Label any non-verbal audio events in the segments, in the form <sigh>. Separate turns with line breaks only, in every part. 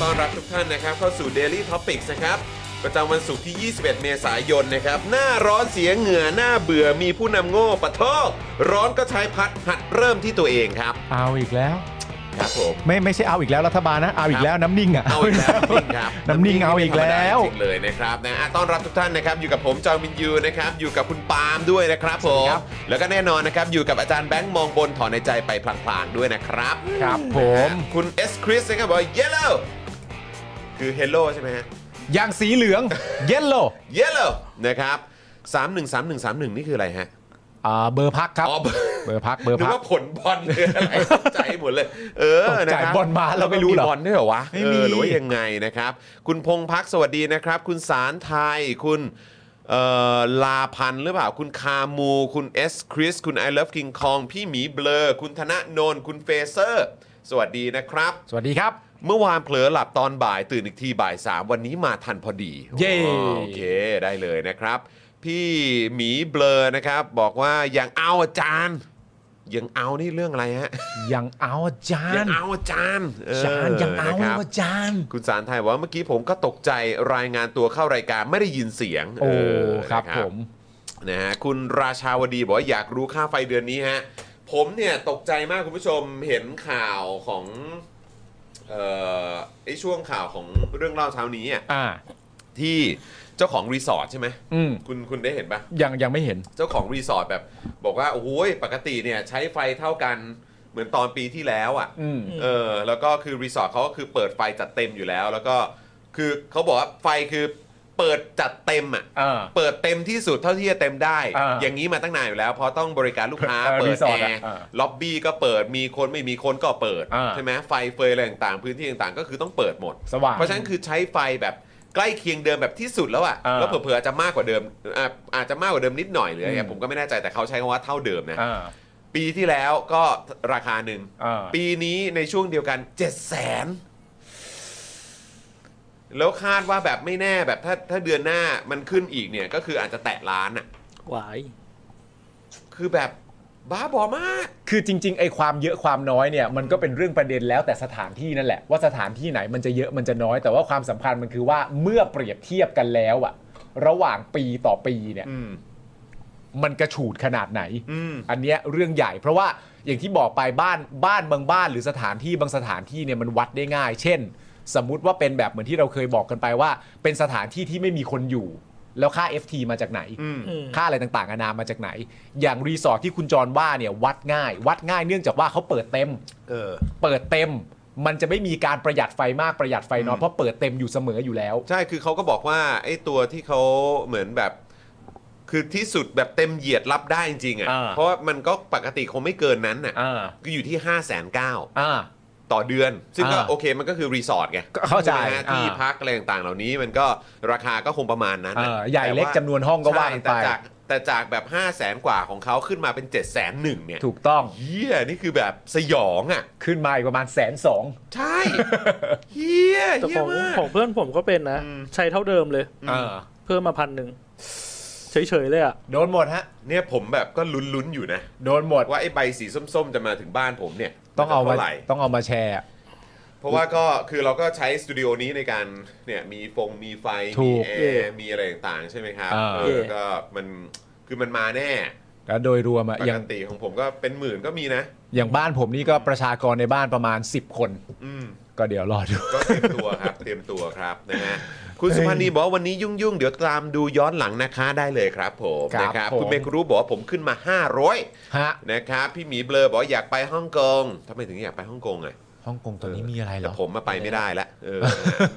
ต้อนรับทุกท่านนะครับเข้าสู่ Daily Topics นะครับ ประจำวันศุกร์ที่ 21 เมษายนนะครับ หน้าร้อนเสียเหงื่อหน้าเบื่อมีผู้นำโง่ปะโทษร้อนก็ใช้พัดหัดเริ่มที่ตัวเองครับ
เอาอีกแล้ว
ครับผม
ไม่ไม่ใช่เอาอีกแล้วรัฐบาลนะ เอาอีกแล้วน้ำนิ่งอ่ะ
เอาอีกแล้วน้ำนิ่งครับ
<laughs> น้ำนิ่งเอาอีกแล้ว
ไม่ธรรมดาจริงๆเลยนะครับนะอ่ะต้อนรับทุกท่านนะครับ อยู่กับผมจอมินยูนะครับ อยู่กับคุณปาล์มด้วยนะครับผม แล้วก็แน่นอนนะครับ อยู่กับอาจารย์แบงค์มองบนถอนในใจไปพลางๆด้วยนะครับ
ครับผม
คุณเอสคริสนะครับบอกเยลโลคือเฮลโลใช่ไหมฮะ
อย่างสีเหลือง Yellow
เยลโลนะครับ313131 นี่คืออะไรฮะ
อ่าเบอร์พักครับ
อ๋อ <laughs> เบอร์
เบอร์พักเบอร์
นึก
พัก
ว่าผลบอลหรืออะไรตกใจหมดเลย เออ
ตกใจ
นะครับ
บอลมาเราไม่รู้เหรอ
มีบอลด้วยเหรอวะ
ไม่
เอ
มี
อหรือว่ายังไงนะครับ คุณพงพักสวัสดีนะครับ คุณสารไทย คุณเอ่อลาพันธ์หรือเปล่า คุณคามู คุณเอสคริส คุณ I love King Kong พี่หมีเบลอ คุณธนโนน คุณเฟเซอร์ สวัสดีนะครับ
สวัสดีครับ
เมื่อวานเผลอหลับตอนบ่ายตื่นอีกทีบ่ายสามวันนี้มาทันพอดี
เย้
อ๋อโอเคได้เลยนะครับ พี่หมีเบลอนะครับ บอกว่ายังเอาอาจารย์ยังเอานี่เรื่องอะไรฮะ
ยังเอาอาจา
ยั
รย์
งเอาอาจารย์เออ
จานยังเอา
นะครับ
อาจารย์
คุณสารไทยบอกว่าเมื่อกี้ผมก็ตกใจรายงานตัวเข้ารายการไม่ได้ยินเสียง
โอ้ครับ
เนะ
ผม
นะฮะคุณราชาวดีบอกว่าอยากรู้ค่าไฟเดือนนี้ฮะผมเนี่ยตกใจมากคุณผู้ชมเห็นข่าวของเอ่อไอช่วงข่าวของเรื่องเล่าเช้านี้อะ
อ่า
ที่เจ้าของรีสอร์ทใช่ไหม
อืม
คุณคุณได้เห็นปะ
ยังยังไม่เห็น
เจ้าของรีสอร์ทแบบ บอกว่าโอ้ยปกติเนี่ยใช้ไฟเท่ากันเหมือนตอนปีที่แล้วอะ่ะ
อืม
เออแล้วก็คือรีสอร์ทเขาก็คือเปิดไฟจัดเต็มอยู่แล้ว แล้วก็คือเขาบอกว่าไฟคือเปิดจัดเต็มอ่ะ
อ่า
เปิดเต็มที่สุดเท่าที่จะเต็มได้
อ่า
อย่างนี้มาตั้งนานอยู่แล้วเพราะต้องบริการลูกค้า
เออ
เปิ
รี
ด
สอ
แอ
ร์ทอะ
ร์
อ่า
ล็อบบี้ก็เปิดมีคนไม่มีคนก็เปิด
อ่า
ใช่ไหมไฟเฟยอะไรต่างๆ พื้นที่ต่างๆ ก็คือต้องเปิดหมด
สว่าง
เพราะฉะนั้นคือใช้ไฟแบบใกล้เคียงเดิมแบบที่สุดแล้วอะ
อ่า
แล้วเผื่อๆอาจจะมากกว่าเดิมอ่ะอาจจะมากกว่าเดิมนิดหน่อยหรืออะไร
อืม
ผมก็ไม่แน่ใจแต่เขาใช้คำว่าเท่าเดิมนะ
อ่า
ปีที่แล้วก็ราคาหนึ่ง
อ่า
ปีนี้ในช่วงเดียวกัน 7 0 0แสนแล้วคาดว่าแบบไม่แน่แบบถ้าถ้าเดือนหน้ามันขึ้นอีกเนี่ย ก็คืออาจจะแตะล้านอะ
หวาย
คือแบบบ้าบอมาก
คือจริงๆไอ้ความเยอะความน้อยเนี่ยมันก็เป็นเรื่องประเด็นแล้วแต่สถานที่นั่นแหละว่าสถานที่ไหนมันจะเยอะมันจะน้อย แต่ว่าความสำคัญมันคือว่าเมื่อเปรียบเทียบกันแล้วอะระหว่างปีต่อปีเนี่ย
อืม
มันกระฉูดขนาดไหน
อืม
อันเนี้ยเรื่องใหญ่เพราะว่าอย่างที่บอกไปบ้านบ้านบางบ้าน หรือสถานที่บางสถานที่เนี่ยมันวัดได้ง่าย เช่น สมมุติว่าเป็นแบบเหมือนที่เราเคยบอกกันไปว่า เป็นสถานที่ที่ไม่มีคนอยู่ แล้วค่า FT มาจากไหน
อืม
อืม
ค่าอะไรต่างๆนานามาจากไหน อย่างรีสอร์ทที่คุณจรว่าเนี่ยวัดง่าย วัดง่ายเนื่องจากว่าเขาเปิดเต็ม
เออ
เปิดเต็ม มันจะไม่มีการประหยัดไฟมากประหยัดไฟน้อยเพราะเปิดเต็มอยู่เสมออยู่แล้ว
ใช่ คือเขาก็บอกว่าไอ้ตัวที่เขาเหมือนแบบ คือที่สุดแบบเต็มเหยียดรับได้จริงๆ
อ่า
อะ่ะ เพราะว่ามันก็ปกติคงไม่เกินนั้นน่ะ
อ่า
ก็อยู่ที่ 5 9 0 0 0
อ่า
0ต่อเดือน ซึ่งก็
อ่า
โอเคมันก็คือรีสอร์ทไง
ก็เข้าใจ
ช่ไหมฮะ
อ่า
ที่พักอะไรต่างๆเหล่านี้มันก็ราคาก็คงประมาณนั้น
เอ
น่ะ
อใหญ่
แต่ว่า
เล็กจำนวนห้องก็ว่ากัน
ใช่
ไป
แต่จาก แต่จากแบบ 5 0 0แสนกว่าของเขาขึ้นมาเป็น 7 0 0แสนหนึ่งเนี่ย
ถูกต้อง
เฮียนี่คือแบบสยองอ่ะ
ขึ้นมาอีกประมาณแสนสอง
ใช่
<laughs>
เฮีย
แต่
เฮี
ข
ย
อง
มาก
ของเพื่อนผมก็เป็นนะ
อืม
ใช้เท่าเดิมเลย
เออ
เพิ่มมาพันหนึ่งเฉยๆเลยอ่ะ
โดนหมดฮะ
เนี่ยผมแบบก็ลุ้นๆอยู่นะ
โดนหมด
ว่าไอ้ใบสีส้มๆ จะมาถึงบ้านผมเนี่ย
ต้องเอา
มันจะ
มา
เท่าไหร่
ต้องเอามาแชร์อะ
เพราะว่าก็คือเราก็ใช้สตูดิโอนี้ในการเนี่ยมีฟงมีไฟ
ถู
มี
ก
แอร์มีอะไรต่างๆ ใช่ไหมครับ
อ่า
เออก็มันคือมันมาแน่
แล้วโดยรวมอะ
ป
อย่าก ง
ติของผมก็เป็นหมื่นก็มีนะ
อย่างบ้านผมนี่ก็ประชากรในบ้านประมาณ 10 คน
อืม
ก็เดี๋ยวรอดู
ก็เตรียมตัวครับ <laughs> เตรียมตัวครับนะฮะคุณสุพันธ์นีบอกว่าวันนี้ยุ่งๆ เดี๋ยวตามดูย้อนหลังนะคะได้เลยครับผม
ครับ
นะครับ
ผม
คุณเมกรู้บอกว่าผมขึ้นมา
ฮะ
500นะครับพี่หมีเบลอบอกว่าอยากไปฮ่องกงทำไมถึงอยากไปฮ่องกงอ่ะ
ฮ่องกงตอนนี้มีอะไรเหร
แต่
อ
ผมมาไปไม่ได้ละเออ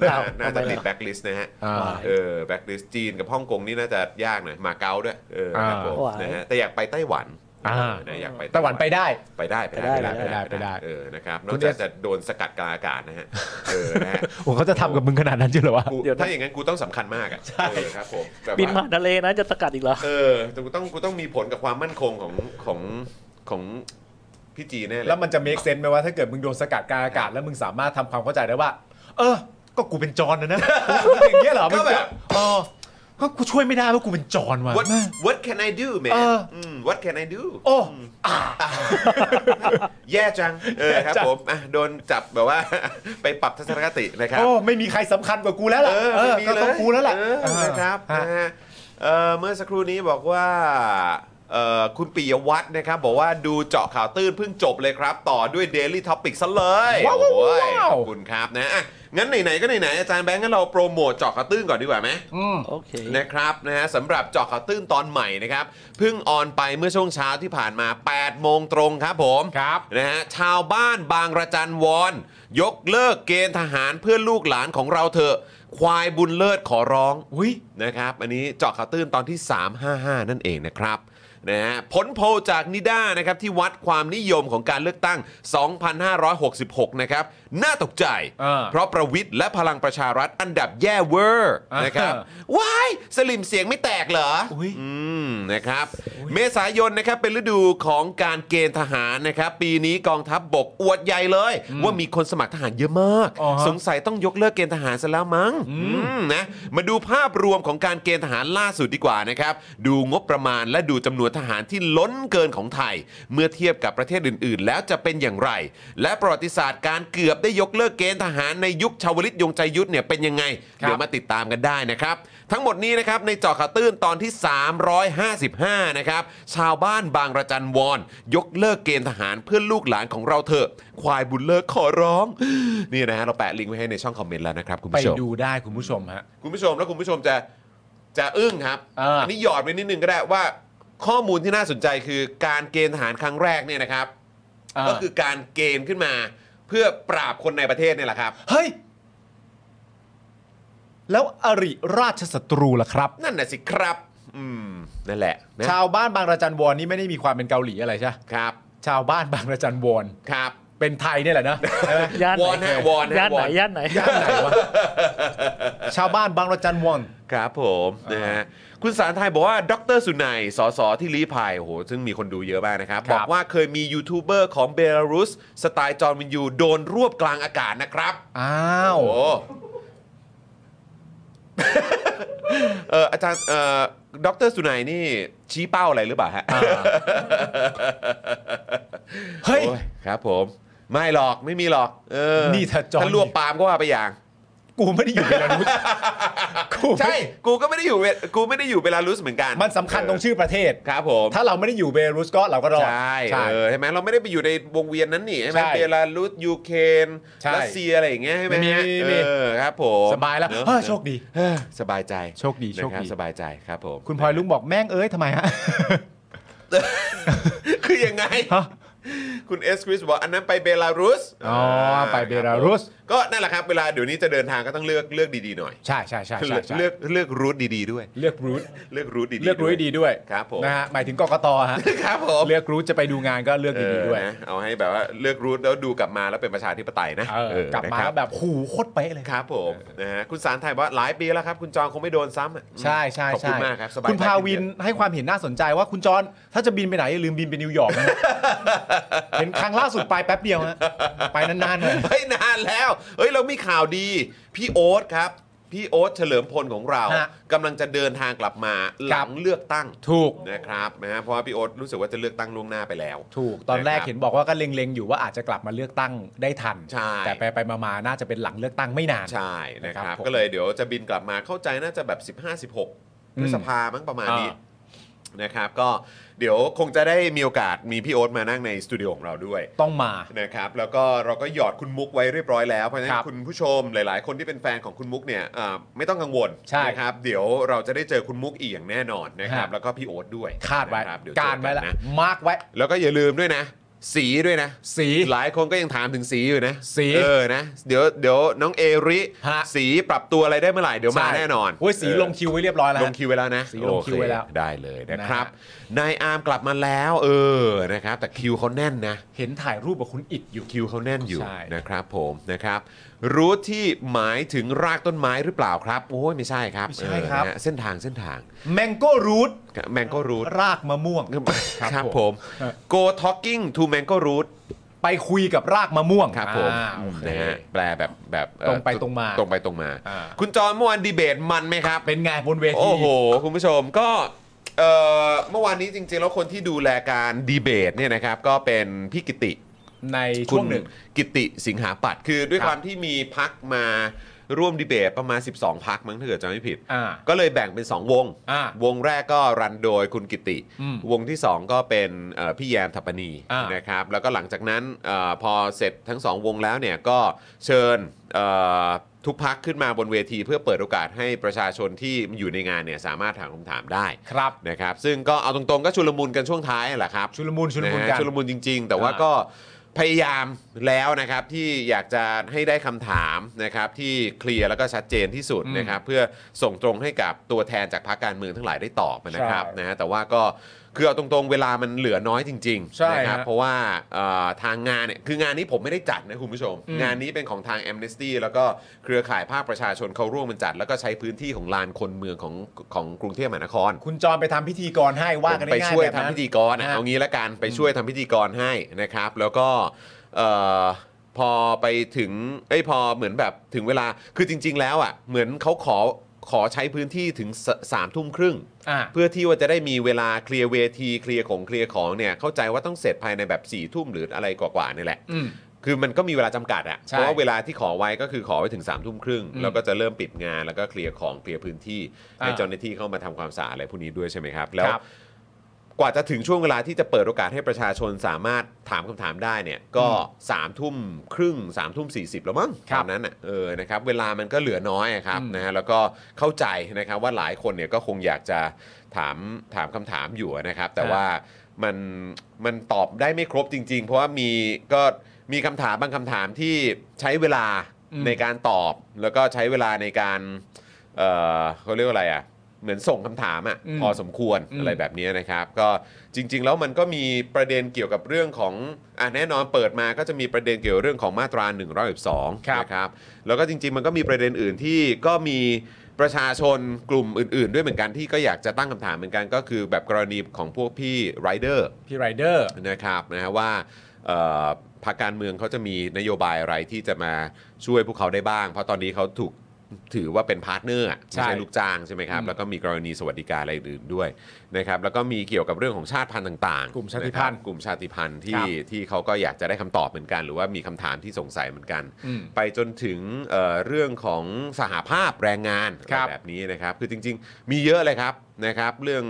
น่า
อ้าว
น่าจะ
ทำไมล่ะ
ติดแบ็คลิสต์นะฮะ
อ่า
เออแบ็คลิสต์จีนกับฮ่องกงนี่น่าจะยากหน่อยมาเก๊าด้วยเออครับผม
อ่าน
นะฮะแต่อยากไปไต้หวัน
อ่า
นะอยากไป
ไต้หวันไปได้
ไปได้ไปได้
ไปได้ไปได้ไปได้
เออนะครับน
คุ
อก
ณ
จาก
เอส
จะโดนสกัดกลางอากาศนะฮะเออนะฮะ
โอ้เขาจะทำกับมึงขนาดนั้นจริงเหรอวะ
กู
เดี๋ยวนะ
ถ้าอย่างนั้นกูต้องสำคัญมากอ่ะใช่ครับผมแบบ
บิน
ว่า
มาทะเลนะจะสกัดอีกเหรอ
เออแต่กูต้องกูต้องมีผลกับความมั่นคงของของของพี่จีแน่เลย
แล้วมันจะ make sense ไหมว่าถ้าเกิดมึงโดนสกัดกลางอากาศแล้วมึงสามารถทำความเข้าใจได้ว่า เออ ก็กูเป็นจอนนะนะ อย่างเงี้ยเหรอ
ก็แบบ
อ๋อก็กูช่วยไม่ได้ว่ากูเป็นจอนว่ะ
what what can I do
เอ
man
ออื
ม what can I do
โอ้
แย่จังเออครับผมอ่ะโดนจับแบบว่า <laughs> ไปปรับทัศนคตินะครับ
โอ้ไม่มีใครสำคัญกว่ากูแล้วล่ะ
เออ
เออ
ไม่มี
ก็
เล
ต้อง
ย
กูแล้วล่ะ
เออนะครับ
ฮะ
นะฮะเอ่อเมื่อสักครู่นี้บอกว่าเอ่อคุณปิยวัฒน์นะครับ บอกว่าดูเจาะข่าวตื้นเพิ่งจบเลยครับ ต่อด้วย Daily Topic ซะเลย
ว้าว
โอ้ย
ว้าว
ขอบคุณครับนะอ่ะงั้นไหนๆก็ไหนๆอาจารย์แบงค์งั้นเราโปรโมทเจาะข่าวตื้นก่อนดีกว่าไหม
อืม
โอเค
นะครับนะฮะสำหรับเจาะข่าวตื้นตอนใหม่นะครับเพิ่งออนไปเมื่อช่วงเช้าที่ผ่านมา 8 โมงตรงครับผม
ครับ
นะฮะชาวบ้านบางระจันวอน ยกเลิกเกณฑ์ทหารเพื่อลูกหลานของเราเถอะ ควายบุญเลิศขอร้อง
อุ๊ย
นะครับ อันนี้เจาะข่าวตื้นตอนที่ 355 นั่นเองนะครับนะฮะผลโพลจากนิด้านะครับที่วัดความนิยมของการเลือกตั้ง 2,566 นะครับน่าตกใจ
อ่า
เพราะประวิทย์และพลังประชารัฐอันดับแย่เวอร์นะครับ ว้ายสลิมเสียงไม่แตกเหรออย อืมนะครับ เมษายนนะครับเป็นฤดูของการเกณฑ์ทหารนะครับ ปีนี้กองทัพบบกอวดใหญ่เลย ว่ามีคนสมัครทหารเยอะมาก
อ๋อฮะ
สงสัยต้องยกเลิกเกณฑ์ทหารซะแล้วมั้งอืมนะมาดูภาพรวมของการเกณฑ์ทหารล่าสุดดีกว่านะครับ ดูงบประมาณและดูจำนวนทหารที่ล้นเกินของไทย เมื่อเทียบกับประเทศอื่น ๆ แล้วจะเป็นอย่างไร และประวัติศาสตร์การเกือบได้ยกเลิกเกณฑ์ทหารในยุคชาวลิตยงใจยุทธเนี่ยเป็นยังไง
ครับ
เดี๋ยวมา ติดตามกันได้นะครับ ทั้งหมดนี้นะครับในเจาะข่าวตื้นตอนที่ 355 นะครับ ชาวบ้านบางระจันวอน ยกเลิกเกณฑ์ทหารเพื่อลูกหลานของเราเถอะ ควายบุญเลิกขอร้อง นี่นะฮะเราแปะลิงก์ไว้ให้ในช่องคอมเมนต์แล้วนะครับ คุณ
ไป
ผู้ชม
ดูได้คุณผู้ชมฮะ
คุณผู้ชมแล้วคุณผู้ชมจะจะอึ้งครับ
อ่า
นนี้หยอดไปนิดนึงก็ได้ว่า ข้อมูลที่น่าสนใจคือการเกณฑ์ทหารครั้งแรกเนี่ยนะครับ ก็คือการเกณฑ์ขึ้นมา เพื่อปราบคนในประเทศเนี่ยแหละครับ
เฮ้ย แล้วอริราชศัตรูล่ะครับ
นั่นน่ะสิครับ อืมนั่นแหละนะ
ชาวบ้านบางระจันวอนนี่ไม่ได้มีความเป็นเกาหลีอะไรใช่ปะ
ครับ
ชาวบ้านบางระจันวอน
ครับ
เป็นไทยเนี่ยแหละนะใช่ไหม
ย่าน
ว
ไหน
อนฮะวอนฮะ
ย่าน
ว
ไหน
อน
ย่านไหน
ย่านไหนวะ ชาวบ้านบางระจันวอน
ครับผมนะฮะคุณสารไทยบอกว่าดรสุนัยสสที่ลี้ภัยโอ้โหซึ่งมีคนดูเยอะมากนะครับ
ครับ บ
อกว่าเคยมียูทูบเบอร์ของเบลารุส สไตล์จอร์นวินยู โดนรวบกลางอากาศนะครับ
อ้าว
โอ้โห <laughs> เอออาจารย์เอ่อดรสุนัยนี่ชี้เป้าอะไรหรือเปล่าฮะ
เฮ้ย
โอ้ครับผม ไม่หรอกไม่มีหรอก เออ
นี่ถ้าจอร์น
ถ้าลวกปาล์มก็ว่าไปอย่าง
กูไม่ได้อยู่เบลารุสกู
ใช่ กูก็ไม่ได้อยู่เวกูไม่ได้อยู่เบลารุสเหมือนกัน
มันสำคัญตรงชื่อประเทศ
ครับผม
ถ้าเราไม่ได้อยู่เบลารุสก็เราก็รอด
ใช่เออใช่ไหมเราไม่ได้ไปอยู่ในวงเวียนนั้นนี่ใช่ไหม
ใช่
เบลารุสยูเครน
ใช่
รัสเซียอะไรอย่างเงี้ยใช่ไหม
มี
ฮะ
มีมี
เออครับผม
สบายแล้ว
เนอะ
เฮ้ยโชคดี
เฮ้ยสบายใจ
โชคดีโชคดี
นะครับสบายใจครับผม
คุณพลอยลุงบอกแม่งเอ้ยทำไมฮะ
<laughs> คือยังไง
ฮะ
คุณเอสคริสบอกอันนั้นไปเบลารุส
อ๋อไปเบลารุส
ก็นั่นแหละครับเวลาเดี๋ยวนี้จะเดินทางก็ต้องเลือกเลือกดีๆหน่อย
ใช่ใช่ใช่ใช่ใช่
เลือกเลือกรูทดีๆด้วย
เลือกรูท
เลือกรูทดีๆ
เลือกรูทให้ดีด้วย
ครับผม
นะฮะหมายถึงกกตฮะ
ครับผม
เลือกรูทจะไปดูงานก็เลือกดีๆด้วย
เออนะเอาให้แบบว่าเลือกรูทแล้วดูกลับมาแล้วเป็นประชาธิปไตยนะ
เออ
เออก
ลับมา
นะครั
แล้วแบบหูโคตรเป๊ะเลย
ครับผมนะฮะคุณสารไทยบอกว่าหลายปีแล้วครับ คุณจองคงไม่โดนซ้ำอะ
ใช่ใช่
ขอบ
ใช่
คุณมากครับสบายใจ
คุณพาวิน
ขึ้เยอะ
ให้ความเห็นน่าสนใจว่าคุณจอนถ้าจะบินไปไหนอย่าลืมบินไปนิวยอร์กนะ
<laughs>
เห็นครั้งล่าสุดไปแป๊บเดียวฮะไปนานๆหน่อย
<laughs> เฮ้ยนานแล้ว เฮ้ยเรามีข่าวดี พี่โอ๊ตครับ พี่โอ๊ตเฉลิมพลของเรา
ฮะ
กำลังจะเดินทางกลับมาหลังเลือกตั้ง
ถูก
นะครับนะฮะเพราะว่าพี่โอ๊ตรู้สึกว่าจะเลือกตั้งล่วงหน้าไปแล้ว
ถูกตอนแรก
นะครับ
เห็นบอกว่าก็เล็งๆอยู่ว่าอาจจะกลับมาเลือกตั้งได้ทัน
ใช่
แต่ไปไปๆมาๆน่าจะเป็นหลังเลือกตั้งไม่นาน
ใช่นะครับ
นะครับผม
ก็เลยเดี๋ยวจะบินกลับมาเข้าใจน่าจะแบบ 15 16พฤษภามั้งประมาณนี้
อ่า
นะครับก็เดี๋ยวคงจะได้มีโอกาสมีพี่โอ๊ตมานั่งในสตูดิโอของเราด้วย
ต้องมา
นะครับแล้วก็เราก็หยอดคุณมุกไว้เรียบร้อยแล้วเพราะฉะนั้
ครั
น
บ
คุณผู้ชมหลาย ๆ คนที่เป็นแฟนของคุณมุกเนี่ยอ่าไม่ต้องกังวล
ใช่
นะครับเดี๋ยวเราจะได้เจอคุณมุกอีกอย่างแน่นอนนะครับ
ฮะ
แล้วก็พี่โอ๊ตด้วย
คาดไว้
นะครับเดี๋ยว
การไว้
เจอ
ละ
นนะ
มาร์กไว้
แล้วก็อย่าลืมด้วยนะ สีด้วยนะ
สี
หลายคนก็ยังถามถึงสีอยู่นะ
สี
เออนะ เดี๋ยวเดี๋ยวน้องเอริ
ฮะ
สีปรับตัวอะไรได้เมื่อไหร่ เดี๋ยวมา
ใช่
แน่นอน
โอ้ยสี
เออ
ลงคิวไว้เรียบร้อยแล้ว
ล
ฮะ
งคิวไว้แล้วนะ
สีลงคิวไว้แล้ว
โอเได้เลยนะ
นะฮะ
ครับนายอาร์มกลับมาแล้ว เออนะครับ แต่คิวเขาแน่นนะ
เห็นถ่ายรูปกับคุณอิดอยู่
คิวเขาแน่นอยู่
ใช่
นะครับผมนะครับรูทที่หมายถึงรากต้นไม้หรือเปล่าครับโอ้ยไม่ใช่ครับ
ไม่ใช่ครับ
เออนะฮะเส้นทางเส้นทาง
แมงโก้รูท
แมงก็รูท
รากมะม่วง
ครับผม go talking to mango root
ไปคุยกับรากมะม่วง
ครับผม
อ่าโอเค
นะฮะแปลแบบแบบเอ่อ
ตรงไปตรงมา
ตรงไปตรงมา
อ่า
คุณจอห์นเมื่อวานดีเบตมันไหมครับ
เป็นไงบนเวที
โอ้โห คุณผู้ชมก็เอ่อเมื่อวานนี้จริง ๆ แล้วคนที่ดูแลการดีเบตเนี่ยนะครับ ก็เป็นพี่กิติ
ใน
คุ
ช่วงหนึ่ง
กิติสิงหาปัตย์คือด้วย
ครับ
ความที่มีพักมาร่วมดีเบตประมาณ 12 พักมั้งถ้าเกิดจำไม่ผิด
อ่า
ก็เลยแบ่งเป็น 2 วง
อ่าว
งแรกก็รันโดยคุณกิติ
อืม
วงที่ 2 ก็เป็นเอ่อพี่แยมทัปปนี
อ่าน
นะครับ แล้วก็หลังจากนั้นเออพอเสร็จทั้ง 2 วงแล้วเนี่ยก็เชิญเอ่อทุกพักขึ้นมาบนเวทีเพื่อเปิดโอกาสให้ประชาชนที่อยู่ในงานเนี่ยสามารถถามคำถามได้
ครับ
นะครับ ซึ่งก็เอาตรงๆก็ชุลมุนกันช่วงท้ายแหละครับ
ชุลมุนชุลมุน
นะ
กั
ฮะ
น
ชุลมุนจริง ๆ แต่ว่า
อ่า
ก็พยายามแล้วนะครับที่อยากจะให้ได้คำถามนะครับที่เคลียร์แล้วก็ชัดเจนที่สุด
อืม
นะครับเพื่อส่งตรงให้กับตัวแทนจากพรรคการเมืองทั้งหลายได้ตอบนะครับ
ใช่
นะฮะแต่ว่าก็คือเอาตรงๆ เวลามันเหลือน้อยจริง
ใช่
ๆนะครับ
ฮะ
เพราะว่าเอ่อทางงานเนี่ยคืองานนี้ผมไม่ได้จัดนะคุณผู้ชม
อืม
งานนี้เป็นของทาง Amnesty แล้วก็เครือข่ายภาคประชาชนเขาร่วมกันจัด แล้วก็ใช้พื้นที่ของลานคนเมืองของของกรุงเทพมหานคร
คุณจอนไปทำพิธีกรให้ว่ากั
ผ
น
มไป
ง่าย
ช่วย
แบบ
ทำ
นั้น
พิธีกรอะ
อ่ะ
เอางี้ละกันไปช่วยทำพิธีกรให้นะครับ แล้วก็เอ่อพอไปถึงเอ้ยพอเหมือนแบบถึงเวลาคือจริง ๆ แล้วอ่ะเหมือนเขาขอขอใช้พื้นที่ถึงสสามทุ่มครึ่ง
อ่ะ
เพื่อที่ว่าจะได้มีเวลาเคลียร์เวทีเคลียร์ของเคลียร์ของเนี่ยเข้าใจว่าต้องเสร็จภายในแบบ4ี่ทุ่มหรืออะไรกว่าๆนี่แหละ
อืม
คือมันก็มีเวลาจำกัดอะ
ใช่
เพราะว่าเวลาที่ขอไว้ก็คือขอไว้ถึง3ามทุ่มครึ่ง
อืม
แล้วก็จะเริ่มปิดงานแล้วก็เคลียร์ของเคลียร์พื้นที่ให้
อ่า
เจ้าหน้าที่เข้ามาทำความสะอาดอะไรพวกนี้ด้วยใช่ไหมครับแล้ว
ครับ
กว่าจะถึงช่วงเวลาที่จะเปิดโอกาสให้ประชาชนสามารถถามคำถามได้เนี่ยก็3ามทุ่มครึ่ง3ามทุ่มสีแล้วมั้ง
ครั
ตา
บ
มนั้นอ่ะเออนะครับเวลามันก็เหลือน้อยอะครับ
อืม
นะฮะแล้วก็เข้าใจนะครับว่าหลายคนเนี่ยก็คงอยากจะถามถามคำถามอยู่นะครับแต่
ครับ
ว่ามันมันตอบได้ไม่ครบจริง ๆ เพราะว่ามีก็มีคำถามบางคำถามที่ใช้เวลา
อืม
ในการตอบ แล้วก็ใช้เวลาในการเออเขาเรียกว่าอะไรอ่ะเหมือนส่งคำถามอ่ะ
อืม
พอสมควร
อืม
อะไรแบบนี้นะครับ ก็จริง ๆ แล้วมันก็มีประเด็นเกี่ยวกับเรื่องของอ่ะแน่นอนเปิดมาก็จะมีประเด็นเกี่ยวกับเรื่องของมาตรา1 1 2
ครับ
นะครับแล้วก็จริง ๆ มันก็มีประเด็นอื่นที่ก็มีประชาชนกลุ่มอื่น ๆ ด้วยเหมือนกันที่ก็อยากจะตั้งคำถามเหมือนกันก็คือแบบกรณีของพวกพี่ไรเดอร์
พี่ไรเดอร์
นะครับนะฮะว่าเอ่อพรรคการเมืองเขาจะมีนโยบายอะไรที่จะมาช่วยพวกเขาได้บ้าง เพราะตอนนี้เขาถูกถือว่าเป็นพาร์ทเนอร์อะ
ใช่
ไม่ใช่ลูกจ้างใช่ไหมครับ
อืม
แล้วก็มีกรณีสวัสดิการอะไรอื่นๆด้วยนะครับแล้วก็มีเกี่ยวกับเรื่องของชาติพันธุ์ต่างๆ
กลุ่มชาติพัน
ะค
ธุ์
รับกลุ่มชาติพันธุ์
ครั
ที่
บ
ที่เขาก็อยากจะได้คำตอบเหมือนกัน หรือว่ามีคำถามที่สงสัยเหมือนกัน
อืม
ไปจนถึงเอ่อเรื่องของสหภาพแรงงานอะ
ค
ไร
รับ
แบบนี้นะครับคือจริง ๆ มีเยอะเลยครับนะครับเรื่อง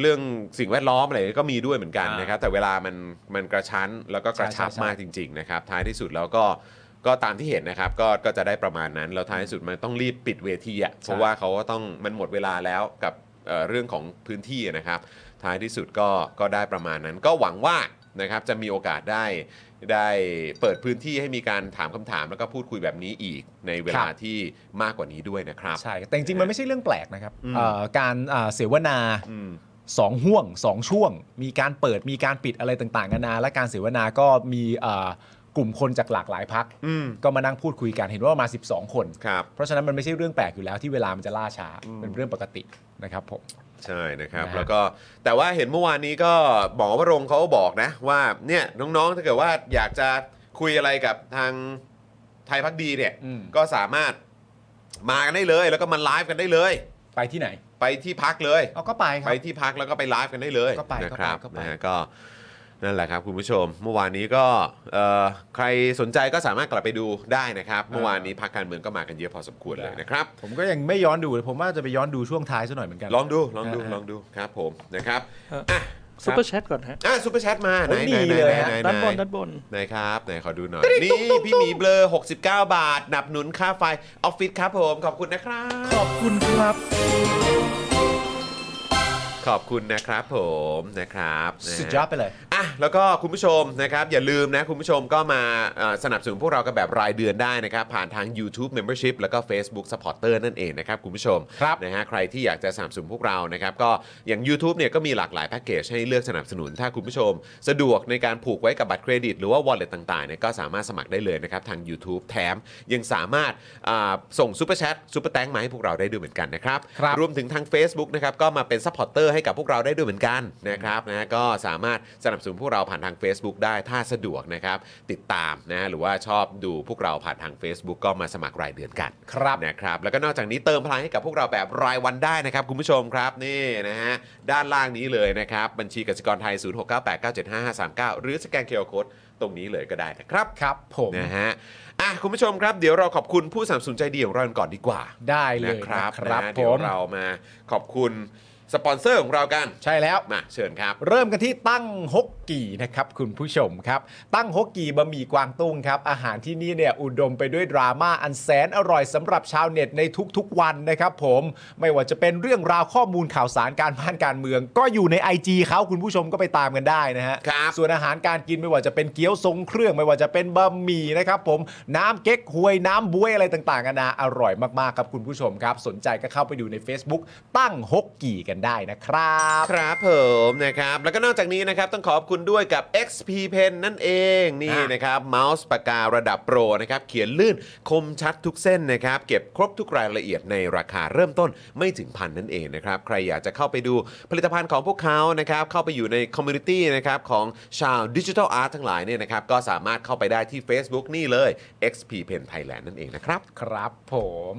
เรื่องสิ่งแวดล้อมอะไรก็มีด้วยเหมือนกัน
อ่าน
นะครับแต่เวลามันมันกระชั้นแล้วก็กระชับ
ใช่ใช่
มากจริงๆนะครับท้ายที่สุดแล้วก็ก็ตามที่เห็นนะครับก็ก็จะได้ประมาณนั้นแล้วท้ายที่สุดมันต้องรีบปิดเวทีอ่ะเพราะว่าเขาก็ต้องมันหมดเวลาแล้วกับเอ่อเรื่องของพื้นที่นะครับ ท้ายที่สุดก็ก็ได้ประมาณนั้น ก็หวังว่า นะครับจะมีโอกาสได้ได้เปิดพื้นที่ให้มีการถามคำถามแล้วก็พูดคุยแบบนี้อีกในเวลา
ครับ
ที่มากกว่านี้ด้วยนะครับ
ใช่ แต่จริงๆ มันไม่ใช่เรื่องแปลกนะครับ
อืม
เอ่อการอ่าเสวนา
อืม
สองห่วงสองช่วง มีการเปิดมีการปิดอะไรต่างๆนานา และการเสวนาก็มีเอ่อกลุ่มคนจากหลากหลายพัก
อืม
ก็มานั่งพูดคุยกันเห็นว่าประมาณ12 คน
ครับ
เพราะฉะนั้นมันไม่ใช่เรื่องแปลกอยู่แล้วที่เวลามันจะล่าช้าเป็นเรื่องปกตินะครับผม
ใช่นะครับ
นะฮะ
แล้วก็แต่ว่าเห็นเมื่อวานนี้ก็หมอวรงค์เขาก็บอกนะ ว่าเนี่ยน้องๆถ้าเกิดว่าอยากจะคุยอะไรกับทางไทยพักดีเนี่ย
อืม
ก็สามารถมากันได้เลย แล้วก็มาไลฟ์กันได้เลย
ไปที่ไหน
ไปที่พักเลย
เอาก็ไปค
ไป
รับ
ที่พักแล้วก็ไปไลฟ์กันได้เลย
ก็ไป
นะ
ก็ไป
ครับ
ก็ไป
นะฮะก็นั่นแหละครับคุณผู้ชม เมื่อวานนี้ก็เอ่อใครสนใจก็สามารถกลับไปดูได้นะครับ เมื่อวานนี้พักการเมืองก็มากันเยอะพอสมควรเลยนะครับ
ผมก็ยังไม่ย้อนดูเลยผมว่าจะไปย้อนดูช่วงท้ายซะหน่อยเหมือนกัน
ลองดูลองดู
นะฮะ
ลองดูครับผมนะครับ
ฮะ
อ่ะ
ซุปเปอร์แชทก่อนฮะ
อ่ะซูเปอร์แชทมาไหน
โอ้ย
ไหนไหน
ดีเลย
ไหน
ฮะ
ไหน
ด้านบน
ไหน
ด้านบน
ไหนครับไหนขอดูหน่อยนี่พี่หมีเบลอ69 บาทหนับหนุนค่าไฟออฟฟิศครับผมขอบคุณนะครับ
ขอบคุณครับ
ขอบคุณนะครับผมนะครับนะฮะ
สุดยอดไปเลย
อ่ะแล้วก็คุณผู้ชมนะครับอย่าลืมนะคุณผู้ชมก็มาเอ่อสนับสนุนพวกเรากันแบบรายเดือนได้นะครับ ผ่านทาง YouTube Membership แล้วก็ Facebook Supporter นั่นเองนะครับคุณผู้ชม
ครับ
นะฮะใครที่อยากจะสนับสนุนพวกเรานะครับก็อย่าง YouTube เนี่ยก็มีหลากหลายแพ็กเกจให้เลือกสนับสนุน ถ้าคุณผู้ชมสะดวกในการผูกไว้กับบัตรเครดิต หรือว่า wallet ต่างๆเนี่ยก็สามารถสมัครได้เลยนะครับทาง YouTube แถมยังสามารถอ่าส่งซูเปอร์แชทซูเปอร์แตงมาให้พวกเราได้ด้วยเหมือนกันนะครับ
ครับ
รวมถึงทาง Facebook นะครับก็มาเป็นซัพพอร์ตเตอร์ให้กับพวกเราได้ด้วยเหมือนกันนะครับนะก็สามารถสนับสนุนพวกเราผ่านทาง Facebook ได้ถ้าสะดวกนะครับ ติดตามนะหรือว่าชอบดูพวกเราผ่านทาง Facebook ก็มาสมัครรายเดือนกัน
ครับ
นะครับ แล้วก็นอกจากนี้เติมพลังให้กับพวกเราแบบรายวันได้นะครับคุณผู้ชมครับนี่นะฮะด้านล่างนี้เลยนะครับ บัญชีกสิกรไทย 0698975539 หรือสแกนเคอร์โคดตรงนี้เลยก็ได้นะครับ
ครับผม
นะฮะอ่ะคุณผู้ชมครับเดี๋ยวเราขอบคุณผู้สนับสนุนใจดีของเรากันก่อนดีกว่า
ได้เลย
นะค
ค
รั
รั
บบ นะ
ผ
เดี๋ยว
ม
เรามาขอบคุณสปอนเซอร์ของเรากัน
ใช่แล้ว
มาเชิญครับ
เริ่มกันที่ตั้งฮกกี่นะครับคุณผู้ชมครับ ตั้งฮกกี่บะหมี่กวางตุ้งครับ อาหารที่นี่เนี่ยอุดมไปด้วยดราม่าอันแสนอร่อยสำหรับชาวเน็ตในทุกๆวันนะครับผมไม่ว่าจะเป็นเรื่องราวข้อมูลข่าวสารการบ้านการเมือง ก็อยู่ใน IG เขาคุณผู้ชมก็ไปตามกันได้นะฮะ
ครับ
ส่วนอาหารการกินไม่ว่าจะเป็นเกี๊ยวทรงเครื่องไม่ว่าจะเป็นบะหมี่นะครับผมน้ำเก๊กฮวยน้ำบวยอะไรต่างๆกันานาอร่อยมากๆครับคุณผู้ชมครับ สนใจก็เข้าไปดูใน Facebook ตั้งฮกกี่กันได้นะครับ
ครับผมนะครับ แล้วก็นอกจากนี้นะครับต้องขอบคุณด้วยกับ XP Pen นั่นเองนี่
อ่ะ
นะครับเมาส์ปากการะดับโปรนะครับเขียนลื่นคมชัดทุกเส้นนะครับ เก็บครบทุกรายละเอียดในราคาเริ่มต้นไม่ถึงพันนั่นเองนะครับ ใครอยากจะเข้าไปดูผลิตภัณฑ์ของพวกเขานะครับ เข้าไปอยู่ในคอมมูนิตี้นะครับของชาวดิจิทัลอาร์ตทั้งหลายเนี่ยนะครับก็สามารถเข้าไปได้ที่ Facebook นี่เลย XP Pen Thailand นั่นเองนะครับ
ครับผม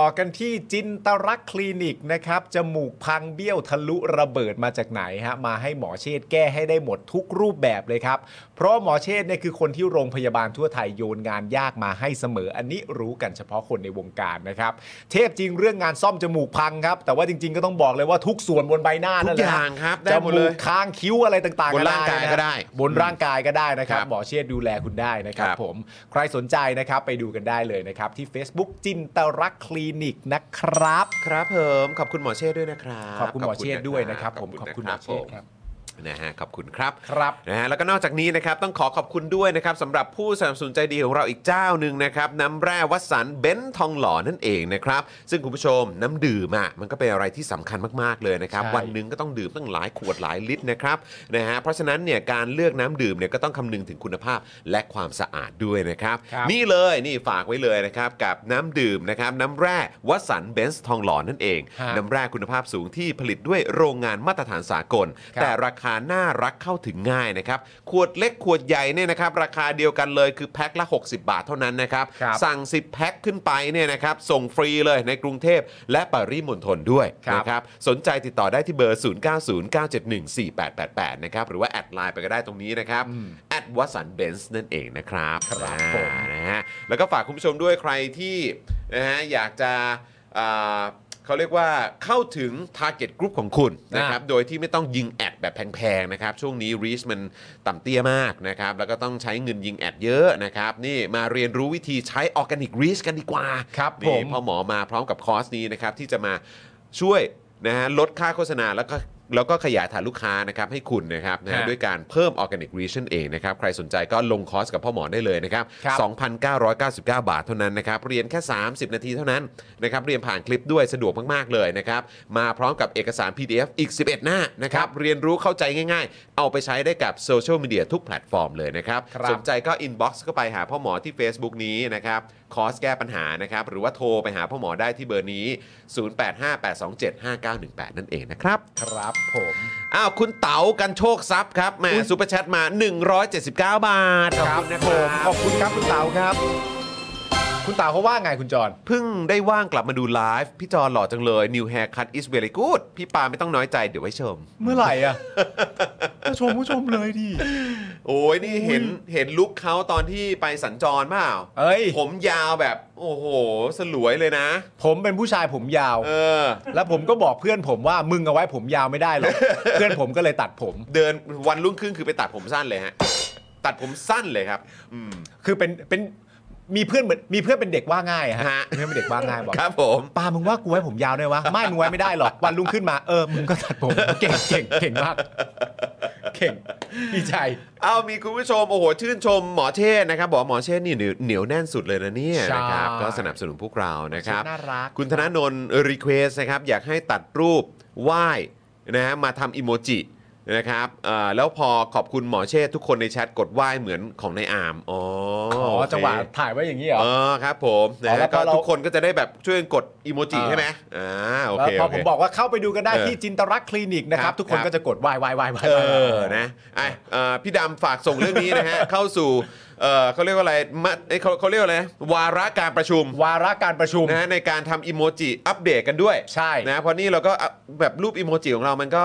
ต่อกันที่จินตรักษณ์คลินิกนะครับจมูกพังเบี้ยวทะลุระเบิดมาจากไหนฮะมาให้หมอเชษฐ์แก้ให้ได้หมดทุกรูปแบบเลยครับ เพราะหมอเชษฐ์เนี่ยคือคนที่โรงพยาบาลทั่วไทยโยนงานยากมาให้เสมอ อันนี้รู้กันเฉพาะคนในวงการนะครับเทพจริงเรื่องงานซ่อมจมูกพังครับ แต่ว่าจริง ๆ ก็ต้องบอกเลยว่าทุกส่วนบนใบหน้านั่นแหละ
ทุกอย่างครับได้
จ
หมดเล
มู
ย
กคางคิ้วอะไรต่างๆ
บนร่างกายก็ได้
นะบนร่างกายก็ได้นะครับ
ครับ
หมอเชษฐ์ดูแลคุณได้นะค
ค
รั
รับ บ
ผม ผมใครสนใจนะครับไปดูกันได้เลยนะครับ ที่ Facebook จินตรักษณ์คลินิกนะครับ
ครับผมขอบคุณหมอเชษฐ์ด้วยนะครับ
ขอบคุณหมอเชษฐ์ด้วยนะครับผมขอบคุณหมอเชษฐ์
นะครับ ผมนะฮะขอบคุณครับ
ครับ
นะฮะแล้วก็นอกจากนี้นะครับต้องขอขอบคุณด้วยนะครับสำหรับผู้สนับสนุนใจดีของเราอีกเจ้าหนึ่งนะครับน้ำแร่วัดสันเบนซ์ทองหล่อนั่นเองนะครับซึ่งคุณผู้ชมน้ำดื่มอ่ะมันก็เป็นอะไรที่สำคัญมากๆเลยนะครับ
ใช่
วันหนึ่งก็ต้องดื่มตั้งหลายขวดหลายลิตรนะครับนะฮะเพราะฉะนั้นเนี่ยการเลือกน้ำดื่มเนี่ยก็ต้องคำนึงถึงคุณภาพและความสะอาดด้วยนะครับ
ครับ
นี่เลยนี่ฝากไว้เลยนะครับ กับน้ำดื่มนะครับน้ำแร่วัสันเบนซ์ทองหล่อนั่นเอง
ฮะ
น้ำแร่คุณภาพสูงที่ผลิตด้วยโรงงานมาตรฐานสากล
ครับ
แต่ราคาน่ารักเข้าถึงง่ายนะครับ ขวดเล็กขวดใหญ่เนี่ยนะครับ ราคาเดียวกันเลยคือแพ็คละ 60 บาทเท่านั้นนะครับ
ครับ
สั่ง 10 แพ็คขึ้นไปเนี่ยนะครับ ส่งฟรีเลยในกรุงเทพและปริมณฑลด้วย
ครับ
นะครับ สนใจติดต่อได้ที่เบอร์ 0909714888 นะครับ หรือว่าแอดไลน์ไปก็ได้ตรงนี้นะครับแอดวัสันเบนซ์นั่นเองนะครับ
ครับ
อ่า
ผม
นะฮะแล้วก็ฝากคุณผู้ชมด้วยใครที่นะฮะอยากจะอ่าเขาเรียกว่าเข้าถึง Target Group ของคุณนะครับ โดยที่ไม่ต้องยิงแอดแบบแพงๆนะครับ ช่วงนี้ reach มันต่ำเตี้ยมากนะครับ แล้วก็ต้องใช้เงินยิงแอดเยอะนะครับ นี่มาเรียนรู้วิธีใช้ Organic Reach กันดีกว่า
ครับ
นี่
ผม
พ่อหมอมาพร้อมกับคอร์สนี้นะครับ ที่จะมาช่วยนะฮะลดค่าโฆษณาแล้วก็ แล้วก็ขยายฐานลูกค้านะครับให้คุณนะครับนะฮะ
ฮะ
ด้วยการเพิ่ม Organic Reach นั่นเองนะครับ ใครสนใจก็ลงคอร์สกับพ่อหมอได้เลยนะครับ
ครับ
2,999 บาทเท่านั้นนะครับ เรียนแค่ 30 นาทีเท่านั้นนะครับ เรียนผ่านคลิปด้วยสะดวกมาก ๆ เลยนะครับ มาพร้อมกับเอกสาร PDF อีก 11 หน้านะครับ เรียนรู้เข้าใจง่าย ๆ เอาไปใช้ได้กับโซเชียลมีเดียทุกแพลตฟอร์มเลยนะครับ
ครับ
สนใจก็อินบ็อกซ์เข้าไปหาพ่อหมอที่ Facebook นี้นะครับ คอร์สแก้ปัญหานะครับ หรือว่าโทรไปหาพ่อหมอได้ที่เบอร์นี้ 0858275918 นั่นเองนะครับ
ครับผม
อ้าวคุณเต๋ากันโชคทรัพย์ครับแหมซูเปอร์แชทมา 179 บาทขอบคุณนะค
ผม
รั
ข
บ
อบคุณครับคุณเต๋าครับ คุณเต๋าเขาว่าไงคุณจอน
เพิ่งได้ว่างกลับมาดูไลฟ์ พี่จอหล่อจังเลย New Haircut is very good พี่ปาไม่ต้องน้อยใจเดี๋ยวไว้ชม
เมื่อไหร่
<laughs>
อ่ะ ก็ชมผู้ชมเลยดิ
โอ้ยนี่เห็นเห็นลุคเขาตอนที่ไปสัญจรเปล่า
เอ้ย
ผมยาวแบบ โอ้โห สลวยเลยนะ
ผมเป็นผู้ชายผมยาว
เออ
แล้วผมก็บอกเพื่อนผมว่ามึงเอาไว้ผมยาวไม่ได้หรอก เพื่อนผมก็เลยตัดผม
เดินวันรุ่งขึ้นคือไปตัดผมสั้นเลยฮะ ตัดผมสั้นเลยครับ อืม
คือเป็นเป็นมีเพื่อนเหมือนมีเพื่อนเป็นเด็กว่าง่ายอะฮะ
ฮะ
เพื่อนเป็นเด็กว่าง่ายบอก
ครับผม
ปามึงว่ากูไว้ผมยาวได้วะไม่มึงไว้ไม่ได้หรอกวันรุ่งขึ้นมาเออมึงก็ตัดผมเก่งเก่งเก่งมากเก่งดีใจ
เอามีคุณผู้ชม โอ้โห ชื่นชมหมอเชษฐ์นะครับ บอกว่าหมอเชษฐ์นี่เหนียวเหนียวแน่นสุดเลยนะเนี่ย
ใช่
นะครับก็สนับสนุนพวกเรานะครับ
หมอเชษฐ์น่ารัก
คุณธนาโนนรีเควสนะครับ อยากให้ตัดรูปไหว้นะฮะมาทำอิโมจินะครับเอ่อแล้วพอขอบคุณหมอเชษฐ์ทุกคนในแชทกดไหว้เหมือนของในอาร์มอ๋อ
อ๋อ
โอเค
จังหวะถ่ายไว้อย่างนี้เหรอ
เออครับผมนะ
อ๋อแล้
ฮะ
วพ
ก็
อเรา
ทุกคนก็จะได้แบบช่วยกดอิโมจิ
เออ
ใช่ไหมอ่าโอ
แล้ว
เค
พอ
โเค
ผมบอกว่าเข้าไปดูกันได้
เออ
ที่จินตรักษณ์คลินิกนะค
ครั
รับ
บ
ทุกคน
ครับ
ก็จะกดไหว้ไหว้ไหว้ไหว้
เออ นะไอะเอ่อพี่ดำฝากส่งเรื่องนี้นะ
<laughs>
ฮะ เข้าสู่ เออเขาเรียกว่าอะไรมะเอ้ยเขาเขาเรียกว่าอะไร วาระการประชุม
วาระการประชุม
นะฮะในการทำอิโมจิอัปเดตกันด้วย
ใช่
นะ เพราะนี่เราก็อัพแบบรูปอิโมจิของเรามันก็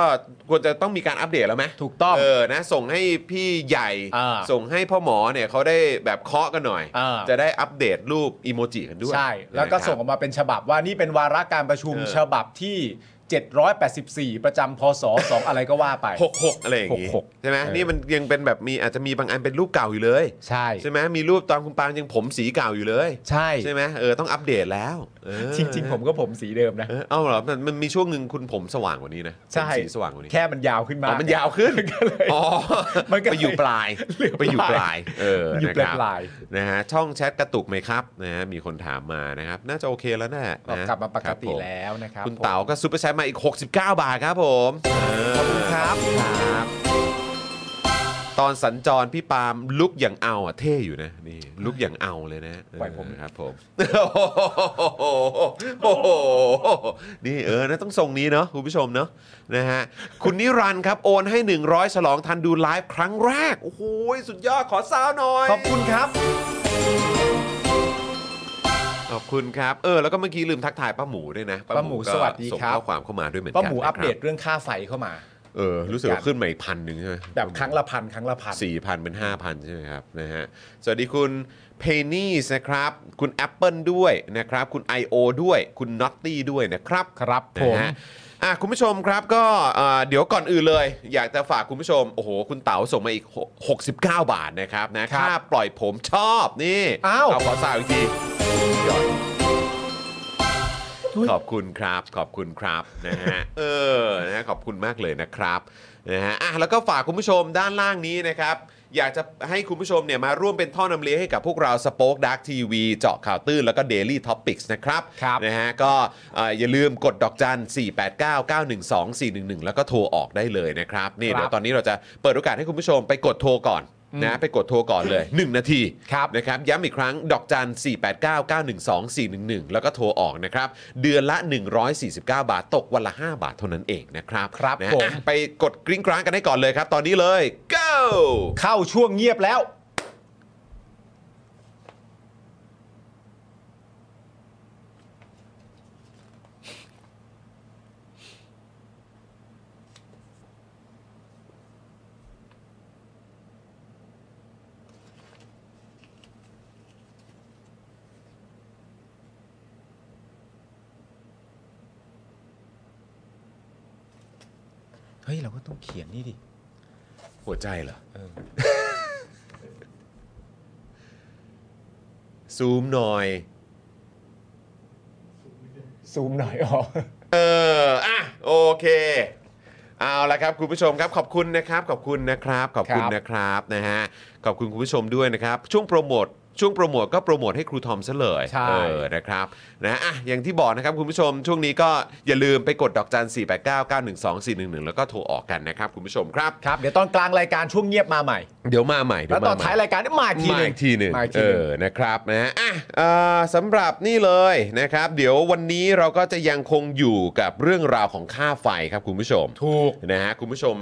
ควรจะต้องมีการอัปเดตแล้วไหม
ถูกต้อง
เออ นะ ส่งให้พี่ใหญ่
อ่า
ส่งให้พ่อหมอเนี่ยเขาได้แบบเคาะกันหน่อย
อ่า
จะได้อัปเดตรูปอิโมจิกันด้วย
ใช่ แล้วก็
นะครับ
ส่งออกมาเป็นฉบับว่านี่เป็นวาระการประชุม
เออ
ฉบับที่ 784 ประจำพศ2 อะไรก็ว่าไป
หกหกอะไรอย่างงี้
หกหก
ใช่ไหม
เออ
นี่มันยังเป็นแบบมีอาจจะมีบางอันเป็นรูปเก่าอยู่เลย
ใช่
ใช่ไหมมีรูปตอนคุณปางยังผมสีเก่าอยู่เลย
ใช่
ใช่ไหมเออต้องอัปเดตแล้วเออ
จริง ๆ ผมก็ผมสีเดิมนะ
เออเอ้าเหรอมันมันมีช่วงหนึ่งคุณผมสว่างกว่านี้นะ
ใช่
ผมสีสว่างกว่านี้
แค่มันยาวขึ้นมา
อ๋อ
มั
มันยาวขึ้นอ๋อ
มันก็เลย
ไปอยู่ปลาย
เหลือปลาย
ไปอยู่ปลายเออ
อ
อยู่ นะ
ป
ค
ลาย
รับ
ปลาย
นะฮะช่องแชทกระตุกไหมครับนะฮะมีคนถามมานะครับน่าจะโอเคแล้วนะนะ
กลับมาป
ค
ก
รับ
ติ
ผม
แล้วนะครับ
คุณ
ผม
เต๋าก็ซูเปอร์แชทมาอีก 69 บาทครับผม
ขอบคุณครับ
ครับ ตอนสัญจรพี่ปาล์มลุกอย่างเอาอ่ะเท่อยู่นะนี่ลุกอย่างเอาเลยนะ
ปล่อยผม
เครับผม <laughs> โอ้โหนี่เออนะต้องทรงนี้เนาะคุณผู้ชมเนาะนะฮะคุณนิรันดร์ครับโอนให้ 100 ฉลองทันดูไลฟ์ครั้งแรก โอ้โหสุดยอดขอซาวหน่อย
ขอบคุณครับ
ขอบคุณครับ เออแล้วก็เมื่อกี้ลืมทักทายป้าหมูด้วยนะ
ป้าหมู
ก็
สวัสดี
ส่ง
ครับ
ข้อความเข้ามาด้วยเหมือนกัน
ป้าหมู
นะครับ
อัปเดตเรื่องค่าไฟเข้ามา
เออรู้สึกว่าขึ้นมาอีกพันหนึ่งใช่ไหม
แบบครั้งละพันครั้งละพัน
สี่พันเป็นห้าพันใช่ไหมครับนะฮะสวัสดีคุณเพนี่นะครับ คุณ Apple ด้วยนะครับ คุณ I.O. ด้วยคุณน็อตตี้ด้วยนะครับ
ครับผม
นะฮะอ่ะคุณผู้ชมครับก็เอ่อเดี๋ยวก่อนอื่นเลย อยากจะฝากคุณผู้ชม โอ้โห คุณเต๋าส่งมาอีก 69 บาทนะครับนะค่าปล่อยผมชอบนี่
อ้าว
เอาขอสาวอีกทีหยอดขอบคุณครับขอบคุณครับนะฮะเออนะฮะขอบคุณมากเลยนะครับ นะฮะอ่ะแล้วก็ฝากคุณผู้ชมด้านล่างนี้นะครับ อยากจะให้คุณผู้ชมเนี่ยมาร่วมเป็นท่อนำเลี้ยงให้กับพวกเราสป็อคดักทีวีเจาะข่าวตื้นแล้วก็ Daily Topics นะครับ
ครับ
นะฮะก็เอ่ออย่าลืมกดดอกจัน 489-912-411 แล้วก็โทรออกได้เลยนะครับนี่
ครับ
เดี๋ยวตอนนี้เราจะเปิดโอกาสให้คุณผู้ชมไปกดโทรก่อนนะไปกดโทรก่อนเลย 1 นาที
ครับ
นะครับย้ำอีกครั้งดอกจัน 489-912-411 แล้วก็โทรออกนะครับเดือนละ 149 บาทตกวันละ 5 บาทเท่านั้นเองนะครับ
ครับ
นะ
ผม
อ่ะไปกดกริ้งกร้างกันให้ก่อนเลยครับ ตอนนี้เลย go
เข้าช่วงเงียบแล้ว เฮ้ย เราก็ต้องเขียนนี่ดิ
หัวใจเหรอ <laughs> ซูมหน่อย
ซูมหน่อยออก
เออ อ่ะ โอเค เอาละครับคุณผู้ชมครับขอบคุณนะครับขอบคุณนะครับขอบคุณ
ครับ
นะครับนะฮะขอบคุณคุณผู้ชมด้วยนะครับช่วงโปรโมทช่วงโปรโมทก็โปรโมทให้ครูทอมซะเลย
ใช่
เออนะครับนะอ่ะอย่างที่บอกนะครับคุณผู้ชมช่วงนี้ก็อย่าลืมไปกดดอกจัน 4 8 9 9 1 2 4 1 1 แล้วก็โทรออกกันนะครับคุณผู้ชมครับ
ครับ เดี๋ยวตอนกลางรายการช่วงเงียบมาใหม่
เดี๋ยวมาใหม่เดี๋
แล้ว
วม
ตอน
ใหม่
ท้ายรายการมาอีกที
มา
หนึ่
อี
ง
กทีหนึ่ง
มาอีก
เอ
ทีหนึ่ง
อนะครับนะฮะอ่ะเอ่อสำหรับนี่เลยนะครับ เดี๋ยววันนี้เราก็จะยังคงอยู่กับเรื่องราวของค่าไฟครับคุณผู้ชม
ถูก
นะฮะคุณผู้ชม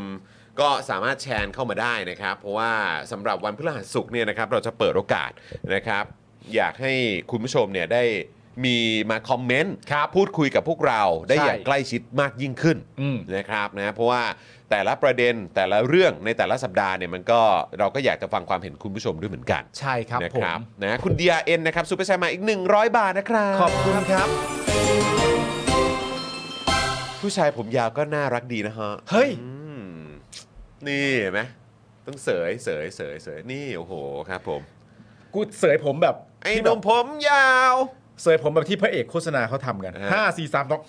ก็สามารถแชร์เข้ามาได้นะครับ เพราะว่าสำหรับวันพฤหัสศุกร์เนี่ยนะครับเราจะเปิดโอกาสนะครับ อยากให้คุณผู้ชมเนี่ยได้มีมาคอมเมนต์พูดคุยกับพวกเราได้
ใช่
อย่างใกล้ชิดมากยิ่งขึ้น
อืม
นะครับนะเพราะว่าแต่ละประเด็นแต่ละเรื่องในแต่ละสัปดาห์เนี่ยมันก็เราก็อยากจะฟังความเห็นคุณผู้ชมด้วยเหมือนกัน
ใช่ครับ
นะ
ผ
ครับ
ม
นะคุณ DRN นะครับซูเปอร์แชร์มาอีก 100 บาทนะครับ
ขอบคุณครับ
ผู้ชายผมยาวก็น่ารักดีนะฮะ
เฮ้ย
อืมนี่เห็นไหมต้องเสยเสยเสยเสยนี่โอ้โหครับผม
กูเสยผมแบบ
ไอ้
ที่
หน
แบ
ม
บ
ผมยาว
เสยผมแบบที่พระเอกโฆษณาเขาทำกัน
อ่า
ห้าสี่สามต้อง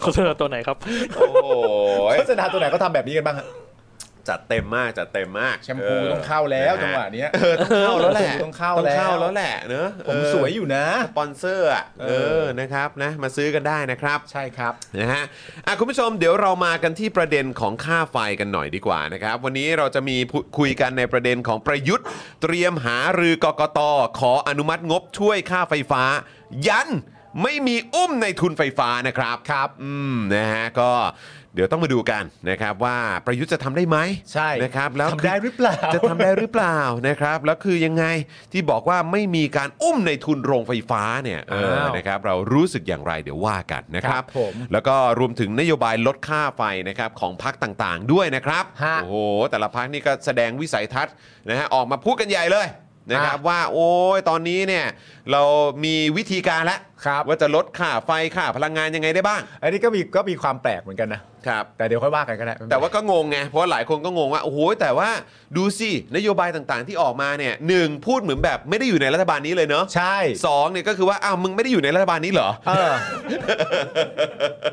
โฆษณาตัวไหนครับ
โอ้โห
โฆษณาตัวไหนก็ทำแบบนี้กันบ้างฮะ
จัดเต็มมากจัดเต็มมาก
แชมพูต้องเข้าแล้ว
นฮ
จังหวะเนี้ย
เออต้องเข้าแล้วแหละ
ต้องเข้า
ต้องเข้า
แล้ว
แล้วแหละเนอะ
ผมสวยอยู่นะ
สปอนเซอร์อะเอ
เออ
อนะครับนะมาซื้อกันได้นะครับ
ใช่ครับ
นะฮะอ่ะคุณผู้ชมเดี๋ยวเรามากันที่ประเด็นของค่าไฟกันหน่อยดีกว่านะครับ วันนี้เราจะมีพูคุยกันในประเด็นของประยุทธ์ เตรียมหารือกกตขออนุมัติงบช่วยค่าไฟฟ้า ยันไม่มีอุ้มในทุนไฟฟ้านะครับครับอืมนะฮะก็เดี๋ยวต้องมาดูกันนะครับว่าประยุทธ์จะทำได้ไหม
ใช่
นะครับแล้ว
ทำได้หรือเปล่า
จะทำได้หรือเปล่านะครับแล้วคือยังไงที่บอกว่าไม่มีการอุ้มในทุนโรงไฟฟ้าเนี่ยเออนะครับเรารู้สึกอย่างไรเดี๋ยวว่ากันนะ นะครับ
ครับผม
แล้วก็รวมถึงนโยบายลดค่าไฟนะครับของพักต่างๆด้วยนะครับ
ฮะ
โอ้โหแต่ละพักนี่ก็แสดงวิสัยทัศน์นะฮะออกมาพูดกันใหญ่เลยนะครับว่าโอ้ยตอนนี้เนี่ยเรามีวิธีการแล้ว
ครับ
ว่าจะลดค่าไฟค่าพลังงานยังไงได้บ้าง
อันนี้ก็มีก็มีความแปลกเหมือนกันนะ
ครับ
แต่เดี๋ยวค่อยว่ากันก็ได้
แต่ว่าก็งงไงเพราะว่าหลายคนก็งงว่าโอ้โหแต่ว่าดูสินโยบายต่างๆที่ออกมาเนี่ยหนึ่งพูดเหมือนแบบไม่ได้อยู่ในรัฐบาลนี้เลยเนาะ
ใช่
สองเนี่ยก็คือว่าอ้าวมึงไม่ได้อยู่ในรัฐบาลนี้เหรอ
เออ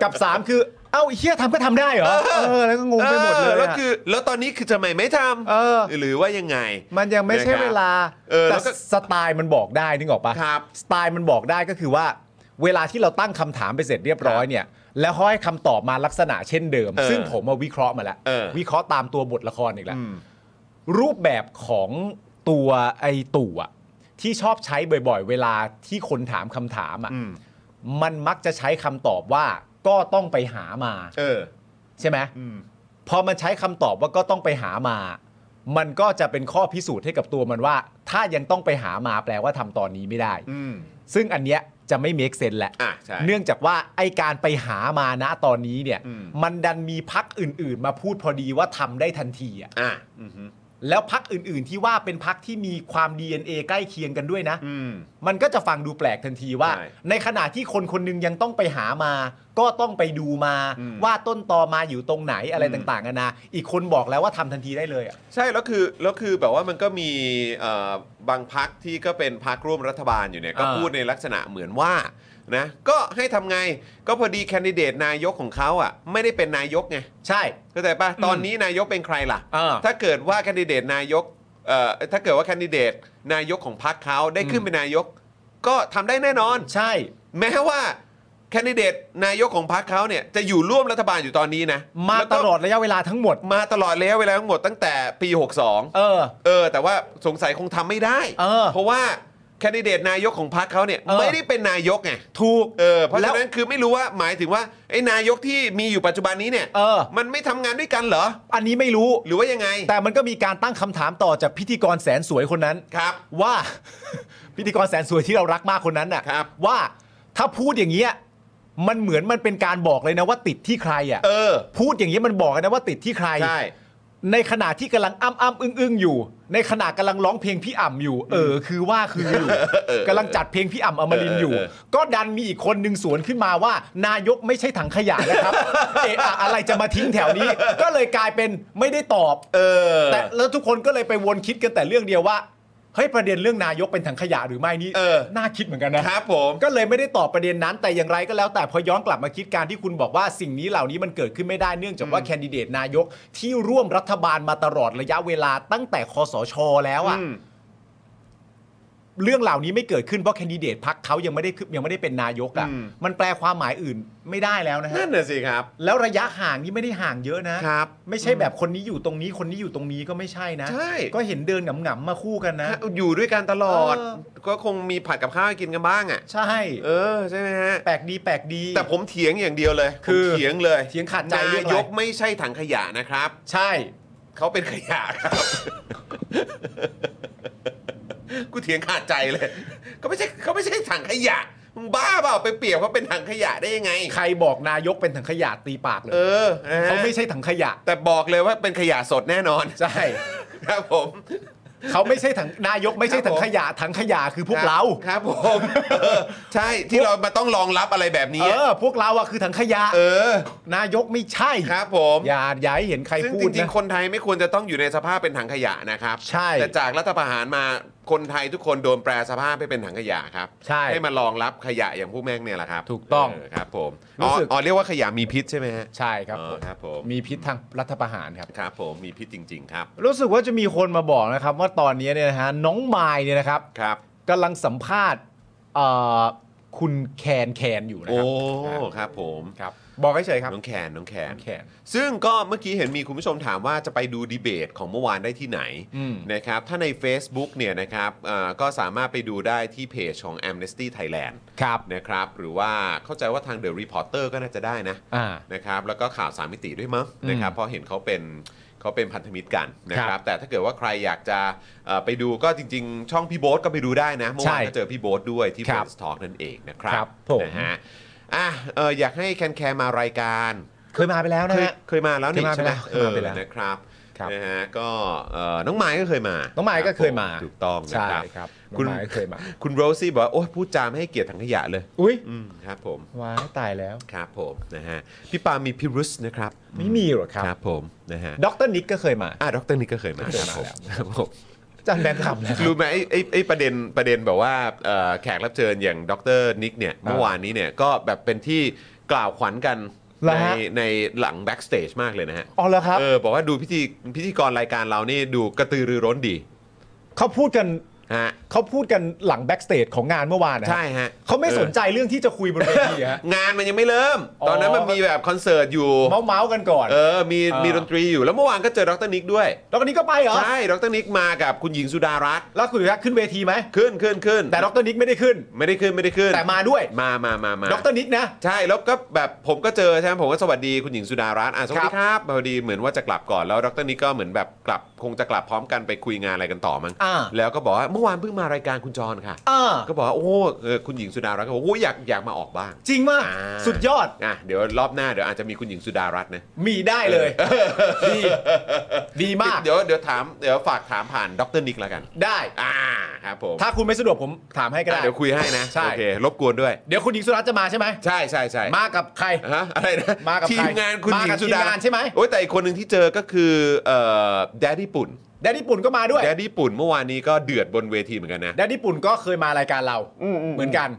กับสามคือเอ้าเฮียทำก็ทำได้เหรอเออแล้วก็งงไปหมดเล
ออแล้ว
ยะ
คือแล้วตอนนี้คือทำไมไม่ทำ
เออ
หรือว่ายังไง
มันยังไม่ใช่เวลา
เออแล้
แต่
วก็
สไตล์มันบอกได้นึกออกปะ
ครับ
สไตล์มันบอกได้ก็คือว่า เวลาที่เราตั้งคำถามไปเสร็จเรียบร้อยเนี่ย แล้วเขาให้คำตอบมาลักษณะเช่นเดิม
เออ
ซึ่งผมมาวิเคราะห์มาแล้ว
เออ
วิเคราะห์ตามตัวบทละครอีกแล้ว รูปแบบของตัวไอตู่อะที่ชอบใช้บ่อยๆ เวลาที่คนถามคำถามอะมันมักจะใช้คำตอบว่าก็ต้องไปหามา
เออ
ใช่ไหมพอมันใช้คำตอบว่าก็ต้องไปหามา มันก็จะเป็นข้อพิสูจน์ให้กับตัวมันว่า ถ้ายังต้องไปหามาแปลว่าทำตอนนี้ไม่ได้
อืม
ซึ่งอันเนี้ยจะไม่ make sense แหละ
อ่ะใช่
เนื่องจากว่าไอการไปหามาณตอนนี้เนี่ย
อืม
มันดันมีพักอื่น ๆ มาพูดพอดีว่าทำได้ทันทีอะ
อ่ะอือฮึ
แล้วพักอื่น ๆ ที่ว่าเป็นพักที่มีความ DNA ใกล้เคียงกันด้วยนะ
อืม
มันก็จะฟังดูแปลกทันทีว่า
ใช่
ในขณะที่คนคนหนึงยังต้องไปหามา ก็ต้องไปดูมา
อืม
ว่าต้นตอมาอยู่ตรงไหนอะไร
อืม
ต่างๆกันานะอีกคนบอกแล้วว่าทำทันทีได้เลยอะ
ใช่แล้วคือแล้วคือแบบว่ามันก็มีเอ่อบางพักที่ก็เป็นพักร่วมรัฐบาลอยู่เนี่ยก็
อ่า
พูดในลักษณะเหมือนว่านะก็ให้ทำไงก็พอดีแคนดิเดตนายกของเขาอ่ะไม่ได้เป็นนายกไง
ใช่
เข้าใจปะตอนนี้นายกเป็นใครล่ะ
อ่า
ถ้าเกิดว่าแคนดิเดตนายกเอ่อถ้าเกิดว่าแคนดิเดตนายกของพรรคเขาได้ขึ้นเป็นนายก ก็ทำได้แน่นอน
ใช่
แม้ว่าแคนดิเดตนายกของพรรคเขาเนี่ยจะอยู่ร่วมรัฐบาลอยู่ตอนนี้นะ
มา
แล้ว
ต
ก็
ลอดระยะเวลาทั้งหมด
มาตลอดระยะเวลาทั้งหมดตั้งแต่ปี 62
เออ
เออ แต่ว่าสงสัยคงทำไม่ได้
เออ
เพราะว่าแคนดิเดตนายกของพรรคเขาเนี่ย
เออ
ไม่ได้เป็นนายกไง
ถูก
เออเพราะ
แล้ว
ฉะนั้นคือไม่รู้ว่าหมายถึงว่าไอ้นายกที่มีอยู่ปัจจุบันนี้เนี่ย
เออ
มันไม่ทำงานด้วยกันเหรอ
อันนี้ไม่รู้
หรือว่ายังไง
แต่มันก็มีการตั้งคำถามต่อจากพิธีกรแสนสวยคนนั้น
ครับ
ว่า <laughs> พิธีกรแสนสวยที่เรารักมากคนนั้นน่ะ
ครับ
ว่าถ้าพูดอย่างเงี้ยมันเหมือนมันเป็นการบอกเลยนะว่าติดที่ใครอ่ะ
เออ
พูดอย่างเงี้ยมันบอกนะว่าติดที่ใคร
ใช่
ในขณะที่กำลังอ้ำอ้ำอึ้งอึ้งอยู่ ในขณะกำลังร้องเพลงพี่อ่ำอยู่ เออ คือว่าคือ
<laughs>
อยู่กำลังจัดเพลงพี่อ่ำอมรินทร์อยู่
เออเออ
ก็ดันมีอีกคนหนึ่งสวนขึ้นมาว่า นายกไม่ใช่ถังขยะ
<laughs>
นะครับ เอะอะอะไรจะมาทิ้งแถวนี้ ก็เลยกลายเป็นไม่ได้ตอบ
เออ
แต่แล้วทุกคนก็เลยไปวนคิดกันแต่เรื่องเดียวว่า เฮ้ยประเด็นเรื่องนายกเป็นถังขยะหรือไม่นี่
เออ
น่าคิดเหมือนกันนะ
ครับผม
ก็เลยไม่ได้ตอบประเด็นนั้นแต่อย่างไรก็แล้วแต่พอย้อนกลับมาคิดการที่คุณบอกว่าสิ่งนี้เหล่านี้มันเกิดขึ้นไม่ได้เนื่องจากว่าแคนดิเดตนายกที่ร่วมรัฐบาลมาตลอดระยะเวลาตั้งแต่คอสช แล้วอะ
อืม
เรื่องเหล่านี้ไม่เกิดขึ้นเพราะแคนดิเดตพักเขายังไม่ได้ขึ้นยังไม่ได้เป็นนายกอะ
อืม
มันแปลความหมายอื่นไม่ได้แล้วนะฮะ
นั่นน่ะสิครับ
แล้วระยะห่างนี่ไม่ได้ห่างเยอะนะครับ ไม่ใช่แบบคนนี้อยู่ตรงนี้คนนี้อยู่ตรงนี้ก็ไม่ใช่นะ
ใช่
ก็เห็นเดินหงำๆมาคู่กันนะ
อยู่ด้วยกันตลอด
เออ
ก็คงมีผัดกับข้าวให้กินกันบ้างอ่ะ
ใช่
เออใช่ไหมฮะ
แปลกดีแปลกดี
แต่ผมเถียงอย่างเดียวเลย
คือ
ผมเถียงเลย
เถียงขาดใจเรื่
นา
องอะไร
ยกไม่ใช่ถังขยะนะครับ
ใช่
เขาเป็นขยะครับ <laughs> กูเถียงขาดใจเลยเขาไม่ใช่เขาไม่ใช่ถังขยะ มึงบ้าเปล่าไปเปรียบเขาเป็นถังขยะได้ยังไง
ใครบอกนายกเป็นถังขยะตีปากเล
เอย อนะฮะ
เขาไม่ใช่ถังขยะ
แต่บอกเลยว่าเป็นขยะสดแน่นอน <laughs>
ใช่
ครับผม
เขาไม่ใช่ถังนายกไม่ใช่ถังขยะถังขยะคือพวกเรา
ครับผมเออใช่ที่เรามาต้องรองรับอะไรแบบนี้
เอ
อะ
อ พวกเราอะคือถังขยะ
เออน
ายกไม่ใช่
ครับผม
อย่าอย่าให้เห็นใคร
ซึ่ง
พู
จ
ด
ริง
นะ
ๆคนไทยไม่ควรจะต้องอยู่ในสภาพเป็นถังขยะนะครับ
ใช่
แต่จากรัฐประหารมาคนไทยทุกคนโดนแปรสภาพให้เป็นถังขยะครับ
ใช่
ให้มารองรับขยะอย่างพวกแม่งเนี่ยแหละครับ
ถูกต้อง
เครับผมอ๋
รู้
อ
สึก
อ๋อเรียกว่าขยะมีพิษใช่ไหมฮะ
ใช่ครับ
อ๋
ผ
อ
ม
ครับผม
มีพิษทางรัฐประหารครับ
ครับผมมีพิษจริง ๆ ครับ
รู้สึกว่าจะมีคนมาบอกนะครับ ว่าตอนนี้เนี่ยนะฮะน้องมายเนี่ยนะครับ
ครับ
กำลังสัมภาษณ์เอ่อคุณแคนแคนอยู่นะ
โอ้
ครับ
ครับผม
ครับบอกเฉยๆครับ
น้องแขนน้องแขน
แคน
ซึ่งก็เมื่อกี้เห็นมีคุณผู้ชมถามว่าจะไปดูดีเบตของเมื่อวานได้ที่ไหน
อืม
นะครับถ้าใน Facebook เนี่ยนะครับเอ่อก็สามารถไปดูได้ที่เพจของ Amnesty Thailand
ครับ
นะครับหรือว่าเข้าใจว่าทาง The Reporter ก็น่าจะได้นะ
อ่า
นะครับแล้วก็ข่าวสามมิติด้วยมั้งนะครับเพราะเห็นเขาเป็นเขาเป็นพันธมิตรกันนะค
ค
รั
รั
บบ แต่ถ้าเกิดว่าใครอยากจะเอ่อไปดูก็จริง ๆ ช่องพี่โบ๊ทก็ไปดูได้นะเมื่อวาน
ใช่
ก็เจอพี่โบ๊ทด้วยที่
ครับ
Friends Talk นั่นเองนะครับ
ครับผม
นะฮะอ่ะเอ่ออยากให้แคนแคร์มารายการ
เคยมาไปแล้วนะ
เคย
ฮะ
เคยมาแล้วนี่
เคยมา
ใช่ไหม
ไปแล้ว
เออ
เคยมาไปแล้ว
นะครับ
ครับ
นะฮะก็เอ่อน้องไม้ก็เคยมา
น้องไมค์ก็เคยมา
รับผถูกต้องนะ
ใช่
ครับ
ครับน้อง
คุณ
ไมค์ก็เคยมา
คุณโรซี่บอกว่าโอ้ยพูดจามให้เกียรติถังขยะเลย
อุ้ย
อืมครับผม
ว้ายตายแล้ว
ครับผมนะฮะพี่ปามีพิรุษนะครับ
ไม่มีหรอกครับ
ครับผมนะฮะ
ดอกเตอรนิกก็เคยมา
อ่ะดรนิกก็เคยมาค
เคย
รับผม
มาแล้ว
ครับผม
อาจันแบงค์ทำนะครับ
รู้ไหมไอ้ไอ้ไอ้ประเด็นประเด็นแบบว่าเอ่อแขกรับเชิญอย่างดรนิกเนี่ยเมื่อวานนี้เนี่ยก็แบบเป็นที่กล่าวขวัญกัน
เหรอ
ใน
ฮะ
ในหลังแบ็กสเตจมากเลยนะฮะ
อ๋อเหรอครับ
เออบอกว่าดูพิธีพิธีกรรายการเรานี่ดูกระตือรือร้นดี
เขาพูดกัน
ฮะ
เขาพูดกันหลังแบ็กสเตจของงานเมื่อวานนะฮะ
ใช่ฮะ
เขาไม่สน
ออ
ใจเรื่องที่จะคุยบนเวทีฮะ
งานมันยังไม่เริ่ม
อ๋อ
ตอนนั้นมันมีแบบคอนเสิร์ตอยู่
เมาเมาส์ๆกันก่อน
เออมี
อ่ามี
มีดนตรีอยู่แล้วเมื่อวานก็เจอดรนิกด้วย
แล้วคนนี้ก็ไปเหรอ
ใช่ดรนิกมากับคุณหญิงสุดารัตน์
แล้วคุณสุริยะขึ้นเวทีไหม
ขึ้นขึ้นขึ้น
แต่ดอกเตอรนิกไม่ได้ขึ้น
ไม่ได้ขึ้นไม่ได้ขึ้น
แต่มาด้วย
มามามามา
ดอกเตอรนิกนะ
ใช่แล้วก็แบบผมก็เจอใช่ไหมผมก็สวัสดีคุณหญิงสุดารัตน์อ่ะสวัสดีครับพอดีเหมือนว่าจะกลับก่อนแล้วดรนิกก็เหมือนแบบกลับคงจะกลับพร้อมกันไปคุยงานอะไรกันต่อมั้ง
อ่า
แล้วก็บอกว่าเมื่อวานเพิ่งมารายการคุณจรค่ะ
อ่า
ก็บอกว่าโอ้เออคุณหญิงสุดารัตน์ก็บอกโอ้อยากอยากมาออกบ้าง
จริงมาก
อ่า
สุดยอด
อ่ะเดี๋ยวรอบหน้าเดี๋ยวอาจจะมีคุณหญิงสุดารัตน์นะ
มีได้เลยดีดีมาก
เดี๋ยวเดี๋ยวถามเดี๋ยวฝากถามผ่านดรนิกแล้วกัน
ได้
อ่าครับผม
ถ้าคุณไม่สะดวกผมถามให้ก็
อ่ะ
ได้
เดี๋ยวคุยให้นะ
ใช่
โอเครบกวนด้วย
เดี๋ยวคุณหญิงสุรัตน์จะมาใช่ไหม
ใช่ใช่ใช่
มากับใคร
ฮะอะไรนะ
มากับใคร
ทีมงานคุณหญิงสุดา
มากับทีมงานใช่ไหม
โอ้ยแต่อีกคนหนึ่งที่เจอก็คือเอ่อแดดดี้ปุ่น
แดนญี่ปุ่นก็มาด้วย
แดดดี้ปุ่นเมื่อวานนี้ก็เดือดบนเวทีเหมือนกันนะ
แดนญี่ปุ่นก็เคยมารายการเราเหมือนกัน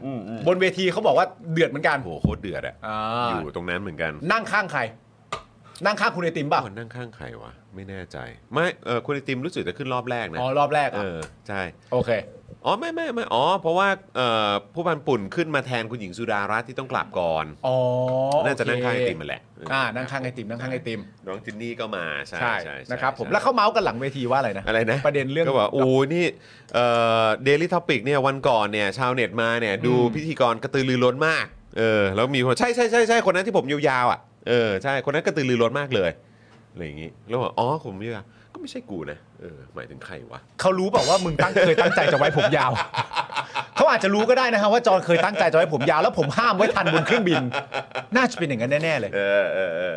บนเวทีเขาบอกว่าเดือดเหมือนกัน
โหโคตรเดือดอะ
อ่า
อยู่ตรงนั้นเหมือนกัน
นั่งข้างใคร นั่งข้างคุณไอติมเปล่ะ
คนนั่งข้างใครวะไม่แน่ใจไม่เออคุณไอติมรู้สึกจะขึ้นรอบแรกนะ
อ๋อรอบแรก
เอ
อ่ะ
อใช่
โอเค
อ๋อไม่ไม่ไม่อ๋อเพราะว่าเอ่อผู้พันปุ่นขึ้นมาแทนคุณหญิงสุดารัตน์ที่ต้องกลับก่อน
อ๋อ
น่าจะ
โอเค
นั่งข้างไอติมมันแหละ
อ่านั่งข้างไอติมนั่งข้างไอติม
น้องจินนี่ก็มาใช่
ใช่
ใช่ใช่
นะครับผม
ใช่
แล้วเขาเมาส์กันหลังเวทีว่าอะไรนะ
อะไรนะ
ประเด็นเรื่อง
ก็บอกโอ้ยนี่เอ่อเดลิทอปิกเนี่ยวันก่อนเนี่ยชาวเน็ตมาเนี่ยดูพิธีกรกระตือรือร้นมากเออแล้วมีคนใช่ใช่ใช่ใช่คนนั้นที่ผมยาวๆอ่ะเออใช่คนนั้นกระตือรือร้นมากเลยอะไรอย่างงี้แล้วบอกอ๋อผมยาวก็ไม่ใช่กูนะเออหมายถึงใครวะ
เขารู้เปล่าว่ามึงตั้งเคยตั้งใจจะไว้ผมยาว
<laughs>
เขาอาจจะรู้ก็ได้นะฮะว่าจอนเคยตั้งใจจะไว้ผมยาว แล้วผมห้ามไว้ทันบนเครื่องบิน น่าจะเป็นอย่างนั้นแน่ๆเลย
เออเออเออ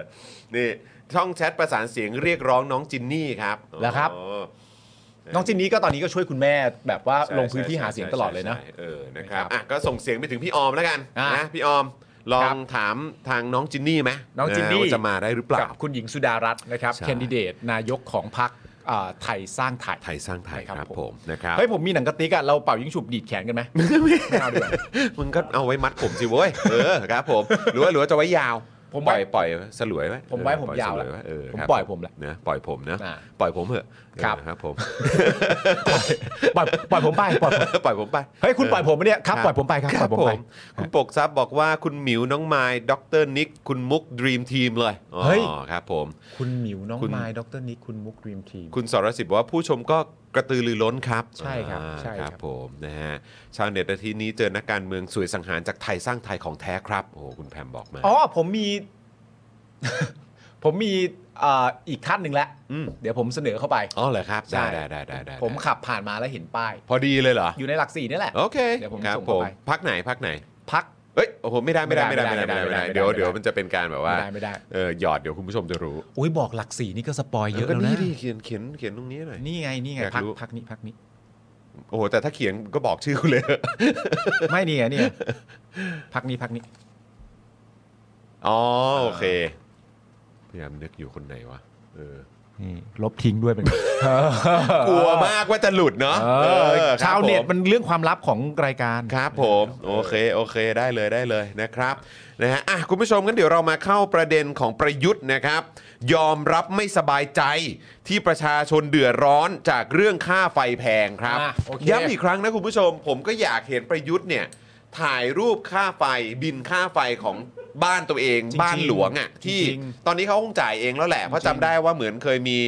นี่ช่องแชทประสานเสียงเรียกร้องน้องจินนี่ครับ
เหรอครับ
โ
น้องจินนี้ก็ตอนนี้ก็ช่วยคุณแม่แบบว่า
ใช่
ลงพื้นที่
ใช่
หาเสียง
ใช่
ตลอดเลยนะ
ใช่ใช่เออนะครับ
ครับ
อ่ะก็ส่งเสียงไปถึงพี่ออมแล้วกัน
อ่ะ
นะพี่ออมลองถามทางน้องจินนี่ไหม
น้องจิน
ะ
นี่
ว่าจะมาได้หรือเปล่า
กับคุณหญิงสุดารัตน์นะครับ
ใช่
แคนดิเดตนายกของพรรค อ่าไทยสร้างไทย
ไทยสร้างไทย
ครับ
ครับ
ผม
ผมนะครับ
เฮ้ยผมมีหนังกระติกอะเราเป่ายิงฉุบดีดแขนกันไหมไม่เอาดีกว่า
มึงก็เอาไว้มัดผมสิ
<laughs>
เว้ย เออครับผม หรือว่าหรือว่าจะไว้ยาว
ผม
ป
ไว้
ล่อยปล่อยสลวยไว้
ผมไว้
เออ
ผ
ปล่อย
มา
ส
ว
ล
ละ
ไเออ
ผม
ครับ
ปล่อยผมละ
นะปล่อยผมนะ
อ่า
ปล่อยผมเถอะ
ครับ
เออครับผม <laughs>
ปล่อยปล่อยผมไปปล่อยผม
ปล่อยผมไป
เฮ้ยคุณปล่อยผมปะเนี่ยครับ
ครับ
ปล่อยผมไปครับ
ค
ปล่
รั
อบ ยผม
ผ
ไป
ม คุณปกทรัพย์บอกว่าคุณหมิวน้องไม้ด็อกเตอร์นิก คุณมุกดรีมทีมเลยอ๋อ
เฮ้ย
ครับผม
คุณหมิวน้อง
คุณ
ไม้ดรนิกคุณมุกดรีมทีม
คุณสรสิทธิ์บอกว่าผู้ชมก็กระตือรือร้นครับ
ใช่ครับ
อ่า
ใช่
ค
ครั
รับบ ผมนะฮะชาวเน็ตอาทิตย์นี้เจอนักการเมืองสวยสังหารจากไทยสร้างไทยของแท้ครับโอ้โหคุณแพมบอกมา
อ๋อผมมี <laughs> ผมมีอ่าอีกท่านหนึ่งแล้ว
อืม
เดี๋ยวผมเสนอเข้าไป
อ๋อเหรอครับ
ใช่
ได้ได้ได้ได้ได้
ผมขับผ่านมาแล้วเห็นป้าย
พอดีเลยเหรอ
อยู่ในหลักสี่นี่แหละ
โอเค
เดี๋ยวผม
ครับ
ส่ง
ผ
เข้าม ไป
พักไหนพักไหน
พัก
เอ้ยโอ้โหไม่ได้ไม่ได้
ไม่
ไม่
ได้
ได้ไม่ได้ไม่ได้
ไม่
ไม่
ได้
ได้
ไม่ได้
เดี๋ยวเดี๋
ไม่ได้
ยวมันจะเป็นการแบบว่า
ไม่ได้ไม่ได้
เออหยอดเดี๋ยวคุณผู้ชมจะรู้
โอ้ยบอกหลักสี่นี่ก็สปอยเยอะ
ก็
แล้ว
นี่
นะ
ดิเขียนเขียนเขียนตรงนี้หน่อย
นี่ไงนี่ไง
อยาก
พัก
รู้
พักนี้พักนี้
โอ้โหแต่ถ้าเขียนก็บอกชื่อคุณเลย <laughs>
ไม่นี่ไงนี่ไง <laughs> พักนี้พักนี้
อ๋อโอเคพยายามนึกอยู่คนไหนวะเออ
นี่ลบทิ้งด้วยเป็น
กลัวมากว่าจะหลุดเนาะ
เอ
เอ
อ
อครับ
ชาวเน็ต
ผม
มันเรื่องความลับของรายการ
ครับผมโอเคโอเคได้เลยได้เลยนะครับนะฮะอ่ะคุณผู้ชมกันเดี๋ยวเรามาเข้าประเด็นของประยุทธ์นะครับ ยอมรับไม่สบายใจที่ประชาชนเดือดร้อนจากเรื่องค่าไฟแพงครับ
อ่ะโอเค
ย้ำอีกครั้งนะคุณผู้ชม ผมก็อยากเห็นประยุทธ์เนี่ยถ่ายรูปค่าไฟบินค่าไฟของบ้านตัวเอง
จริงๆ
บ้านหลวงอะ่ะที่
จริง
ตอนนี้เขาคงจ่ายเองแล้วแหละ เพราะ
จริง
จำได้ว่าเหมือนเคยมี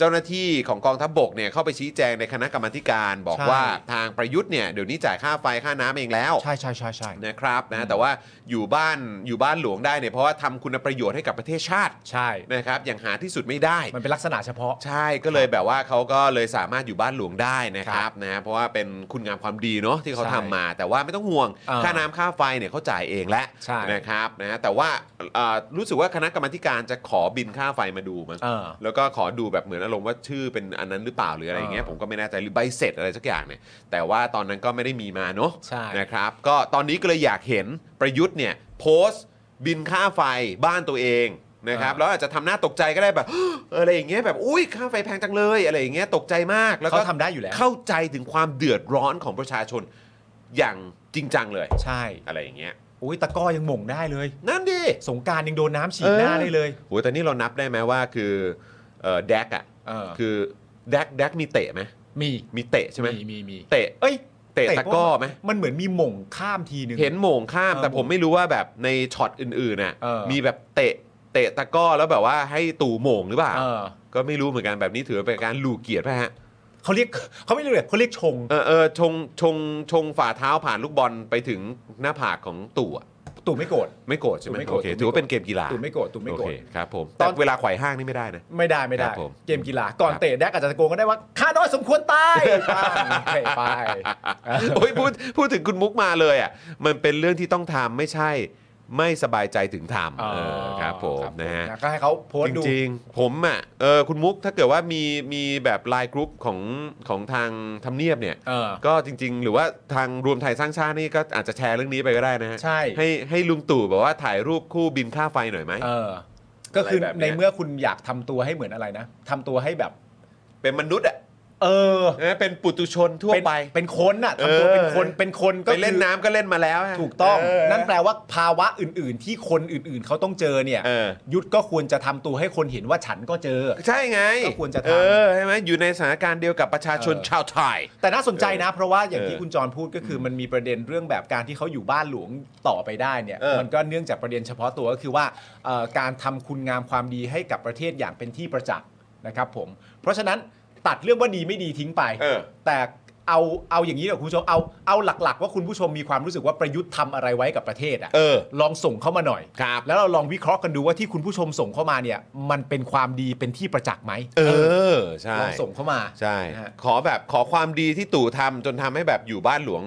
เจ้าหน้าที่ของกองทัพบกเนี่ยเข้าไปชี้แจงในคณะกรรมาธิการบอก
ใช่
ว่า ทางประยุทธ์เนี่ยเดี๋ยวนี้จ่ายค่าไฟค่าน้ำเองแล้ว
ใช่ใช่ใช่ใช่
นะครับนะแต่ว่าอยู่บ้านอยู่บ้านหลวงได้เนี่ยเพราะว่าทำคุณประโยชน์ให้กับประเทศชาติ
ใช่
นะครับอย่างหาที่สุดไม่ได้
มันเป็นลักษณะเฉพาะ
ใช่ก็เลยแบบว่าเขาก็เลยสามารถอยู่บ้านหลวงได้นะครับนะเพราะว่าเป็นคุณงามความดีเนาะที่เขาทำมา แต่ว่าไม่ต้องห่วง
อ่า
ค่าน้ำค่าไฟเนี่ยเขาจ่ายเองแล้ว
ใช่
นะครับนะแต่ว่าเอ่อรู้สึกว่าคณะกรรมาธิการจะขอบินค่าไฟมาดูมั้ง
เออ
แล้วก็ขอดูแบบเหมือนอารมณ์ว่าชื่อเป็นอันนั้นหรือเปล่าหรืออะไรอย่างเงี้ย
อ่า
ผมก็ไม่แน่ใจหรือใบเสร็จอะไรสักอย่างเนี่ยแต่ว่าตอนนั้นก็ไม่ได้มีมาเนอะ
ใช่
นะครับก็ตอนนี้ก็เลยอยากเห็นประยุทธ์เนี่ยโพสต์บินค่าไฟบ้านตัวเองนะครับแล้วอาจจะทำหน้าตกใจก็ได้แบบ <gasps> อะไรอย่างเงี้ยแบบอุ้ยค่าไฟแพงจังเลยอะไรอย่างเงี้ยตกใจมากแล้ว
เขา
ก็
ทำได้อยู่แล้ว
เข้าใจถึงความเดือดร้อนของประชาชนอย่างจริงจังเลย
ใช่
อะไรอย่างเงี้ย
อุ้ยตะกร้อยังหม่งได้เลย
นั่นดิ
สงกรารยังโดนน้ำฉี
เอ
ด
อ
หน้าได้เลย
โหแต่นี่เรานับได้ไหมว่าคือเอ่อแดกอ่ะ
เออ
คือแดกแดกมีเตะไหม
มี
มีเตะใช่ไหม
มีมีมี
เตะ
เอ้ย
เตะตะกร้อไหม
มันเหมือนมีหม่งข้ามทีนึง
เห็นโหมงข้าม
เออ
แต่ผมไม่รู้ว่าแบบในช็อตอื่นๆน่ะ
เออ
มีแบบเตะเตะตะกร้อแล้วแบบว่าให้ตู่โหมงหรือเปล่า
เออ
ก็ไม่รู้เหมือนกันแบบนี้ถือว่าเป็นการลูกเกียรติป่ะฮะ
เขาเรียก <laughs> เขาไม่เรียกเขาเรียกชง
เออเออชงชงชงฝ่าเท้าผ่านลูกบอลไปถึงหน้าผากของตู่อะ
ตู่ไม่โกรธ
ไม่โกรธใช่ไหม
ตู่ไม่โกร
โอ
ธ
เคถื
ตู่ไม่โกรธ
อว่าเป็นเกมกีฬา
ตู่ไม่โกรธตู่ไม่
โอ
โกร
เค
ธ
ครับผม
ต
แต่
อน
เวลาไขว่ห้างนี่ไม่ได้นะ
ไม่ได้ไม่ได้
ครับผม
เกมกีฬาก่อน
ครับ
เตะแดกอาจจะตะโกนก็ได้ว่าข้าน้อยสมควรตายบ้างไปไป
โอ้ยพูดพูดถึงคุณมุกมาเลยอ่ะมันเป็นเรื่องที่ต้องทำไม่ใช่ไม่สบายใจถึงทำเออครับผมนะฮะ
ก็ให้เขาโพส
จ
ต์ดู
ริงๆ ผมอ่ะเออคุณมุกถ้าเกิดว่ามีมีแบบไลน์กรุ๊ปของของทางทำเนียบเนี่ย
เออ
ก็จริง ๆ หรือว่าทางรวมไทยสร้างชาตินี่ก็อาจจะแชร์เรื่องนี้ไปก็ได้นะฮะ
ใช่
ให้ให้ลุงตู่แบบว่าถ่ายรูปคู่บินค่าไฟหน่อยไหม
เออ ก็คือ
อะไรแบบเนี้
ใน
ย
เมื่อคุณอยากทำตัวให้เหมือนอะไรนะทำตัวให้แบบ
เป็นมนุษย์อ่ะ
เออ
นะเป็นปุตุชนทั่ว
เป็น
ไป
เป็นคนน่ะทำตัว
เออ
เป็นคนเป็นคนก็
ไป
คือ
เล่นน้ำก็เล่นมาแล้วฮะ
ถูกต้อง
เอ
นั่นแปลว่าภาวะอื่น ๆ ที่คนอื่น ๆ เขาต้องเจอเนี่ย
เออ
ยุทธก็ควรจะทำตัวให้คนเห็นว่าฉันก็เจอ
ใช่ไง
ก็ควรจะทำ
เออใช่ไหมอยู่ในสถานการณ์เดียวกับประชาชน
เออ
ชาวไทย
แต่น่าสนใจนะ เพราะว่าอย่างที่
เออ
คุณจรพูดก็คือมันมีประเด็นเรื่องแบบการที่เขาอยู่บ้านหลวงต่อไปได้เนี่ย
เออ
มันก็เนื่องจากประเด็นเฉพาะตัวก็คือว่าเอ่อการทำคุณงามความดีให้กับประเทศอย่างเป็นที่ประจักษ์นะครับผม เพราะฉะนั้นตัดเรื่องว่าดีไม่ดีทิ้งไป
เออ
แต่เอาเอาอย่างนี้เดี๋ยวคุณผู้ชมเอาเอาหลัก ๆ ว่าคุณผู้ชมมีความรู้สึกว่าประยุทธ์ทำอะไรไว้กับประเทศ
เอ
อะ่ะ
อ
ลองส่งเข้ามาหน่อย
ครับ
แล้วเราลองวิเคราะห์กันดูว่าที่คุณผู้ชมส่งเข้ามาเนี่ยมันเป็นความดีเป็นที่ประจักษ์ไหม
เออใช่
ลองส่งเข้ามา
ใช่
นะฮะ
ขอแบบขอความดีที่ตู่ทำจนทำให้แบบอยู่บ้านหลวง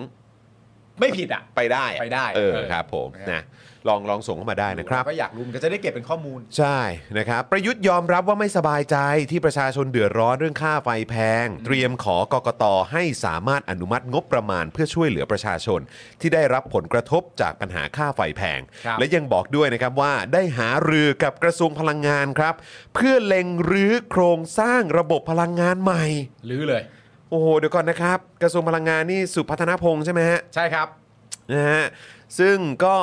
ไม่ผิดอ่ะ
ไปได้อะ
ไปได้
เออ
เออ
ครับผม
นะครับ
นะลองลองส่งเข้ามาได้นะครับ
ก็อยากรู้เหมันก็จะได้เก็บเป็นข้อมูล
ใช่นะครับประยุทธ์ยอมรับว่าไม่สบายใจที่ประชาชนเดือดร้อนเรื่องค่าไฟแพง เตรียมขอกกตให้สามารถอนุมัติงบประมาณเพื่อช่วยเหลือประชาชน ที่ได้รับผลกระทบจากปัญหาค่าไฟแพง
ครับ
และยังบอกด้วยนะครับว่าได้หารือกับกระทรวงพลังงานครับ เพื่อเล็งรื้อโครงสร้างระบบพลังงานใหม่
หรือเลย
โอ้โหเดี๋ยวก่อนนะครับ กระทรวงพลังงานนี่สุพัฒนพงษ์ใช่ไหมฮะ
ใช่ครับ
นะฮะซึ่งก็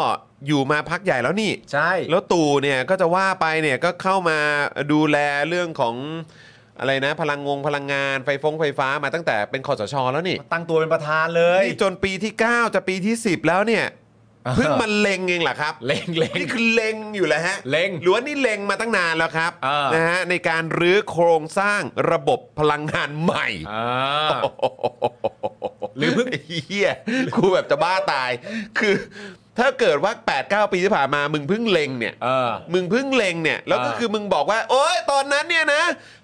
อยู่มาพักใหญ่แล้วนี่
ใช่
แล้วตู่เนี่ยก็จะว่าไปเนี่ยก็เข้ามาดูแลเรื่องของอะไรนะ พลังงงพลังงานไฟฟงไฟฟ้ามาตั้งแต่เป็นคอสชแล้วนี่
ตั้งตัวเป็นประธานเลย
นี่จนปีที่ 9 จะปีที่ 10 แล้วเนี่ย
อ่า
เพิ่งมันเล็งเองเหรอครับ
เล็งเล็ง
นี่คือเล็งอยู่แล้วฮะ
เล็ง
หรือว่านี่เล็งมาตั้งนานแล้วครับ
อ่าน
นะฮะในการรื้อโครงสร้างระบบพลังงานใหม่
อ่า หรือเพิ่ง
ไเฮียกูแบบจะบ้าตาย คือ ถ้าเกิดว่า 8-9 ปีที่ผ่านมามึงเพิ่งเล็งเนี่ย
เออ
มึงเพิ่งเล็งเนี่ย แล้วก็
อ่า
คือมึงบอกว่า โอ๊ย ตอนนั้นเนี่ยนะ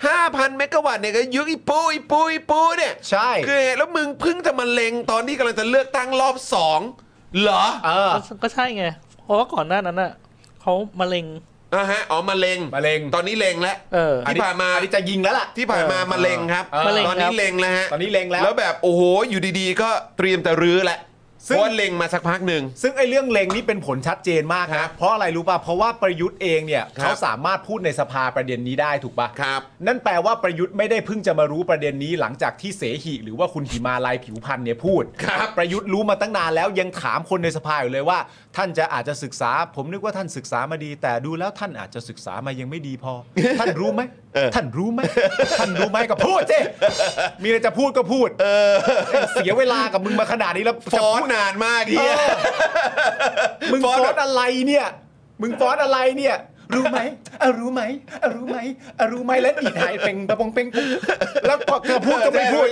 5,000 เมกะวัตต์เนี่ยก็ยุกอีปูอีปูอีปูเนี่ย
ใช่
คือแล้วมึงเพิ่งจะมาเล็งตอนที่กำลังจะเลือกตั้งรอบ 2 เหรอ
เออ
ก็ใช่ไง เพราะว่าก่อนหน้านั้นอ่ะเขามะเร็ง
อ่ะฮะอ๋อมาเล็ง
มาเล็ง
ตอนนี้เล็งแล้ว
เออ
ที่ผ่านมา
อันนี้จะยิงแล้วล่ะ
ที่ผ่านมามาเล็งครับ
เออ
มะเร็ง
ตอนนี้
ครับ
เล็งแล้วฮะ
ตอนนี้เล็งแล้ว
แล้วแบบโอ้โหอยู่ดีๆ ก็เตรียมจะรื้อแล้ว
ซึ่
เพ
ง
ราะว่าเล็งมาสักพักหนึ่ง
ซึ่งไอ้เรื่องเลงนี่เป็นผลชัดเจนมาก
ครั
นะ
บ
เพราะอะไรรู้ป่ะ เพราะว่าประยุทธ์เองเนี่ย
ครับ
เขาสามารถพูดในสภาประเด็นนี้ได้ถูกป่ะ
ครับ
นั่นแปลว่าประยุทธ์ไม่ได้เพิ่งจะมารู้ประเด็นนี้หลังจากที่เสหิ หรือว่าคุณหิมาลายผิวพันธ์เนี่ยพูด
ครับ
ประยุทธ์รู้มาตั้งนานแล้วยังถามคนในสภาอยู่เลยว่า ท่านจะอาจจะศึกษา ผมนึกว่าท่านศึกษามาดี แต่ดูแล้วท่านอาจจะศึกษามายังไม่ดี
<laughs>
พอ ท่านรู้ไหม
เออ
ท่านรู้ไหมท่านรู้ไหมก็พูดสิมีอะไรจะพูดก็พูดเสียเวลากับมึงมาขนาดนี้แล้ว
ฟ
จะ
อ
พู
น
ด
นานมากเฮีย
เออมึง
ฟ้
ฟ้
อ
อนน
แบบ
อะไรเนี่ย มึงฟ้อนอะไรเนี่ย รู้ไหมอ่ะรู้ไหมอ่ะรู้ไหมอ่ะรู้ไหมแล้วดีดหายเป็งปะปงเป็งปุงแล้วพอเธอพูดก็ไม่พูด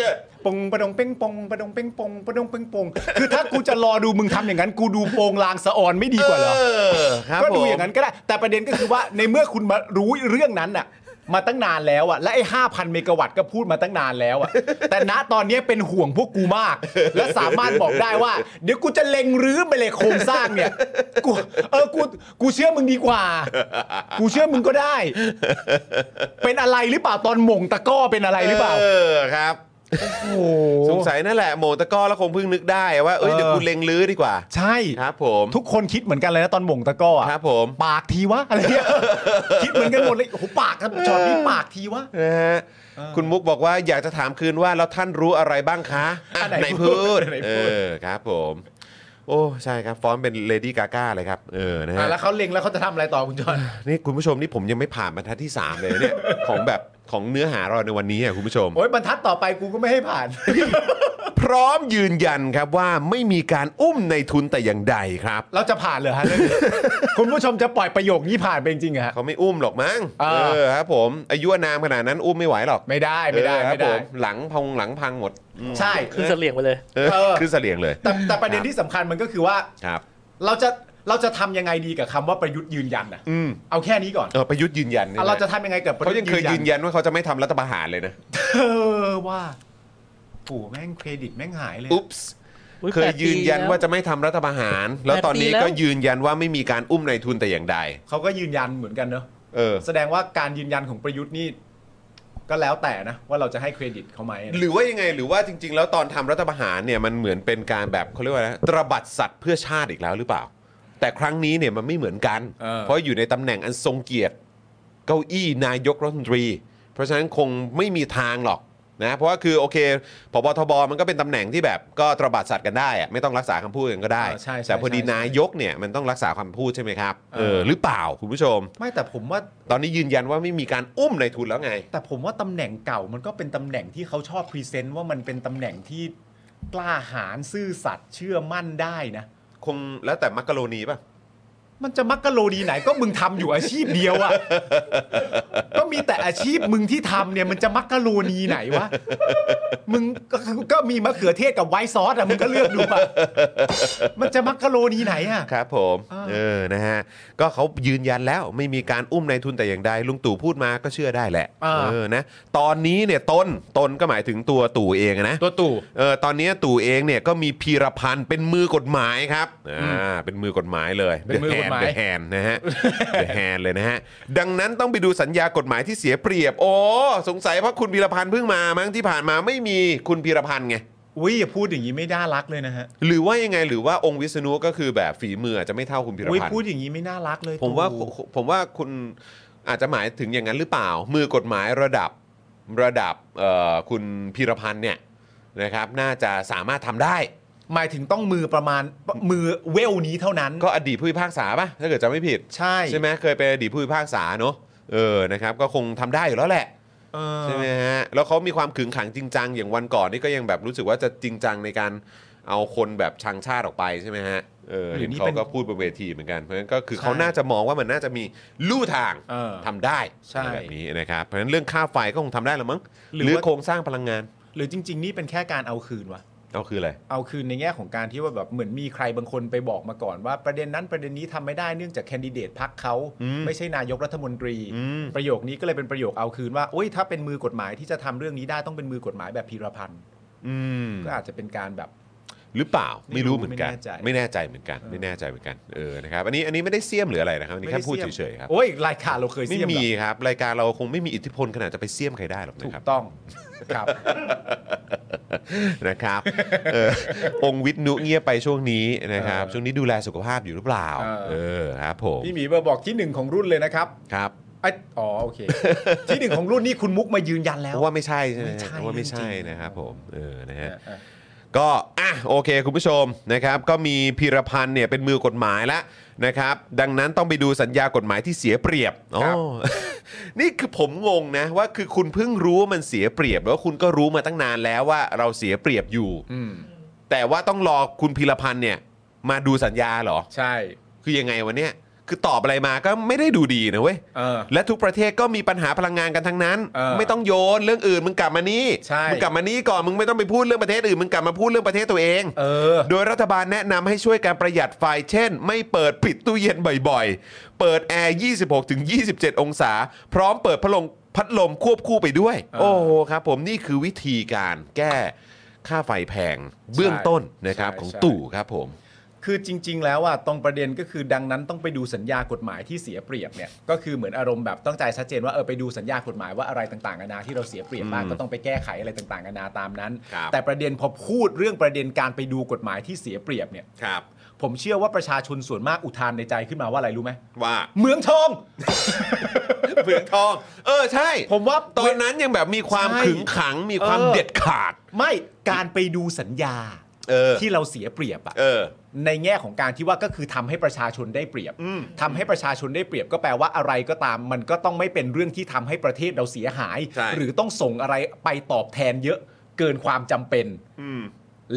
ปงปะดงเป็งปงปะดงเป็งปงปะดงเป็งปง คือถ้ากูจะรอดูมึงทำอย่างนั้น กูดูโปงลางสะออนไม่ดีกว่าเหรอ
เออครับ
ก็ดู
ผม
อย่างนั้นก็ได้ แต่ประเด็นก็คือว่า ในเมื่อคุณมารู้เรื่องนั้นน่ะ มาตั้งนานแล้วอ่ะและไอ้ห้าพันเมกะวัตต์ก็พูดมาตั้งนานแล้วอ่ะ แต่ณตอนเนี้ยเป็นห่วงพวกกูมาก และสามารถบอกได้ว่า เดี๋ยวกูจะเล็งรื้อไปเลยโครงสร้างเนี่ยกูเออกูกูเชื่อมึงดีกว่า กูเชื่อมึงก็ได้ เป็นอะไรหรือเปล่าตอนหม่งตะกร้อเป็นอะไรหรือเปล่า
เออครับ
โอ้
สงสัยนั่นแหละโหมตะกร้อแล้วคงเพิ่งนึกได้ว่าเอ้ย
เออ
เดี๋ยวกูเล็งลื้อดีกว่า
ใช่
ครับผม
ทุกคนคิดเหมือนกันเลยนะตอนหม่งตะกร้ออะ
ครับผม
ปากทีวะอะไรเงี้ย คิดเหมือนกันหมดเลยโอ้โหปากครับจอดนี้ปากทีวะ
นะฮะคุณมุกบอกว่าอยากจะถามคืนว่าแล้วท่านรู้อะไรบ้างคะ
อันไหน
ไหนพูด
ไหน
เอ
พูด
อครับผม โอ้ใช่ครับ ฟอนต์เป็นเลดี้กาก้าเลยครับเออนะ
อ่ะ
ฮะ
แล้วเขาเล็งแล้วเขาจะทำอะไรต่อคุณจอน
นี่คุณผู้ชมนี่ผมยังไม่ผ่านบรรทัดที่ 3 เลย
<laughs>
เนี่ย ของแบบของเนื้อหาเราในวันนี้อ่ะคุณผู้ชม
โอ้ยบรรทัดต่อไปกูก็ไม่ให้ <laughs> ผ่าน
พร้อมยืนยันครับว่าไม่มีการอุ้มในทุนแต่อย่างใดครับ
เราจะผ่านเหรอฮะเรื่องนี้ <laughs> คุณผู้ชมจะปล่อยประโยคนี้ผ่านไปจริงๆเหรอฮะ
เขาไม่อุ้มหรอกมั้ง
อ่า
เออครับผม อายุอานามขนาดนั้นอุ้มไม่ไหวหรอก
ไม่ได้ไม่ได้
เออครับ
ไม่
ผ
ได้
หลังพงหลังพังหมดอืม
ใช่
คือเสลี่ยงไปเลย
เออ
เออ
ขึ้นเสลียงเลย
แต่แต่ประเด็นที่สำคัญมันก็คือว่า
ครับ
เราจะเราจะทำยังไงดีกับคำว่าประยุทธ์ยืนยันนะ
อืม
เอาแค่นี้ก่อน
เออประยุทธ์ยืนยันนี่ย
เอา
น
เราจะทำยังไงกับประ
เขา
ยุ
ยัง
ทธ์
เคยยืนยันว่าเขาจะไม่ทำรัฐประหารเลยนะ
เออว่าโอ้แม่งเครดิตแม่งหายเลย
อุ๊ปส์
อุ๊
เคย
แปดปี
ยืนยัน
แล้
ว่าจะไม่ทำรัฐประหาร แล้ว
แปดปี
ตอนนี้ก็
แล้ว
ยืนยันว่าไม่มีการอุ้มในายทุนแต่อย่างใด
เขาก็ยืนยันเหมือนกันเนอะ
เออ
แสดงว่าการยืนยันของประยุทธ์นี่ ก็แล้วแต่นะ ว่าเราจะให้เครดิตเขาไหม
หรือว่ายังไงหรือว่าจริง ๆ แล้วตอนทำรัฐประหารเนี่ยมันเหมือนเป็นการแบบเขาเรียกว่าอะไรนะตระบัดสัตว์เพื่อชาติอีกแล้วหรือเปล่า แต่ครั้งนี้เนี่ยมันไม่เหมือนกัน เพราะอยู่ในตำแหน่งอันทรงเกียรติเก้าอี้นายกรัฐมนตรี เพราะฉะนั้นคงไม่มีทางหรอกนะเพราะว่าคือโอเคพบทบมันก็เป็นตำแหน่งที่แบบก็ตระบัดสัตว์กันได้อะไม่ต้องรักษาคำพูดกันก็ได้
เออใช่ใช่
แต่พอดี
ใช่ใช่
นายกเนี่ยมันต้องรักษาคำพูดใช่ไหมครับ
เออ
เออหรือเปล่าคุณผู้ชม
ไม่แต่ผมว่า
ตอนนี้ยืนยันว่าไม่มีการอุ้มนายทุนแล้วไง
แต่ผมว่าตำแหน่งเก่ามันก็เป็นตำแหน่งที่เขาชอบพรีเซนต์ว่ามันเป็นตำแหน่งที่กล้าหาญซื่อสัตย์เชื่อมั่นได้นะ
คงแล้วแต่มักกะโรนีป่ะ
มันจะมักกะโลดีไหนก็มึงทำอยู่อาชีพเดียวอะ <laughs> ก็มีแต่อาชีพมึงที่ทำเนี่ยมันจะมักกะโลนีไหนวะมึงก็ก็มีมะเขือเทศกับไวท์ซอสอะมึงก็เลือกดูปะมันจะมักกะโลนีไหนอะ
ครับผม
อ่า
เออนะฮะก็เขายืนยันแล้วไม่มีการอุ้มนายทุนแต่อย่างใดลุงตู่พูดมาก็เชื่อได้แหละ
อ่า
เออนะตอนนี้เนี่ยตนตนก็หมายถึงตัวตู่เองอะนะ
ตัวตู่
เออตอนนี้ตู่เองเนี่ยก็มีพีรพันธ์เป็นมือกฎหมายครับอ่าเป็นมือกฎหมายเลย
เป็นมือกฎหมาย
เดแฮนนะ
<laughs>
ฮะเดแฮนเลยนะฮะ ดังนั้นต้องไปดูสัญญากฎหมายที่เสียเปรียบ โอ้สงสัยเพราะคุณพีรพันธ์เพิ่งมามั้งที่ผ่านมาไม่มีคุณพีรพันธ์ไง
อุ้ยอย่าพูดอย่างนี้ไม่น่ารักเลยนะฮะ
หรือว่ายังไงหรือว่าองค์วิษณุก็คือแบบฝีมืออาจจะไม่เท่าคุณพีร
อุ้ย
พันธ์
พูดอย่างนี้ไม่น่ารักเลย
ผมว่า
ตู่
ผมว่าคุณอาจจะหมายถึงอย่างนั้นหรือเปล่า มือกฎหมายระดับระดับเอ่อคุณพีรพันธ์เนี่ยนะครับน่าจะสามารถทำได้
หมายถึงต้องมือประมาณมือเวลนี้เท่านั้น
ก็อดีตผู้พิพากษาป่ะ ถ้าเกิดจำไม่ผิด
ใช่
ใช่ไหมเคยเป็นอดีตผู้พิพากษาเนอะเออนะครับก็คงทำได้อยู่แล้วแหละ
เออ
ใช่ไหมฮะ แล้วเขามีความขึงขังจริงจังอย่างวันก่อนนี่ก็ยังแบบรู้สึกว่าจะจริงจังในการเอาคนแบบชังชาติออกไปใช่ไหมฮะเออ
หรือนี่
เห็นเขา
เป็น
ก็พูดบนเวทีเหมือนกันเพราะฉะนั้นก็คือ
ใช่
เขาน่าจะมองว่ามันน่าจะมีลู่ทาง
เออ
ทำได้
ใช่
อะไรแบบนี้นะครับเพราะฉะนั้นเรื่องค่าไฟก็คงทำได้ละมั้ง
ห
ห
รื
รือ อ
ว่า
โครงสร้างพลังงาน
หรือจริง ๆ นี่เป็นแค่การเอาคืนวะ
เอาคืออะไร
เอาคืนในแง่ของการที่ว่าแบบเหมือนมีใครบางคนไปบอกมาก่อนว่าประเด็นนั้นประเด็นนี้ทำไม่ได้เนื่องจากแคนดิเดตพักเขา
อืม
ไม่ใช่นายกรัฐมนตรี
อืม
ประโยคนี้ก็เลยเป็นประโยคเอาคืนว่าโอ้ยถ้าเป็นมือกฎหมายที่จะทำเรื่องนี้ได้ต้องเป็นมือกฎหมายแบบพีรพันธ์
อืม
ก็อาจจะเป็นการแบบ
หรือเปล่า
ไม่
ไม่
รู้
รู้เหมือนกัน
ไม่แน่ใจ
ไม่แน่ใจเหมือนกัน
เออ
ไม่แน่ใจเหมือนกันเออนะครับอันนี้อันนี้ไม่ได้เสียมหรืออะไรนะครับอันนี้แค่
ไม่
พูด
ไสี่ม
เฉยๆครับ
โอ้ยรายการเราเคย
ไม่
เสี่ยม
มี
เหรอ
ครับรายการเราคงไม่มีอิทธิพลขนาดจะไปเสียมใครได้หรอก
ถู
นะค
ก
รับ
ต้อง ครับ
<laughs> นะครับเออองค์วิทย์นุเงียบไปช่วงนี้นะครับ
เออ
ช่วงนี้ดูแลสุขภาพอยู่หรือเปล่า
เออ
เออครับผม
พี่หมีเบอร์บอกที่หนึ่งของรุ่นเลยนะครับ
ครับ
ไอยอ๋อโอเค ที่หนึ่งของรุ่นนี่คุณมุกมายืนยันแล้
เพ
ว
ราะว่าไม่ใช่ใช่ไหม
ไม่ใช่
เพราะว่าไม่ใช่
จริงๆ
นะครับผมเออนะ
เอ
ฮะ
อเออ
ก็อ่ะโอเค คุณผู้ชมนะครับก็มีพีรพันธ์เนี่ยเป็นมือกฎหมายแล้วนะครับดังนั้นต้องไปดูสัญญากฎหมายที่เสียเปรียบอ๋อ
ครับ
<laughs> นี่คือผมงงนะว่าคือคุณเพิ่งรู้ว่ามันเสียเปรียบแล้วคุณก็รู้มาตั้งนานแล้วว่าเราเสียเปรียบอยู่
อืม
แต่ว่าต้องรอคุณพีรพันธ์เนี่ยมาดูสัญญาเหรอ
ใช่
คือยังไงวันเนี้ยคือตอบอะไรมาก็ไม่ได้ดูดีนะเว้ย
เออ
และทุกประเทศก็มีปัญหาพลังงานกันทั้งนั้น
เออ
ไม่ต้องโยนเรื่องอื่นมึงกลับมานี่
ใช่
มึงกลับมานี่ก่อนมึงไม่ต้องไปพูดเรื่องประเทศอื่นมึงกลับมาพูดเรื่องประเทศตัวเอง
เออ
โดยรัฐบาลแนะนำให้ช่วยการประหยัดไฟ เช่น ไม่เปิดปิดตู้เย็นบ่อยๆ เปิดแอร์ 26-27 องศา พร้อมเปิดพัดลมพัดลมควบคู่ไปด้วย
เออ
โอ้โหครับผมนี่คือวิธีการแก้ค่าไฟแพงเบื้องต้นนะครับ
ใช่
ของ
ใช่
ตู่ครับผม
คือจริง ๆ แล้วอ่ะตรงประเด็นก็คือดังนั้นต้องไปดูสัญญากฎหมายที่เสียเปรียบเนี่ยก็คือเหมือนอารมณ์แบบต้องใจายชัดเจนว่าเออไปดูสัญญากฎหมายว่าอะไรต่างๆนานาที่เราเสียเปรียบบ้าง
อืม
ก็ต้องไปแก้ไขอะไรต่างๆนานาตามนั้น
ครับ
แต่ประเด็นพอพูดเรื่องประเด็นการไปดูกฎหมายที่เสียเปรียบเนี่ย
ครับ
ผมเชื่อว่าประชาชนส่วนมากอุทานในใจขึ้นมาว่าอะไรรู้ไหม
ว่า
เหมืองทอง
<laughs> เผืองทอง เออใช่
ผมว่า
ตอนนั้นยังแบบมีความ
ใช่
ขึงขังมีความ
เออ
เด็ดขาด
ไม่การไปดูสัญญา
เออ
ที่เราเสียเปรียบอ่ะ
เออ
ในแง่ของการที่ว่าก็คือทำให้ประชาชนได้เปรียบ
อืม
ทำให้ประชาชนได้เปรียบก็แปลว่าอะไรก็ตาม มันก็ต้องไม่เป็นเรื่องที่ทำให้ประเทศเราเสียหาย
ใช่
หรือต้องส่งอะไรไปตอบแทนเยอะเกินความจำเป็น
อืม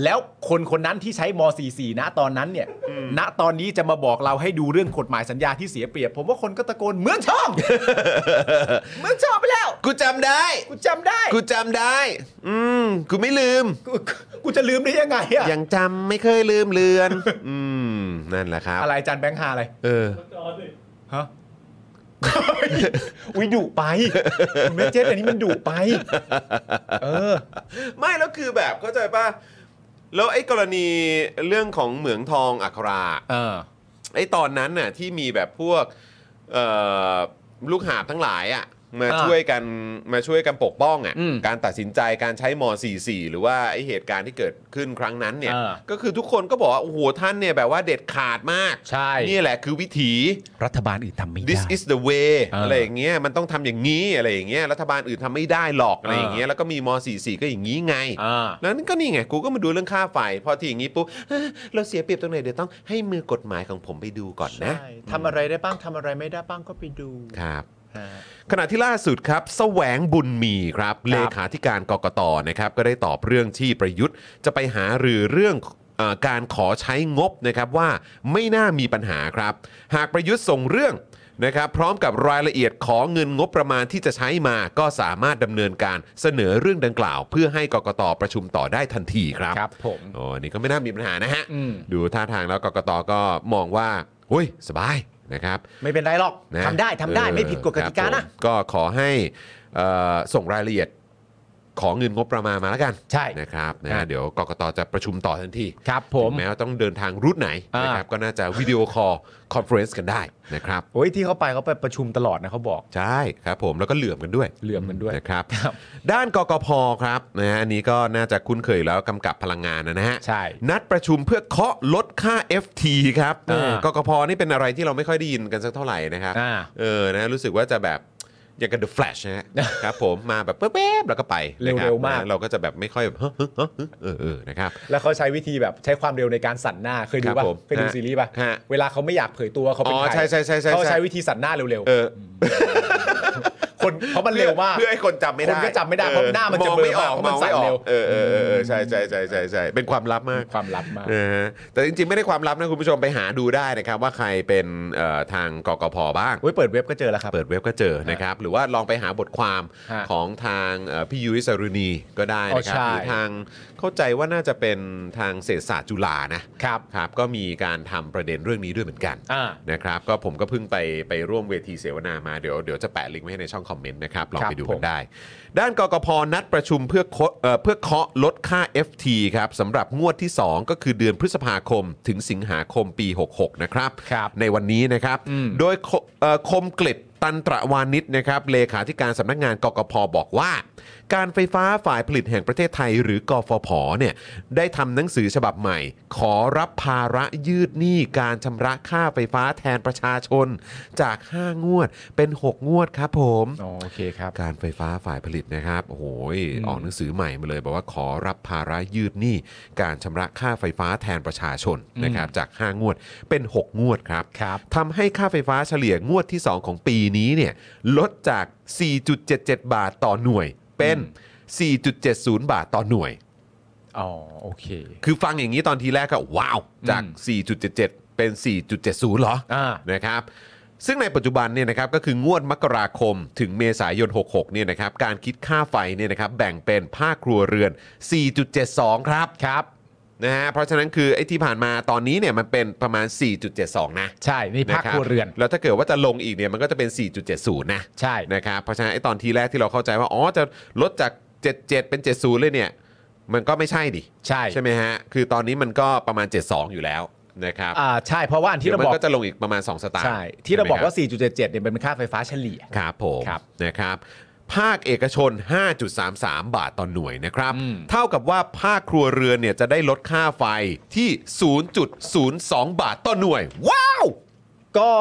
แล้วคนคนนั้นที่ใช้ม .44 ณตอนนั้นเนี่ยณตอนนี้จะมาบอกเราให้ดูเรื่องกฎหมายสัญญาที่เสียเปรียบ ผมว่าคนก็ตะโกนเหมือนช่อง
<laughs>
เหมือนช่องไปแล้ว
กูจำได้
กูจำได้
กูจำได้ อืมกูไม่ลืม
กูกูจะลืมได้ยังไงอะ
ยังจำไม่เคยลืมเลื
<laughs>
อน อืม นั่นแหละครับ
อะไรอาจานแบงค์ฮาอะไร
เออ
ฮะ <laughs> อุ้ยดุไปคุณแม่เจ๊อันนี้มันดุไป เออ
ไม่แล้วคือแบบเข้าใจป่ะ แล้วไอ้กรณีเรื่องของเหมืองทองอัครา
เออ
ไอ้ตอนนั้นน่ะที่มีแบบพวกเอ่อลูกหาบทั้งหลายอ่ะมา
อ่า
ช่วยกันมาช่วยกันปกป้องอ่ะ
อืม
การตัดสินใจการใช้ม .44 หรือว่าไอ้เหตุการณ์ที่เกิดขึ้นครั้งนั้นเนี่ย
อ่า
ก็คือทุกคนก็บอกว่าโอ้โหท่านเนี่ยแบบว่าเด็ดขาดมาก
ใช่
นี่แหละคือวิถี
รัฐบาลอื่นทำไม่ได้
this is the way
อ่า
อะไรอย่างเงี้ยมันต้องทำอย่างนี้อะไรอย่างเงี้ยรัฐบาลอื่นทำไม่ได้หรอกอะไรอย่างเงี้ยแล้วก็มีม .44 ก็อย่างนี้ไง
อ่า
แล้วนั่นก็นี่ไง กูก็มาดูเรื่องค่าไฟพอทีอย่างงี้ปุ๊บเอ้อเราเสียเปรียบตรงไหนเดี๋ยวต้องให้มือกฎหมายของผมไปดูก่อนนะ
ทำอะไรได้บ้างทำอะไรไม่ได้บ้างก็ไปดู
ครับ
ฮะ
ขณะที่ล่าสุดครับ แสวงบุญมีครับ เลขาธิการกกตนะครับ ก็ได้ตอบเรื่องที่ประยุทธ์ จะไปหารือเรื่อง เอ่อการขอใช้งบนะครับว่าไม่น่ามีปัญหาครับ หากประยุทธ์ส่งเรื่องนะครับพร้อมกับรายละเอียดของเงินงบประมาณที่จะใช้มา ก็สามารถดำเนินการเสนอเรื่องดังกล่าว เพื่อให้กกตประชุมต่อได้ทันทีครับ
ครับผม
โอ้อันนี่ก็ไม่น่ามีปัญหานะฮะ
อืม
ดูท่าทางแล้วกกตก็มองว่าเฮ้ย สบายนะครับ
ไม่เป็นไรหรอก
นะ
ทำได้ทำได้
เออ
ไม่ผิดกฎกติ
ค
กา
รับ
นะ
ผมก็ขอให้เอ่อส่งรายละเอียดของเงินงบประมาณมาแล้วกัน
ใช่
นะครับนะ
ครั
ฮะ
บ
เดี๋ยวกกตจะประชุมต่อทันที
ครับผม
ถึงแม้ว่าต้องเดินทางรูทไหน
อ่าน
นะครับก็น่าจะวิดีโอคอลคอนเฟรนซ์กันได้นะครับ
โอ้ยที่เขาไปเขาไปประชุมตลอดนะเขาบอก
ใช่ครับผมแล้วก็เหลื่อมกันด้วย
เหลื่อมกันด้วย
นะครับ
ครับ
ด้านกกพครับนะฮะอันนี้ก็น่าจะคุ้นเคยแล้วกำกับพลังงานนะฮะ
ใช่
นัดประชุมเพื่อเคาะลดค่า FT ครับ
อ่าก
กพนี่เป็นอะไรที่เราไม่ค่อยได้ยินกันสักเท่าไหร่นะครับ
อ่า
เออนะรู้สึกว่าจะแบบอย่างกับ The Flash นะ
<laughs>
ฮะ ครับผมมาแบบเป๊บๆแล้วก็ไปนะคบ
เร็วๆมาก
เราก็จะแบบไม่ค่อยแบบ <laughs> เออเออนะครับ
แล้วเขาใช้วิธีแบบใช้ความเร็วในการสั่นหน้าเคยดู
ครั
ป่ะ
บผม
เคยดู
ฮะ
ซีรีส์ป่ะ
ฮะ
เวลาเขาไม่อยากเผยตัวเขาเป็น
อ๋อ
ใคร
ใช่ใช่ใช่ใช่
เขาใช้วิธีสั่นหน้าเร็ว
เออ
ๆคนเพราะมันเร็วมาก
เพื่อให้คนจำไม่ได้
คนก็จำไม่ได้เพราะหน้ามันจะ
งไม่ออก
เบลอมากเพราะมันสั่นเร็ว
เออเออเออเออใช่ใช่ใช่ใช่ใช่เป็นความลับมาก
ความลับมาก
นะฮะแต่จริงๆ ไม่ได้ความลับนะคุณผู้ชมไปหาดูได้นะครับ ว่าใครเป็นเอ่อทางกกพบ้าง
โอ้ยเปิดเว็บก็เจอแล้วครับ
เปิดเว็บก็เจอนะครับ หรือว่าลองไปหาบทความ
ฮะ
ของทางเอ่อพี่ยุ้ยสรุณีก็ได้นะครับ
อ๋อใช่
หรือทางเข้าใจว่าน่าจะเป็นทางเศรษฐศาสตร์จุฬานะครับ ครับก็มีการทำประเด็นเรื่องนี้ด้วยเหมือนกัน
อ่า
นะครับ ก็ผมก็เพิ่งไปไปร่วมเวทีเสวนามาเดี๋ยวเดี๋ยวจะแปะลิงก์ไว้ให้ในช่องคอมเมนต์นะครับลอง
ครับ
ไปดู
ผ
กัน
ม
ได้ ด้านกกพนัดประชุมเพื่อเคาะเอ่อเพื่อเคาะลดค่า FT ครับสำหรับงวดที่ 2 ก็คือเดือนพฤษภาคมถึงสิงหาคมปี 66 นะครับ
ครับ
ในวันนี้นะครับ
อืม
โดยโคเอ่อคมกลิตตันตระวานิชนะครับ เลขาธิการสำนักงานกกพบอกว่า การไฟฟ้าฝ่ายผลิตแห่งประเทศไทยหรือกฟผเนี่ยได้ทำหนังสือฉบับใหม่ ขอรับภาระยืดหนี้การชำระค่าไฟฟ้าแทนประชาชน จาก 5 งวดเป็น 6 งวดครับผม
อ๋อโอเคครับ
การไฟฟ้าฝ่ายผลิตนะครับ โอ้โหยออกหนังสือใหม่มาเลยบอกว่าขอรับภาระยืดหนี้การชำระค่าไฟฟ้าแทนประชาชนนะครับจาก 5 งวดเป็น 6 งวดครับ
ครับ
ทำให้ค่าไฟฟ้าเฉลี่ยงวดที่ 2 ของปีนี้เนี่ยลดจาก 4.77 บาทต่อหน่วยเป็น 4.70 บาทต่อหน่วย
อ๋อโอเค
คือฟังอย่างนี้ตอนทีแรกก็ว้าว จาก
อืม
4.77 เป็น 4.70 เหรอ
อ่า
นะครับ ซึ่งในปัจจุบันเนี่ยนะครับก็คืองวดมกราคมถึงเมษายน 66 เนี่ยนะครับ การคิดค่าไฟเนี่ยนะครับแบ่งเป็นภาคครัวเรือน 4.72 ครับ
ครับ
นะฮะเพราะฉะนั้นคือไอ้ที่ผ่านมาตอนนี้เนี่ยมันเป็นประมาณ 4.72 นะ
ใช่นี่ภาคะ
บ
ครัวเรือน
แล้วถ้าเกิดว่าจะลงอีกเนี่ยมันก็จะเป็น 4.70 นะ
ใช่
นะครับเพราะฉะนั้นไอ้ตอนทีแรกที่เราเข้าใจว่า อ๋อ จะลดจาก 77 เป็น 70 เลยเนี่ย มันก็ไม่ใช่ดิ
ใช่
ใช่ไหมฮะ คือตอนนี้มันก็ประมาณ 72 อยู่แล้วนะครับ
อ่าใช่เพราะว่าอันที่
เดี๋ยว
เรา
มัน
บอก
ก็จะลงอีกประมาณ 2 สตางค์
ใช่ที่เราบอกว่า
ใช่ไหมค
4.77เนี่ยเป็นค่าไฟฟ้าเฉลี่ย
บครับผม
ครับ
นะครับ ภาคเอกชน 5.33 บาทต่อหน่วยนะครับ
อืม
เท่ากับว่าภาคครัวเรือนเนี่ยจะได้ลดค่าไฟที่ 0.02 บาทต่อหน่วย ว้าว
ก็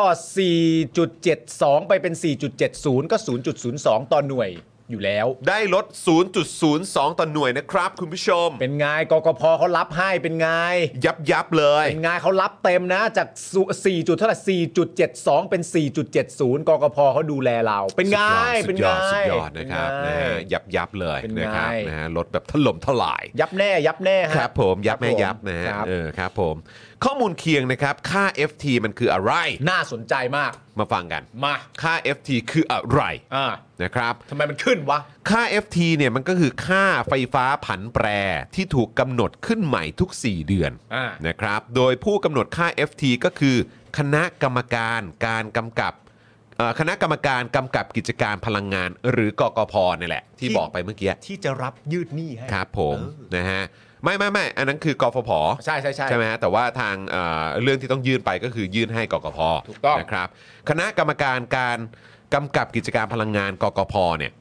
4.72 ไปเป็น 4.70 ก็ 0.02 ต่อหน่วยอยู่แล้ว
ได้ลด 0.02 ต่อหน่วยนะครับ คุณผู้ชม
เป็นไงกกพเขารับให้เป็นไง
ยับยับๆเลย
เป็นไงเขารับเต็มนะจากสุ4จุดเท่าไหร่4.72 เป็น 4.70 กกพเขาดูแลเรา เป็นไง
สุ
เป็น
ดย
ไง
อดสุดยอดสุดยอดนะครับ
เป็
นะ
ไง
ฮะยับยับเลย
เป็นไง
นะครับนะฮะลดแบบถล่มทลาย
ยับแน่ยับแน่ฮะ
ครับผมยับแม่ยับนะฮะ
ครับ
เออครับผมข้อมูลเคียงนะครับ ค่า FT มันคืออะไร
น่าสนใจมาก
มาฟังกัน
มา
ค่า FT คืออะไร
อ่า
นะครับ
ทำไมมันขึ้นวะ
ค่า FT เนี่ยมันก็คือค่าไฟฟ้าผันแปรที่ถูกกำหนดขึ้นใหม่ทุก 4 เดือน
อ่า
นะครับ โดยผู้กำหนดค่า FT ก็คือคณะกรรมการการกำกับเอ่อคณะกรรมการกำกับกิจการพลังงาน หรือกกพนี่แหละ ที่บอกไปเมื่อกี้
ที่จะรับยืดหนี้ให้
ครับผมนะฮะไม่ไม่ไม่อันนั้นคือกฟผ
ใช่ใช่ใช่
ใช่ไหมฮะแต่ว่าทางเอ่อเรื่องที่ต้องยื่นไปก็คือยื่นให้กกพ
ถูกต้อง
นะครับ คณะกรรมการการกำกับกิจการพลังงานกกพเนี่ย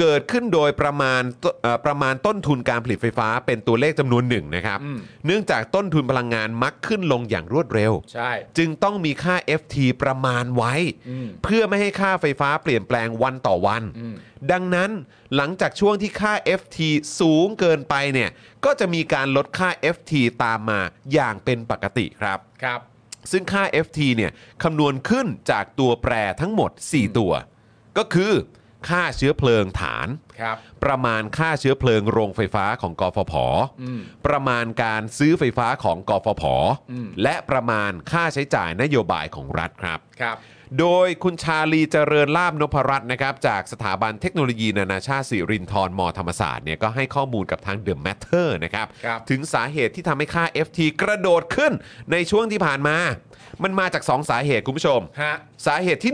เกิดขึ้นโดยประมาณตเอ่อประมาณต้นทุนการผลิตไฟฟ้าเป็นตัวเลขจำนวนหนึ่งนะครับ เนื่องจากต้นทุนพลังงานมักขึ้นลงอย่างรวดเร็ว
ใช่
จึงต้องมีค่า FT ประมาณไว้
อืม
เพื่อไม่ให้ค่าไฟฟ้าเปลี่ยนแปลงวันต่อวัน
อืม
ดังนั้นหลังจากช่วงที่ค่า FT สูงเกินไปเนี่ย ก็จะมีการลดค่า FT ตามมาอย่างเป็นปกติครับ
ครับ
ซึ่งค่า FT เนี่ยคำนวณขึ้นจากตัวแปรทั้งหมด 4 ตัว ก็คือ ค่าเชื้อเพลิงฐาน
ครับ
ประมาณค่าเชื้อเพลิงโรงไฟฟ้าของกฟผ
อืม
ประมาณการซื้อไฟฟ้าของกฟผ
อืม
และประมาณค่าใช้จ่ายนโยบายของรัฐครับ
ครับ
โดยคุณชาลีเจริญลาบนพรัตน์นะครับ จากสถาบันเทคโนโลยีนานาชาติสิรินทรมธรรมศาสตร์เนี่ยก็ให้ข้อมูลกับทาง The Matter นะครับ
ครับ
ถึงสาเหตุที่ทำให้ค่า FT กระโดดขึ้นในช่วงที่ผ่านมา มันมาจาก 2 สาเหตุคุณผู้ชม
ฮะ
สาเหตุที่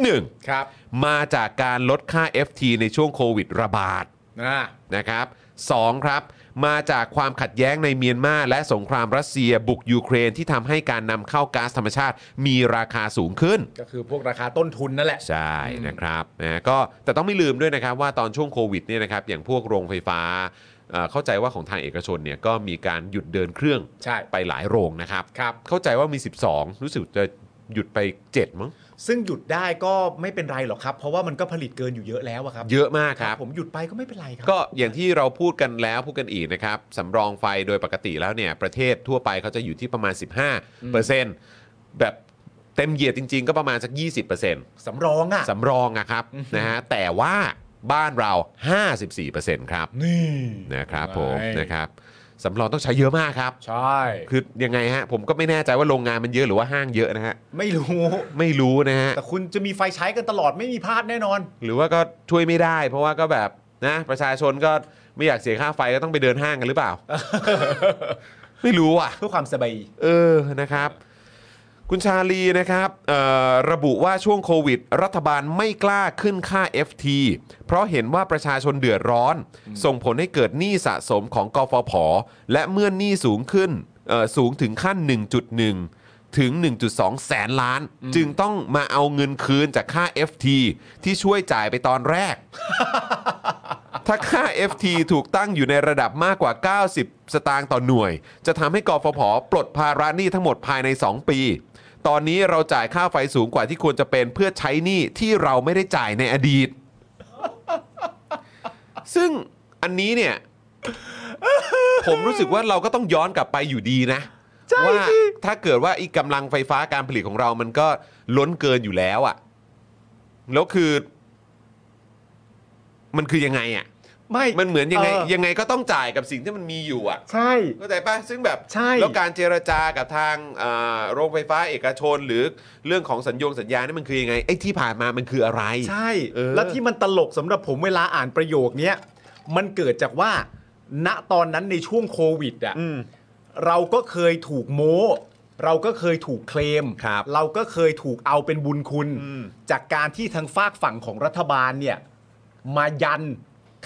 ครับ
1 มาจากการลดค่า FT ในช่วงโควิดระบาด
อ่า
นะครับสองครับ มาจากความขัดแย้งในเมียนมา และสงครามรัสเซียบุกยูเครนที่ทำให้การนำเข้าก๊าซธรรมชาติมีราคาสูงขึ้น
ก็คือพวกราคาต้นทุนนั่นแหละ
ใช่นะครับนะก็แต่ต้องไม่ลืมด้วยนะครับว่าตอนช่วงโควิดเนี่ยนะครับอย่างพวกโรงไฟฟ้าเอ่อเข้าใจว่าของทางเอกชนเนี่ยก็มีการหยุดเดินเครื่อง
ใช่
ไปหลายโรงนะครับ
ครับ
เข้าใจว่ามี 12 รู้สึกจะหยุดไป 7 มั้ง
ซึ่งหยุดได้ก็ไม่เป็นไรหรอกครับ เพราะว่ามันก็ผลิตเกินอยู่เยอะแล้วอะครับ
เยอะมากครับ
ผมหยุดไปก็ไม่เป็นไรครั
ก็อย่างที่เราพูดกันแล้วพูดกันอีกนะครับสำรองไฟโดยปกติแล้วเนี่ย ประเทศทั่วไปเขาจะอยู่ที่ประมาณ 15เปอร์เซ็นต์แบบเต็มเหยียดจริง ๆ ก็ประมาณสัก 20เปอร์เซ็นต์
สำรองอะ
สำรองอะครับนะฮะแต่ว่าบ้านเรา 54เปอร์เซ็นต์ครับ
นี่
นะครับผม
ใช่
นะครับสำรองต้องใช้เยอะมากครับ
ใช่
คือยังไงฮะ ผมก็ไม่แน่ใจว่าโรงงานมันเยอะหรือว่าห้างเยอะนะฮะ
ไม่รู้
ไม่รู้นะฮะ
แต่คุณจะมีไฟใช้กันตลอดไม่มีพลาดแน่น
<laughs>
อน
หรือว่าก็ช่วยไม่ได้ เพราะว่าก็แบบนะประชาชนก็ไม่อยากเสียค่าไฟก็ต้องไปเดินห้างกันหรือเปล่า ไม่รู้อ่ะ
เพื่อความสบาย
เออ นะครับ คุณชาลีนะครับเอ่อระบุว่าช่วงโควิด รัฐบาลไม่กล้าขึ้นค่า FT เพราะเห็นว่าประชาชนเดือดร้อน ส่งผลให้เกิดหนี้สะสมของกฟผ และเมื่อหนี้สูงขึ้นเอ่อสูงถึงขั้น 1.1 ถึง 1.2 แสนล้าน จึงต้องมาเอาเงินคืนจากค่า FT ที่ช่วยจ่ายไปตอนแรก ถ้าค่า FT ถูกตั้งอยู่ในระดับมากกว่า 90 สตางค์ต่อหน่วย จะทำให้กฟผ ปลดภาระหนี้ทั้งหมดภายใน 2 ปี ตอนนี้เราจ่ายค่าไฟสูงกว่าที่ควรจะเป็นเพื่อใช้หนี้ที่เราไม่ได้จ่ายในอดีต ซึ่งอันนี้เนี่ย ผมรู้สึกว่าเราก็ต้องย้อนกลับไปอยู่ดีนะ ว่าถ้าเกิดว่าอีกกำลังไฟฟ้าการผลิตของเรามันก็ล้นเกินอยู่แล้วอะแล้วคือ มันคือยังไงอะ
ไม่
<laughs> มันเหมือนยังไง
เ
ยังไงก็ต้องจ่ายกับสิ่งที่มันมีอยู่อ่ะ
ใช่
เข้าใจปะซึ่งแบบ
ใช่
แล้วการเจรจากับทางเอ่อโรงไฟฟ้าเอกชน หรือเรื่องของสัญญงสัญญานี่มันคือยังไงไอ้ที่ผ่านมามันคืออะไร
ใช่
เออ
แล้วที่มันตลกสำหรับผมเวลาอ่านประโยคเนี้ยมันเกิดจากว่า ณตอนนั้นในช่วงโควิดอ่ะ
อืม
เราก็เคยถูกโม้ เราก็เคยถูกเคลม
ครับ
เราก็เคยถูกเอาเป็นบุญคุณ
อืม
จากการที่ทางฝากฝั่งของรัฐบาลเนี่ย มายัน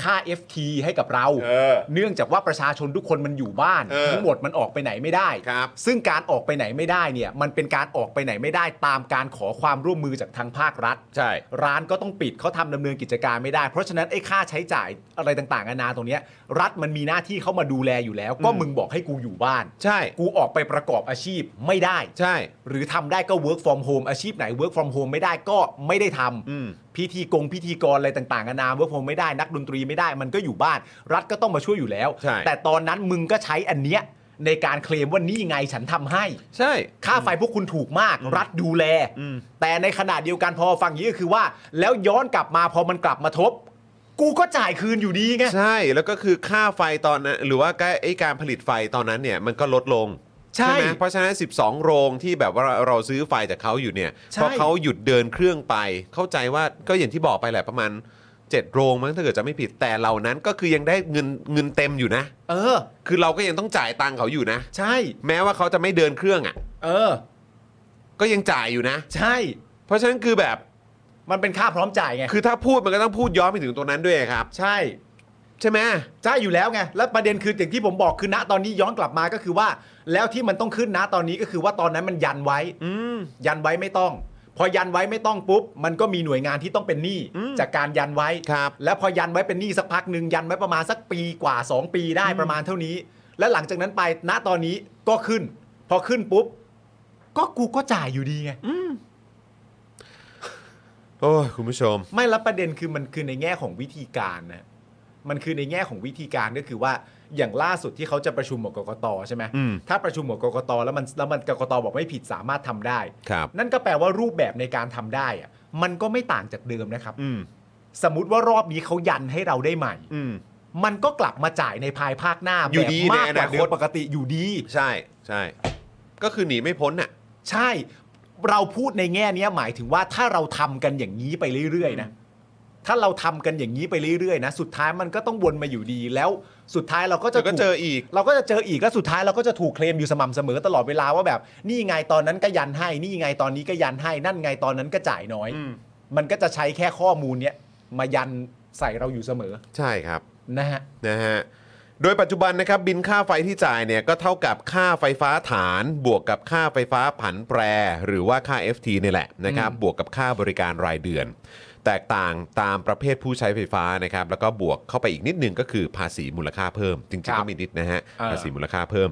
ค่า FT ให้กับเรา
เออ
เนื่องจากว่าประชาชนทุกคนมันอยู่บ้าน
เออ
ทั้งหมดมันออกไปไหนไม่ได้
ครับ
ซึ่งการออกไปไหนไม่ได้เนี่ย มันเป็นการออกไปไหนไม่ได้ ตามการขอความร่วมมือจากทางภาครัฐ
ใช่
ร้านก็ต้องปิดเขาทำดำเนินกิจการไม่ได้ เพราะฉะนั้นไอ้ค่าใช้จ่ายอะไรต่างๆนานาตรงเนี้ย รัฐมันมีหน้าที่เข้ามาดูแลอยู่แล้ว ก็มึงบอกให้กูอยู่บ้าน
ใช่
กูออกไปประกอบอาชีพไม่ได้
ใช่
หรือทำได้ก็ work from home อาชีพไหน work from home ไม่ได้ก็ไม่ได้ทำ
อืม
พิธีกงพิธีกรอะไรต่างๆนานา work from ไม่ได้นักดนตรีไม่ได้มันก็อยู่บ้าน รัฐก็ต้องมาช่วยอยู่แล้ว
ใช่
แต่ตอนนั้นมึงก็ใช้อันเนี้ยในการเคลมว่านี่ไงฉันทำให้
ใช่
ค่าไฟพวกคุณถูกมาก รัฐดูแล แต่ในขณะเดียวกันพอฟังอย่างนี้ก็คือว่า แล้วย้อนกลับมาพอมันกลับมาทบ กูก็จ่ายคืนอยู่ดีไง
ใช่แล้วก็คือค่าไฟตอนนั้น หรือว่าใกล้ไอ้การผลิตไฟตอนนั้นเนี่ยมันก็ลดลง
ใช่
ไหมเพราะฉะนั้น 12 โรงที่แบบว่าเราซื้อไฟจากเขาอยู่เนี่ย
ใช่
พอเขาหยุดเดินเครื่องไป เข้าใจว่าก็อย่างที่บอกไปแหละประมาณ 7 โรงมั้งถ้าเกิดจะไม่ผิดแต่เหล่านั้นก็คือยังได้เงินเงินเต็มอยู่นะ
เออ
คือเราก็ยังต้องจ่ายตังค์เขาอยู่นะ
ใช่
แม้ว่าเขาจะไม่เดินเครื่องอ่ะ
เออ
ก็ยังจ่ายอยู่นะ
ใช่
เพราะฉะนั้นคือแบบ
มันเป็นค่าพร้อมจ่ายไง
คือถ้าพูดมันก็ต้องพูดย้อนไปถึงตรงนั้นด้วยครับ
ใช่
ใช่ไหม
ใช่อยู่แล้วไง แล้วประเด็นคืออย่างที่ผมบอกคือณตอนนี้ย้อนกลับมาก็คือว่า แล้วที่มันต้องขึ้นณตอนนี้ก็คือว่าตอนนั้นมันยันไว้
อืม
ยันไว้ไม่ต้อง พอยันไว้ไม่ต้องปุ๊บ มันก็มีหน่วยงานที่ต้องเป็นหนี้จากการยันไว้
ครับ
แล้วพอยันไว้เป็นหนี้สักพักหนึ่งยันไว้ประมาณสักปีกว่า 2 ปีได้ประมาณเท่านี้ แล้วหลังจากนั้นไปณตอนนี้ก็ขึ้น พอขึ้นปุ๊บ ก็กูก็จ่ายอยู่ดีไง
โอ้ยคุณผู้ชม
ไม่แล้วประเด็นคือมันคือในแง่ของวิธีการนะมันคือในแง่ของวิธีการก็คือว่าอย่างล่าสุดที่เขาจะประชุมกับกกตใช่ไหม
อืม
ถ้าประชุมกับกกตแล้วมันแล้วมันกกตบอกไม่ผิดสามารถทำได้
ครับ
นั่นก็แปลว่ารูปแบบในการทำได้อะมันก็ไม่ต่างจากเดิมนะครับ
อืม
สมมติว่ารอบนี้เขายันให้เราได้ใหม่
อืม
มันก็กลับมาจ่ายในภายภาคหน้า
อยู่
แบบ
ดี
มากกว่า
ในอนาคต
เดือนปกติอยู่ดี
ใช่ใช่ ก็คือหนีไม่พ้นน่ะ
ใช่เราพูดในแง่เนี้ยหมายถึงว่าถ้าเราทำกันอย่างนี้ไปเรื่อยๆนะถ้าเราทำกันอย่างนี้ไปเรื่อยๆนะสุดท้ายมันก็ต้องวนมาอยู่ดีแล้วสุดท้ายเราก็จะ
เดี๋ยวก็เจออีก
เราก็จะเจออีกแล้วสุดท้ายเราก็จะถูกเคลมอยู่สม่ำเสมอตลอดเวลาว่าแบบ นี่ไงตอนนั้นก็ยันให้ นี่ไงตอนนี้ก็ยันให้ นั่นไงตอนนั้นก็จ่ายน้อย มันก็จะใช้แค่ข้อมูลเนี้ยมายันใส่เราอยู่เสมอ
ใช่ครับ
นะฮะ
นะฮะ โดยปัจจุบันนะครับบินค่าไฟที่จ่ายเนี่ยก็เท่ากับค่าไฟฟ้าฐานบวกกับค่าไฟฟ้าผันแปร หรือว่าค่า FT เนี่ยแหละนะครับบวกกับค่าบริการรายเดือน แตกต่างตามประเภทผู้ใช้ไฟฟ้านะครับแล้วก็บวกเข้าไปอีกนิดหนึงก็คือภาษีมูลค่าเพิ่ม จริงๆ
ครับ
ก็มีนิดนะฮะ
เออ
ภาษีมูลค่าเพิ่ม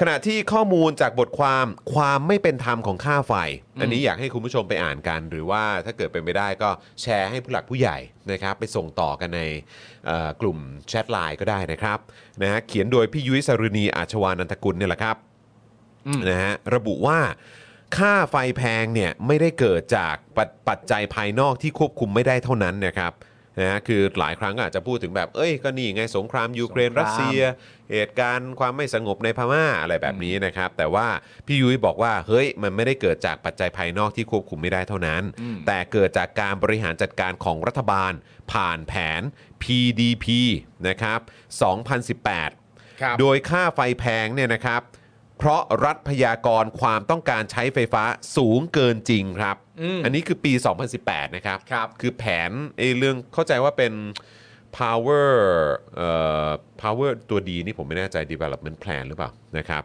ขณะที่ข้อมูลจากบทความความไม่เป็นธรรมของค่าไฟ อันนี้อยากให้คุณผู้ชมไปอ่านกัน หรือว่าถ้าเกิดเป็นไปได้ก็แชร์ให้ผู้หลักผู้ใหญ่นะครับ ไปส่งต่อกันในเอ่อกลุ่มแชทไลน์ก็ได้นะครับนะฮะเขียนโดยพี่ยุ้ยสรุณีอาชวานันทกุลเนี่ยแหละครับนะฮะระบุว่า ค่าไฟแพงเนี่ยไม่ได้เกิดจากปจปัจจัยภายนอกที่ควบคุมไม่ได้เท่านั้นนะครับนะฮะคือหลายครั้งก็อาจจะพูดถึงแบบ เอ้ยก็นี่ไงสงครามยูเครน
สงคราม
รัสเซีย เหตุการณ์ความไม่สงบในพม่าอะไรแบบนี้นะครับ แต่ว่าพี่ยุ้ยบอกว่าเฮ้ยมันไม่ได้เกิดจากปัจจัยภายนอกที่ควบคุมไม่ได้เท่านั้น แต่เกิดจากการบริหารจัดการของรัฐบาล ผ่านแผน PDP นะครับ
ครับ
2018 โดยค่าไฟแพงเนี่ยนะครับ เพราะรัฐพยากรณ์ความต้องการใช้ไฟฟ้าสูงเกินจริงครับ อันนี้คือปี 2018 นะครับ
ครับ
คือแผนไอ้เรื่องเข้าใจว่าเป็น power เอ่อ power ตัวดีนี่ผมไม่แน่ใจ development plan หรือเปล่านะครับ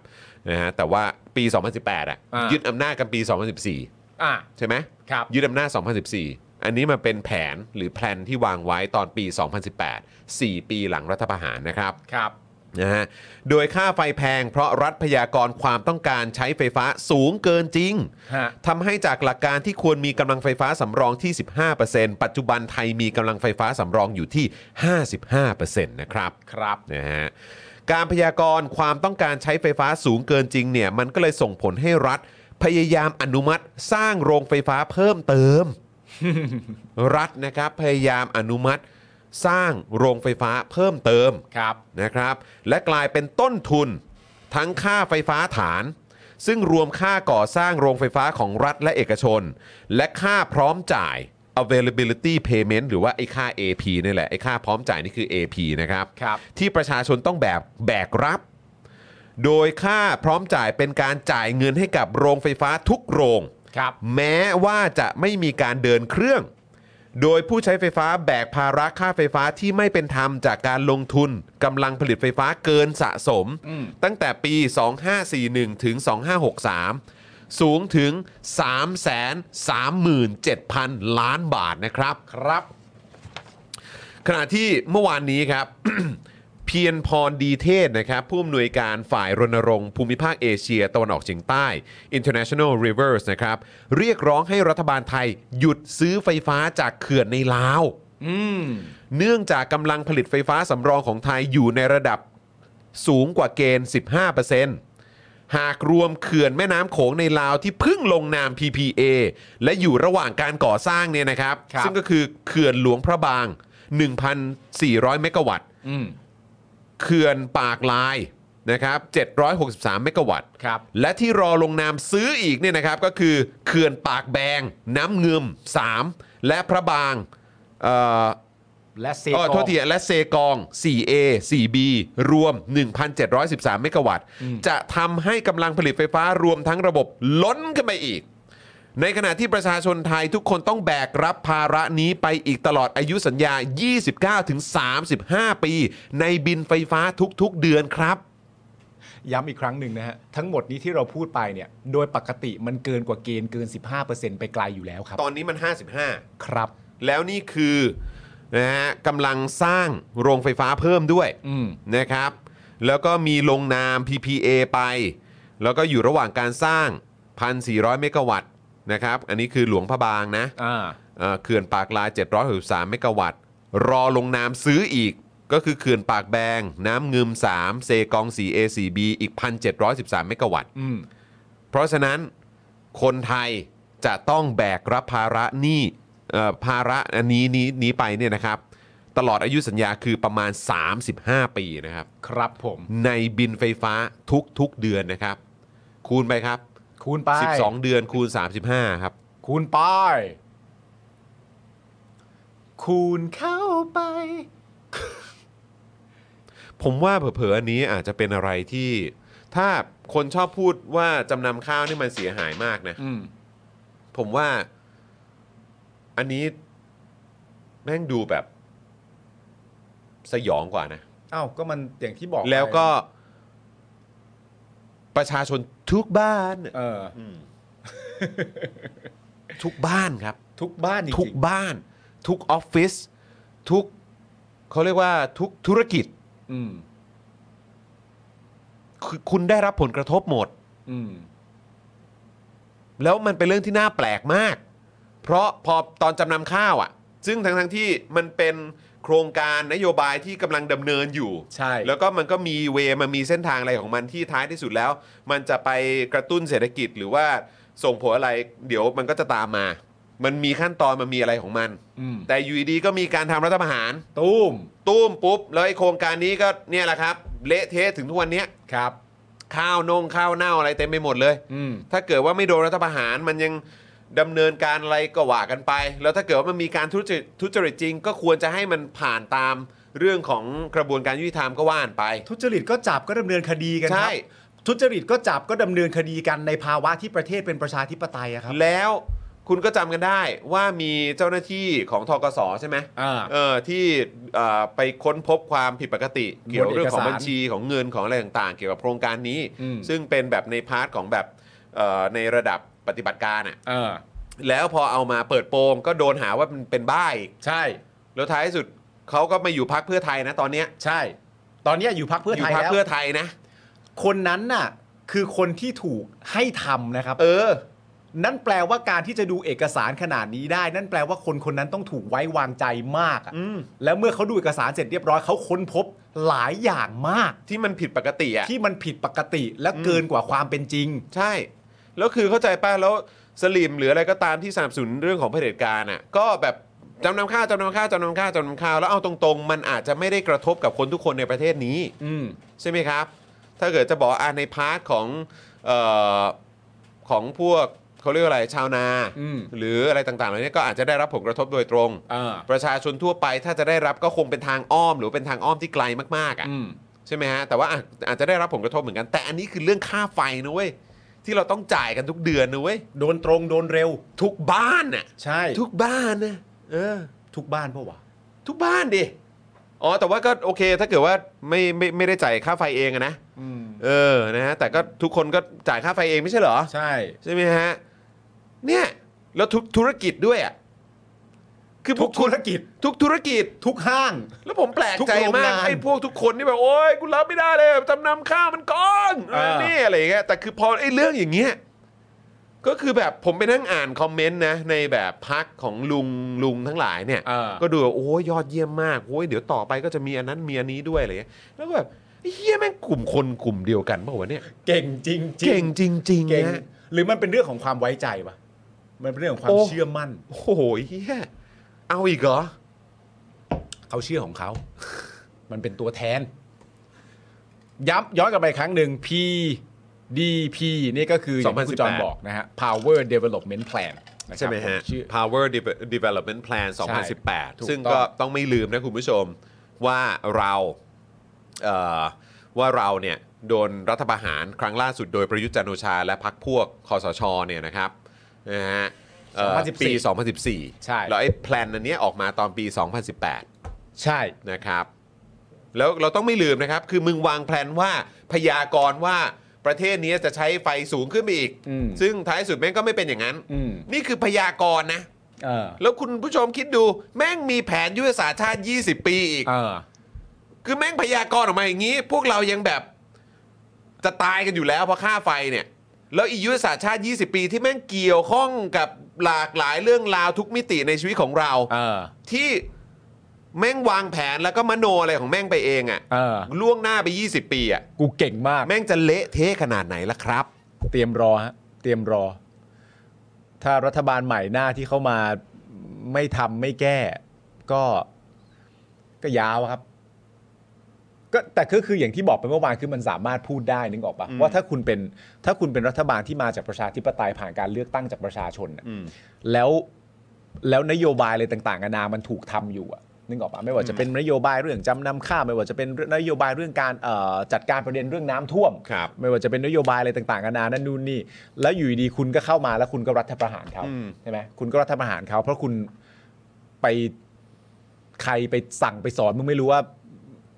นะฮะแต่ว่าปี 2018อะ
อ่ายึ
ยึดอำนาจกันปี 2014
อ่ะ
ใช่ไหม
ครับ
ยึดอำนาจ 2014 อันนี้มันเป็นแผนหรือแพลนที่วางไว้ตอนปี 2018 4 ปีหลังรัฐประหารนะครับ
ครับ
นะฮะ โดยค่าไฟแพงเพราะรัฐพยากรณ์ความต้องการใช้ไฟฟ้าสูงเกินจริง
ฮะ
ทำให้จากหลักการที่ควรมีกำลังไฟฟ้าสำรองที่ 15%ปัจจุบันไทยมีกำลังไฟฟ้าสำรองอยู่ที่ 55%นะครับ
ครับ
นะฮะการพยากรณ์ความต้องการใช้ไฟฟ้าสูงเกินจริงเนี่ยมันก็เลยส่งผลให้รัฐ พยายามอนุมัติสร้างโรงไฟฟ้าเพิ่มเติม รัฐนะครับพยายามอนุมัติสร้างโรงไฟฟ้าเพิ่มเติม
ครับ
นะครับและกลายเป็นต้นทุนทั้งค่าไฟฟ้าฐาน ซึ่งรวมค่าก่อสร้างโรงไฟฟ้าของรัฐและเอกชน และค่าพร้อมจ่าย availability payment หรือว่าไอ้ค่า AP นี่แหละไอ้ค่าพร้อมจ่ายนี่คือ AP นะครับ
ครับ
ที่ประชาชนต้องแบบแบกรับ โดยค่าพร้อมจ่ายเป็นการจ่ายเงินให้กับโรงไฟฟ้าทุกโรง
ครับ
แม้ว่าจะไม่มีการเดินเครื่อง โดยผู้ใช้ไฟฟ้าแบกภาระค่าไฟฟ้าที่ไม่เป็นธรรมจากการลงทุนกำลังผลิตไฟฟ้าเกินสะสม ตั้งแต่ปี 2541 ถึง 2563 สูงถึง 337,000 ล้านบาทนะครับ
ครับ
ขณะที่เมื่อวานนี้ครับ เพียรพรดีเทศนะครับ ผู้อำนวยการฝ่ายรณรงค์ภูมิภาคเอเชียตะวันออกเฉียงใต้ International Rivers นะครับ เรียกร้องให้รัฐบาลไทยหยุดซื้อไฟฟ้าจากเขื่อนในลาว
อืม
เนื่องจากกำลังผลิตไฟฟ้าสำรองของไทยอยู่ในระดับสูงกว่าเกณฑ์ 15%หากรวมเขื่อนแม่น้ำโขงในลาวที่เพิ่งลงนาม PPA และอยู่ระหว่างการก่อสร้างเนี่ยนะครับ
ครับ
ซึ่งก็คือเขื่อนหลวงพระบาง 1,400 เมกะวัตต์
อืม
เขื่อนปากลายนะครับ 763 เมกะวัตต์
ครับ
และที่รอลงนามซื้ออีกเนี่ยนะครับก็คือเขื่อนปากแบง น้ำเงืม3 และพระบางเอ่อ
และเซ
อ๋อโทษทีและเซกอง 4A 4B รวม 1,713 เมกะวัตต์ จะทำให้กำลังผลิตไฟฟ้ารวมทั้งระบบล้นขึ้นไปอีก ในขณะที่ประชาชนไทยทุกคนต้องแบกรับภาระนี้ไปอีกตลอดอายุสัญญา 29-35 ปี ในบินไฟฟ้าทุกๆเดือนครับ
ย้ำอีกครั้งหนึ่งนะฮะ ทั้งหมดนี้ที่เราพูดไปเนี่ย โดยปกติมันเกินกว่าเกณฑ์เกิน 15%ไปไกลอยู่แล้วครับ
ตอนนี้มัน 55
ครับ
แล้วนี่คือนะฮะกำลังสร้างโรงไฟฟ้าเพิ่มด้วย
อืม
นะครับ แล้วก็มีลงนาม PPA ไป แล้วก็อยู่ระหว่างการสร้าง 1,400 เมกะวัตต์นะครับ อันนี้คือหลวงพระบางนะ
อ่า
เอ่อเขื่อนปากลาย 763 เมกะวัตต์ รอลงนามซื้ออีก ก็คือเขื่อนปากแบง น้ำเงืม3 เซกอง 4A 4B อีก 1,713 เมกะวัตต์
อืม
เพราะฉะนั้นคนไทยจะต้องแบกรับภาระหนี้เ เอ่อภาระอันนี้นี้นี้ไปเนี่ยนะครับ ตลอดอายุสัญญาคือประมาณ 35 ปีนะครับ
ครับผม
ในบินไฟฟ้าทุกทุกๆเดือนนะครับ คูณไปครับ
คูณไป
12 เดือนคูณ 35 ครับ
คูณไป คูณเข้าไป
ผมว่าเผลอๆอันนี้อาจจะเป็นอะไรที่ ถ้าคนชอบพูดว่าจำนำข้าวนี่มันเสียหายมากนะ
อืม
ผมว่าอันนี้แม่งดูแบบสยองกว่านะ
อ้าวก็มันอย่างที่บอกไป
แล้วก็ประชาชนทุกบ้าน
เออ
ทุกบ้านครับ
ทุกบ้านจริงๆ
ทุกบ้าน ทุกออฟฟิศทุกเขาเรียกว่าทุกธุรกิจ
อืม
คือคุณได้รับผลกระทบหมด
อืม
แล้วมันเป็นเรื่องที่น่าแปลกมาก เพราะพอตอนจำนำข้าวอะ่ะ ซึ่งทั้งทั้งๆที่มันเป็นโครงการนโยบายที่กำลังดำเนินอยู่
ใช่
แล้วก็มันก็มีเวมันมีเส้นทางอะไรของมันที่ท้ายที่สุดแล้ว มันจะไปกระตุ้นเศรษฐกิจหรือว่าส่งผลอะไร เดี๋ยวมันก็จะตามมา มันมีขั้นตอนมันมีอะไรของมัน
อืม
แต่อยู่ดีๆก็มีการทำรัฐประหาร
ตุ้ม
ตุ้มปุ๊บ แล้วไอ้โครงการนี้ก็เนี่ยแหละครับ เละเทะถึงทุกวันเนี้ย
ครับ
ข้าวนงข้าวเน่าอะไรเต็มไปหมดเลย
อืม
ถ้าเกิดว่าไม่โดนรัฐประหารมันยังดำเนินการอะไรก็ว่ากันไป แล้วถ้าเกิดว่ามันมีการทุจริตทุจริตจริง ก็ควรจะให้มันผ่านตามเรื่องของกระบวนการยุติธรรมก็ว่านไป
ทุจริตก็จับก็ดำเนินคดีกันค
ใช่
รับทุจริตก็จับก็ดำเนินคดีกันในภาวะที่ประเทศเป็นประชาธิปไตยอะครับ
แล้วคุณก็จำกันได้ว่ามีเจ้าหน้าที่ของทกสใช่ไหม
อ่า
เออที่เอ่อไปค้นพบความผิดปกติ เกี่ยวเรื่องของบัญชีของเงินของอะไรต่างๆ เกี่ยวกับโครงการนี้
อืม
ซึ่งเป็นแบบในพาร์ทของแบบเอ่อในระดับปฏิบัติการอ่ะ
เออ
แล้วพอเอามาเปิดโปงก็โดนหาว่ามันเป็นบ้าอีก
ใช่
แล้วท้ายสุดเขาก็มาอยู่พักเพื่อไทยนะตอนเนี้ย
ใช่ ตอนเนี้ยอยู่พักเพื่อ
อ
ไท
ยู่
ย
พั
แล้ว
เพื่อไทยนะ
คนนั้นน่ะ คือคนที่ถูกให้ทำนะครับ
เออ
นั่นแปลว่าการที่จะดูเอกสารขนาดนี้ได้ นั่นแปลว่าคนคนนั้นต้องถูกไว้วางใจมากอะ
อืม
แล้วเมื่อเขาดูเอกสารเสร็จเรียบร้อยเขาค้นพบหลายอย่างมาก
ที่มันผิดปกติอ่ะ
ที่มันผิดปกติและเกินกว่าความเป็นจริง
ใช่ แล้วคือเข้าใจป่ะแล้วสลิมหรืออะไรก็ตามที่สนับสนุนเรื่องของเผด็จการอ่ะ ก็แบบจำนำข้าวจำนำข้าวจำนำข้าวจำนำข้าวแล้วเอาตรงๆ มันอาจจะไม่ได้กระทบกับคนทุกคนในประเทศนี้
อืม
ใช่ไหมครับ ถ้าเกิดจะบอกอ่าในพาร์ทของเอ่อของพวกเขาเรียกว่าอะไรชาวนา
อืม
หรืออะไรต่างๆเหล่านี้ก็อาจจะได้รับผลกระทบโดยตรง
อ่า
ประชาชนทั่วไปถ้าจะได้รับก็คงเป็นทางอ้อม หรือเป็นทางอ้อมที่ไกลมากๆอ่ะ
อืม
ใช่ไหมฮะแต่ว่าอาจอาจจะได้รับผลกระทบเหมือนกัน แต่อันนี้คือเรื่องค่าไฟนะเว้ยที่เราต้องจ่ายกันทุกเดือนนะเว้ย
โดนตรงโดนเร็ว
ทุกบ้านน่ะ
ใช่
ทุกบ้านนะเออ
ทุกบ้านเพราะวะ
ทุกบ้านดิอ๋อแต่ว่าก็โอเค ถ้าเกิดว่าไม่ไม่ไม่ได้จ่ายค่าไฟเองอะนะ
อืม
เออนะฮะแต่ก็ทุกคนก็จ่ายค่าไฟเองไม่ใช่เหรอ
ใช่
ใช่ไหมฮะเนี่ยแล้วทุกธุรกิจด้วยอ่ะคือพ
ทุ
ว
ก
ก
ธุ
คุณ
รกิจ
ทุกธุรกิจ
ทุกห้าง
แล้วผมแปลก
ทุก
ใจ
โรง
มาก
งาน
ไอ้พวกทุกคนที่แบบ โอ๊ยกูรับไม่ได้เลยจำนำข้าวมันก้อน
อ่า
นี่อะไรอย่างเงี้ยแต่คือพอไอ้เรื่องอย่างเงี้ยก็คือแบบผมไปนั่งอ่านคอมเมนต์นะ ในแบบพักของลุงลุงทั้งหลายเนี่ย ก็ดูแบบโอ้ยยอดเยี่ยมมากโอ้ยเดี๋ยวต่อไปก็จะมีอันนั้นมีอันนี้ด้วยอะไรอย่างเงี้ยแล้วก็แบบไอ้เฮียแม่งกลุ่มคนกลุ่มเดียวกันเปล่าวะเนี่ย
เก่งจริงๆ
เก่งจริง
เก่ง
ๆนะ
หรือมันเป็นเรื่องของความไว้ใจปะมันเป็นเรื่องของควา
โอ้
มเชื่อมั่น
โอ้โหเฮียเอาอีกเหรอ
เขาเชื่อของเขา มันเป็นตัวแทน ย้ำย้อนกลับไปอีกครั้งหนึ่ง PDP นี่ก็คืออย่างที่คุณจอห์น
2018
บอกนะฮะ Power Development Plan นะครับ
ใช่ไหมฮะ
ผชื่อ
Power Deve- Development Plan
ใช่ถู
2018
ก
ซึ่ง
ต้อง
ก็ต้องไม่ลืมนะคุณผู้ชมว่าเราเอ่อว่าเราเนี่ยโดนรัฐประหารครั้งล่าสุดโดยประยุทธ์จันทร์โอชา และพรรคพวกคอสชเนี่ยนะครับนะฮะเอ่อ
2014
ปี 2014
ใช่
แล้วไอ้แพลนอันเนี้ยออกมาตอนปี 2018
ใช่
นะครับ แล้วเราต้องไม่ลืมนะครับ คือมึงวางแพลนว่าพยากรณ์ว่าประเทศนี้จะใช้ไฟสูงขึ้นไปอีก
อืม
ซึ่งท้ายสุดแม่งก็ไม่เป็นอย่างนั้น
อืม
นี่คือพยากรณ์นะ
เออ
แล้วคุณผู้ชมคิดดู แม่งมีแผนยุทธศาสตร์ชาติ 20 ปีอีก
เออ
คือแม่งพยากรณ์ออกมาอย่างนี้ พวกเรายังแบบจะตายกันอยู่แล้วเพราะค่าไฟเนี่ย แล้วอียุทธศาสตร์ชาติ 20 ปีที่แม่งเกี่ยวข้องกับหลากหลายเรื่องราวทุกมิติในชีวิตของเรา
เออ
ที่แม่งวางแผนแล้วก็มโนอะไรของแม่งไปเองอะ
เออ
ล่วงหน้าไป 20 ปีอะ
กูเก่งมาก
แม่งจะเละเทะขนาดไหนล่ะครับ
เตรียมรอฮะ เตรียมรอ ถ้ารัฐบาลใหม่หน้าที่เข้ามา ไม่ทำไม่แก้ ก็ก็ยาวอะครับ ก็แต่ก็คืออย่างที่บอกไปเมื่อวานคือมันสามารถพูดได้นึกออกปะ
อืม
ว่าถ้าคุณเป็นถ้าคุณเป็นรัฐบาลที่มาจากประชาธิปไตยผ่านการเลือกตั้งจากประชาชนน่ะ
อืม
แล้วแล้วนโยบายอะไรต่างๆนานามันถูกทำอยู่อะนึกออกปะไม่ว่าจะเป็นนโยบายเรื่องจำนำข้าวไม่ว่าจะเป็นนโยบายเรื่องการเอ่อจัดการประเด็นเรื่องน้ำท่วม
ครับ
ไม่ว่าจะเป็นนโยบายอะไรต่างๆนานานั่นนู่นนี่ แล้วอยู่ดีๆคุณก็เข้ามาแล้วคุณก็รัฐประหารเขา
อืม
ใช่ไหมคุณก็รัฐประหารเขาเพราะคุณไปใครไปสั่งไปสอนมึงไม่รู้ว่า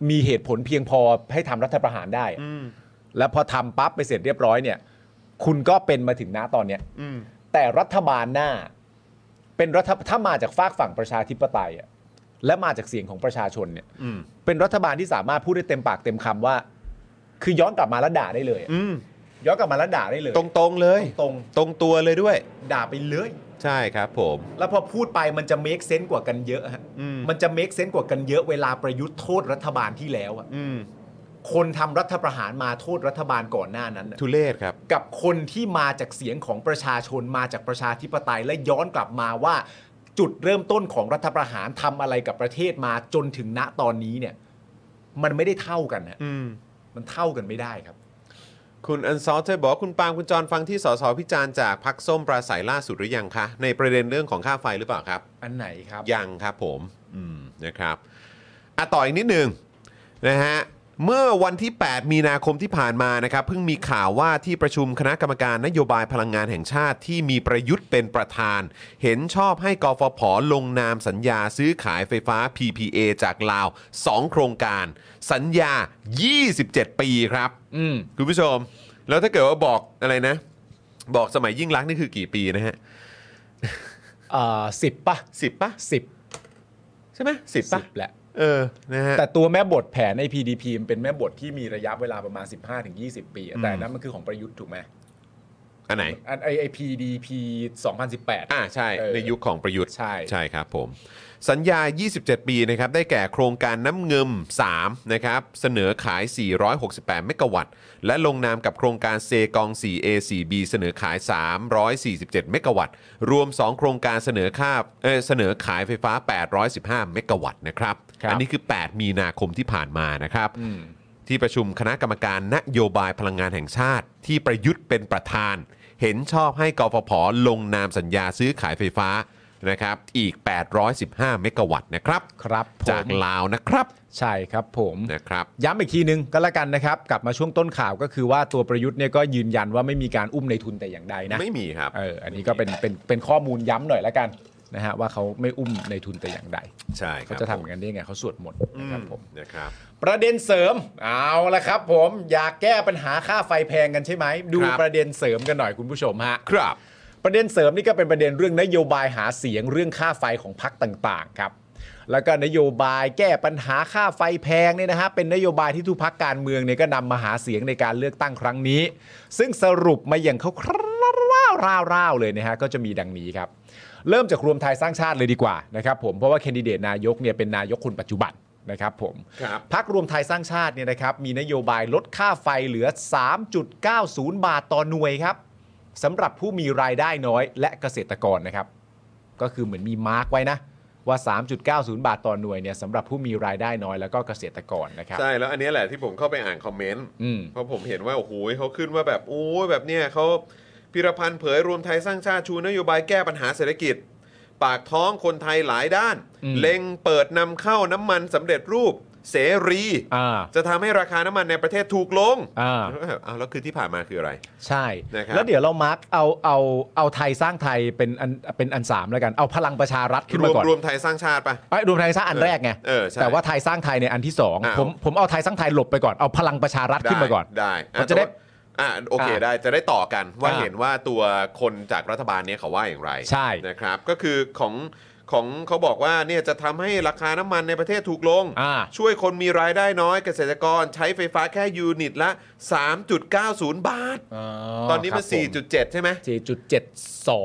มีเหตุผลเพียงพอให้ทำรัฐประหารได้อะ
อืม
แล้วพอทำปั๊บไปเสร็จเรียบร้อยเนี่ย คุณก็เป็นมาถึงณตอนเนี้ย
อืม
แต่รัฐบาลหน้า เป็นรัฐถ้ามาจากฝากฝั่งประชาธิปไตยอะและมาจากเสียงของประชาชนเนี่ย
อืม
เป็นรัฐบาลที่สามารถพูดได้เต็มปากเต็มคำว่า คือย้อนกลับมาแล้วด่าได้เลยอะ
อืม
ย้อนกลับมาแล้วด่าได้เลย
ตรงๆเลย
ตรง
ตรงตัวเลยด้วย
ๆด่าไปเลย
ใช่ครับผม
แล้วพอพูดไปมันจะ make sense กว่ากันเยอะฮะ
อืม
มันจะ make sense กว่ากันเยอะเวลาประยุทธ์โทษรัฐบาลที่แล้วอะ
อืม
คนทำรัฐประหารมาโทษรัฐบาลก่อนหน้านั้นอะ
ทุเลศครับ
กับคนที่มาจากเสียงของประชาชนมาจากประชาธิปไตยและย้อนกลับมาว่า จุดเริ่มต้นของรัฐประหารทำอะไรกับประเทศมาจนถึงณตอนนี้เนี่ย มันไม่ได้เท่ากันนะ
อืม
มันเท่ากันไม่ได้ครับ
คุณอันซอลเธอบอกว่าคุณปาล์มคุณจรฟังที่สสพิจารณ์จากพักส้มปราศัยล่าสุดหรือยังคะ ในประเด็นเรื่องของค่าไฟหรือเปล่าครับ
อันไหนครับ
ยังครับผมอืมนะครับอ่ะต่ออีกนิดหนึ่งนะฮะเมื่อวันที่ 8 มีนาคมที่ผ่านมานะครับเพิ่งมีข่าวว่าที่ประชุมคณะกรรมการนโยบายพลังงานแห่งชาติที่มีประยุทธ์เป็นประธาน เห็นชอบให้กฟผลงนามสัญญาซื้อขายไฟฟ้า PPA จากลาว 2 โครงการ สัญญา 27 ปีครับ
อืม
คุณผู้ชม แล้วถ้าเกิดว่าบอกอะไรนะ บอกสมัยยิ่งรักษณ์นี่คือกี่ปีนะฮะ
เอ่อสิบปะ
สิบปะ
สิบ
ใช่ไหมสิบปะ
แหละ
เออนะฮะ
แต่ตัวแม่บทแผนใน PDP มันเป็นแม่บทที่มีระยะเวลาประมาณ 15-20 ปีอะแต่
อืม
นั้นมันคือของประยุทธ์ถูกไหม
อันไหน
อันไอไอ PDP 2018
อ่าใช่
เออ
ในยุคของประยุทธ์
ใช่
ใช่ครับผม สัญญา 27 ปีนะครับได้แก่โครงการน้ำเงิม3นะครับเสนอขาย 468 เมกะวัตต์ และลงนามกับโครงการเซกอง 4A 4B เสนอขาย 347 เมกะวัตต์ รวม 2 โครงการเสนอค่าเออเสนอขายไฟฟ้า 815 เมกะวัตต์นะครับ
ครับ
อันี้คือ 8 มีนาคมที่ผ่านมานะครับ
อืม
ที่ประชุมคณะกรรมการนโยบายพลังงานแห่งชาติ ที่ประยุทธ์เป็นประธาน เห็นชอบให้กฟผลงนามสัญญาซื้อขายไฟฟ้านะครับอีก 815 เมกะวัตต์นะครับ
ครับผม
จากลาวนะครับ
ใช่ครับผม
นะครับ
ย้ำอีกทีนึงก็แล้วกันนะครับ กลับมาช่วงต้นข่าวก็คือว่าตัวประยุทธ์เนี่ยก็ยืนยันว่าไม่มีการอุ้มในทุนแต่อย่างใดนะ
ไม่มีครับ
เอออันนี้ก็เป็นเป็นเป็นข้อมูลย้ำหน่อยแล้วกันนะฮะว่าเขาไม่อุ้มในทุนแต่อย่างใด
ใช่ค
เขา
รับ
จะทำอย่างนั้นได้ยังไงเขาสวดมนต์
อื
นะครับผม
นะครับ
ประเด็นเสริมเอาละครับ ผมอยากแก้ปัญหาค่าไฟแพงกันใช่ไหมดู
ครับ
ประเด็นเสริมกันหน่อยคุณผู้ชมฮะ
ครับ
ประเด็นเสริมนี่ก็เป็นประเด็นเรื่องนโยบายหาเสียงเรื่องค่าไฟของพักต่างๆครับ แล้วก็นโยบายแก้ปัญหาค่าไฟแพงเนี่ยนะฮะเป็นนโยบายที่ทุกพักการเมืองเนี่ยก็นำมาหาเสียงในการเลือกตั้งครั้งนี้ ซึ่งสรุปมาอย่างเขาคร่าวๆเลยนะฮะก็จะมีดังนี้ครับ เริ่มจากรวมไทยสร้างชาติเลยดีกว่านะครับผมเพราะว่าแคนดิเดตนายกเนี่ยเป็นนายกคนปัจจุบันนะครับผม
ครับ
พักรวมไทยสร้างชาติเนี่ยนะครับมีนโยบายลดค่าไฟเหลือ 3.90 บาทต่อหน่วยครับสำหรับผู้มีรายได้น้อยและเกษตรกรนะครับ ก็คือเหมือนมีมาร์กไว้นะ ว่า 3.90 บาทต่อหน่วยเนี่ยสำหรับผู้มีรายได้น้อยแล้วก็เกษตรกรนะครับ
ใช่แล้วอันนี้แหละที่ผมเข้าไปอ่านคอมเมนต์
อืม
เพราะผมเห็นว่า โอ้โหเขาขึ้นว่าแบบโอ้ยแบบเนี้ยเขาพิรพันธ์เผยรวมไทยสร้างชาติชูนโยบายแก้ปัญหาเศรษฐกิจ ปากท้องคนไทยหลายด้าน
อืม
เล็งเปิดนำเข้าน้ำมันสำเร็จรูป เสรี
อ่า
จะทำให้ราคาน้ำมันในประเทศถูกลง
อ่า
เอาแล้วคือที่ผ่านมาคืออะไร
ใช่
นะครับ
แล้วเดี๋ยวเรามาร์กเอาเอาเอาไทยสร้างไทยเป็นอันเป็นอันสามแล้วกันเอาพลังประชารัฐขึ้น
ร
มาว
ม
ก่อน
รวมไทยสร้างชาติปะ
ไอ้ยรวมไทยสร้างอันแรกไง
เออใช่
แต่ว่าไทยสร้างไทยเนี่ยอันที่สอง
อ้าว
ผมผมเอาไทยสร้างไทยหลบไปก่อนเอาพลังประชารัฐขึ้นมาก่อน
ได้
มั
อ่
นจะ
แต่
ได้
ว่าอ่าโอเค
อ่า
ได้จะได้ต่อกันว่า
อ่า
เห็นว่าตัวคนจากรัฐบาลเนี้ยเขาว่าอย่างไร
ใช่
นะครับ ก็คือของของเขาบอกว่าเนี่ยจะทำให้ราคาน้ำมันในประเทศถูกลง
อ่า
ช่วยคนมีรายได้น้อยเกษตรกรใช้ไฟฟ้าแค่ยูนิตละ 3.90 บาท ตอนนี้มัน 4.7 ใช่ไหม
4.72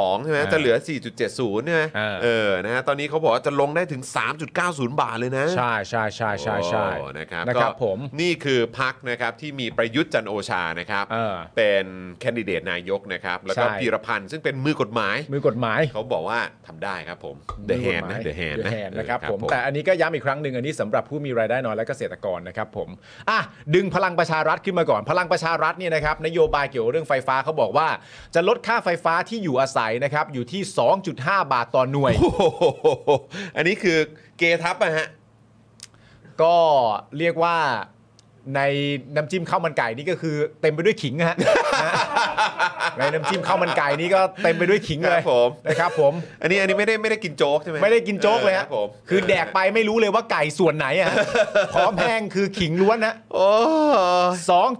2ใช่ไหม
อ่า
จะเหลือ 4.70 ใช่ไหม
อ่า
เออนะฮะตอนนี้เขาบอกว่าจะลงได้ถึง 3.90 บาทเลยนะ
ใช่ใช่ใช่ใช่ใช่
โอ้นะครับ
นะครับ
ก็
ผม
นี่คือพักนะครับที่มีประยุทธ์จันทร์โอชานะครับ
เออ
เป็นแคนดิเดตนายกนะครับ แล้วก็
ใช่
พีรพันธ์ซึ่งเป็นมือกฎหมาย
มือกฎหมาย
เขาบอกว่าทำได้ครับผม ผมเดอะแฮนนะเดอะแฮน
เด
นะ
อะแฮนนะครับ
เออ
ผมแต่อันนี้ก็ย้ำอีกครั้งหนึ่งอันนี้สำหรับผู้มีรายได้น้อยและเกษตรกรนะครับผมอ่ะดึงพลังประชารัฐขึ้นมาก่อน พลังประชารัฐเนี่ยนะครับนโยบายเกี่ยวกับเรื่องไฟฟ้าเขาบอกว่า จะลดค่าไฟฟ้าที่อยู่อาศัยนะครับอยู่ที่ 2.5 บาทต่อหน่วย
โอ้โหอันนี้คือเกทับอะฮะ
ก็เรียกว่าในน้ำจิ้มข้าวมันไก่นี่ก็คือเต็มไปด้วยขิงฮะ <laughs> ในน้ำจิ้มข้าวมันไก่นี่ก็เต็มไปด้วยขิงเล
ครั
ย
บผม
นะครับผม
อันนี้อันนี้ไม่ได้ไม่ได้กินโจ๊กใช่ไหม
ไม่ได้กินโจ๊กเลย
ออค
ฮะ
รับผม
คือแดกไปไม่รู้เลยว่าไก่ส่วนไหนอ่ะ พร้อมแห้งคือขิงล้วน <laughs> นะ
โอ้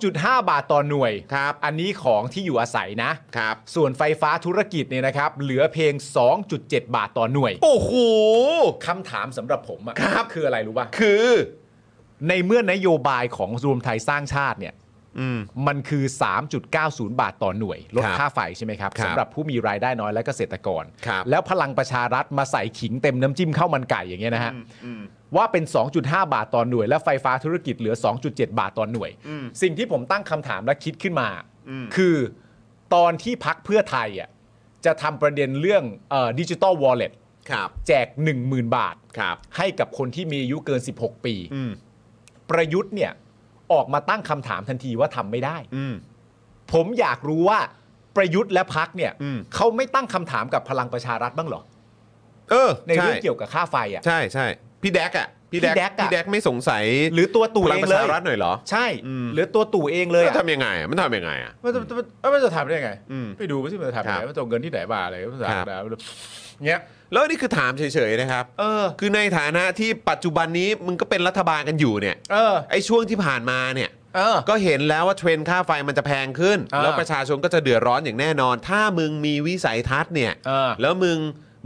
ย
2.5 บาทต่อหน่วย
ครับ
อันนี้ของที่อยู่อาศัยนะ
ครับ
ส่วนไฟฟ้าธุรกิจเนี่ยนะครับ เหลือเพียง 2.7 บาทต่อหน่วย
โอ้โห
คำถามสำหรับผมอะ
ครับ
คืออะไรรู้ป่ะ
คือ
ในเมื่อนโยบายของรวมไทยสร้างชาติเนี่ย
อืม
มันคือ 3.90 บาทต่อหน่วย ลด
ครับ
ค่าไฟใช่ไหมครับ
ครับ
สำหรับผู้มีรายได้น้อยและเกษตรกร
ครับ
แล้วพลังประชารัฐมาใส่ขิงเต็มน้ำจิ้มข้าวมันไก่อย่างเงี้ยนะฮะ
อืม
ว่าเป็น 2.5 บาทต่อหน่วย และไฟฟ้าธุรกิจเหลือ 2.7 บาทต่อหน่วย
อืม
สิ่งที่ผมตั้งคำถามและคิดขึ้นมา
อืม
คือตอนที่พักเพื่อไทยอ่ะจะทำประเด็นเรื่องดิจิตอลวอลเล็ต
ครับ
แจก 10,000 บาท
ครับ
ให้กับคนที่มีอายุเกิน 16 ปี
อืม
ประยุทธ์เนี่ยออกมาตั้งคำถามทันทีว่าทำไม่ได้
อืม
ผมอยากรู้ว่าประยุทธ์และพักเนี่ย
อืม
เขาไม่ตั้งคำถามกับพลังประชารัฐบ้างเหรอ
เออ
ในเรื่อง
ช่
เกี่ยวกับค่าไฟอ่ะ
ใช่ใช่พี่แดกอะพี่แดก
พี่แดกอะ
พี่แดกไม่สงสัย
หรือตัวตู่
พลั
เอง
ประ
เล
ชาย รัฐหน่อยเหรอ
ใช่
อืม
หรือตัวตู่เองเลย
มัน
อะ
ทำยังไงอะมันทำยังไงอะ
มันจะมันจะมันจะทำได้ยังไง
อืม
ไปดูว่าที่มันจะทำยัง
ค
ไง
รับ
มันจะเอาเงินที่ไหนมาอะไรภาษา
ครับ
แบบเงี้ย
แล้วนี่คือถามเฉยๆนะครับ
เออ
คือในฐานะที่ปัจจุบันนี้มึงก็เป็นรัฐบาลกันอยู่เนี่ย
เออ
ไอ้ช่วงที่ผ่านมาเนี่ย
เออ
ก็เห็นแล้วว่าเทรนด์ค่าไฟมันจะแพงขึ้น
อ่า
แล้วประชาชนก็จะเดือดร้อนอย่างแน่นอน ถ้ามึงมีวิสัยทัศน์เนี่ย
อ่า
แล้วมึง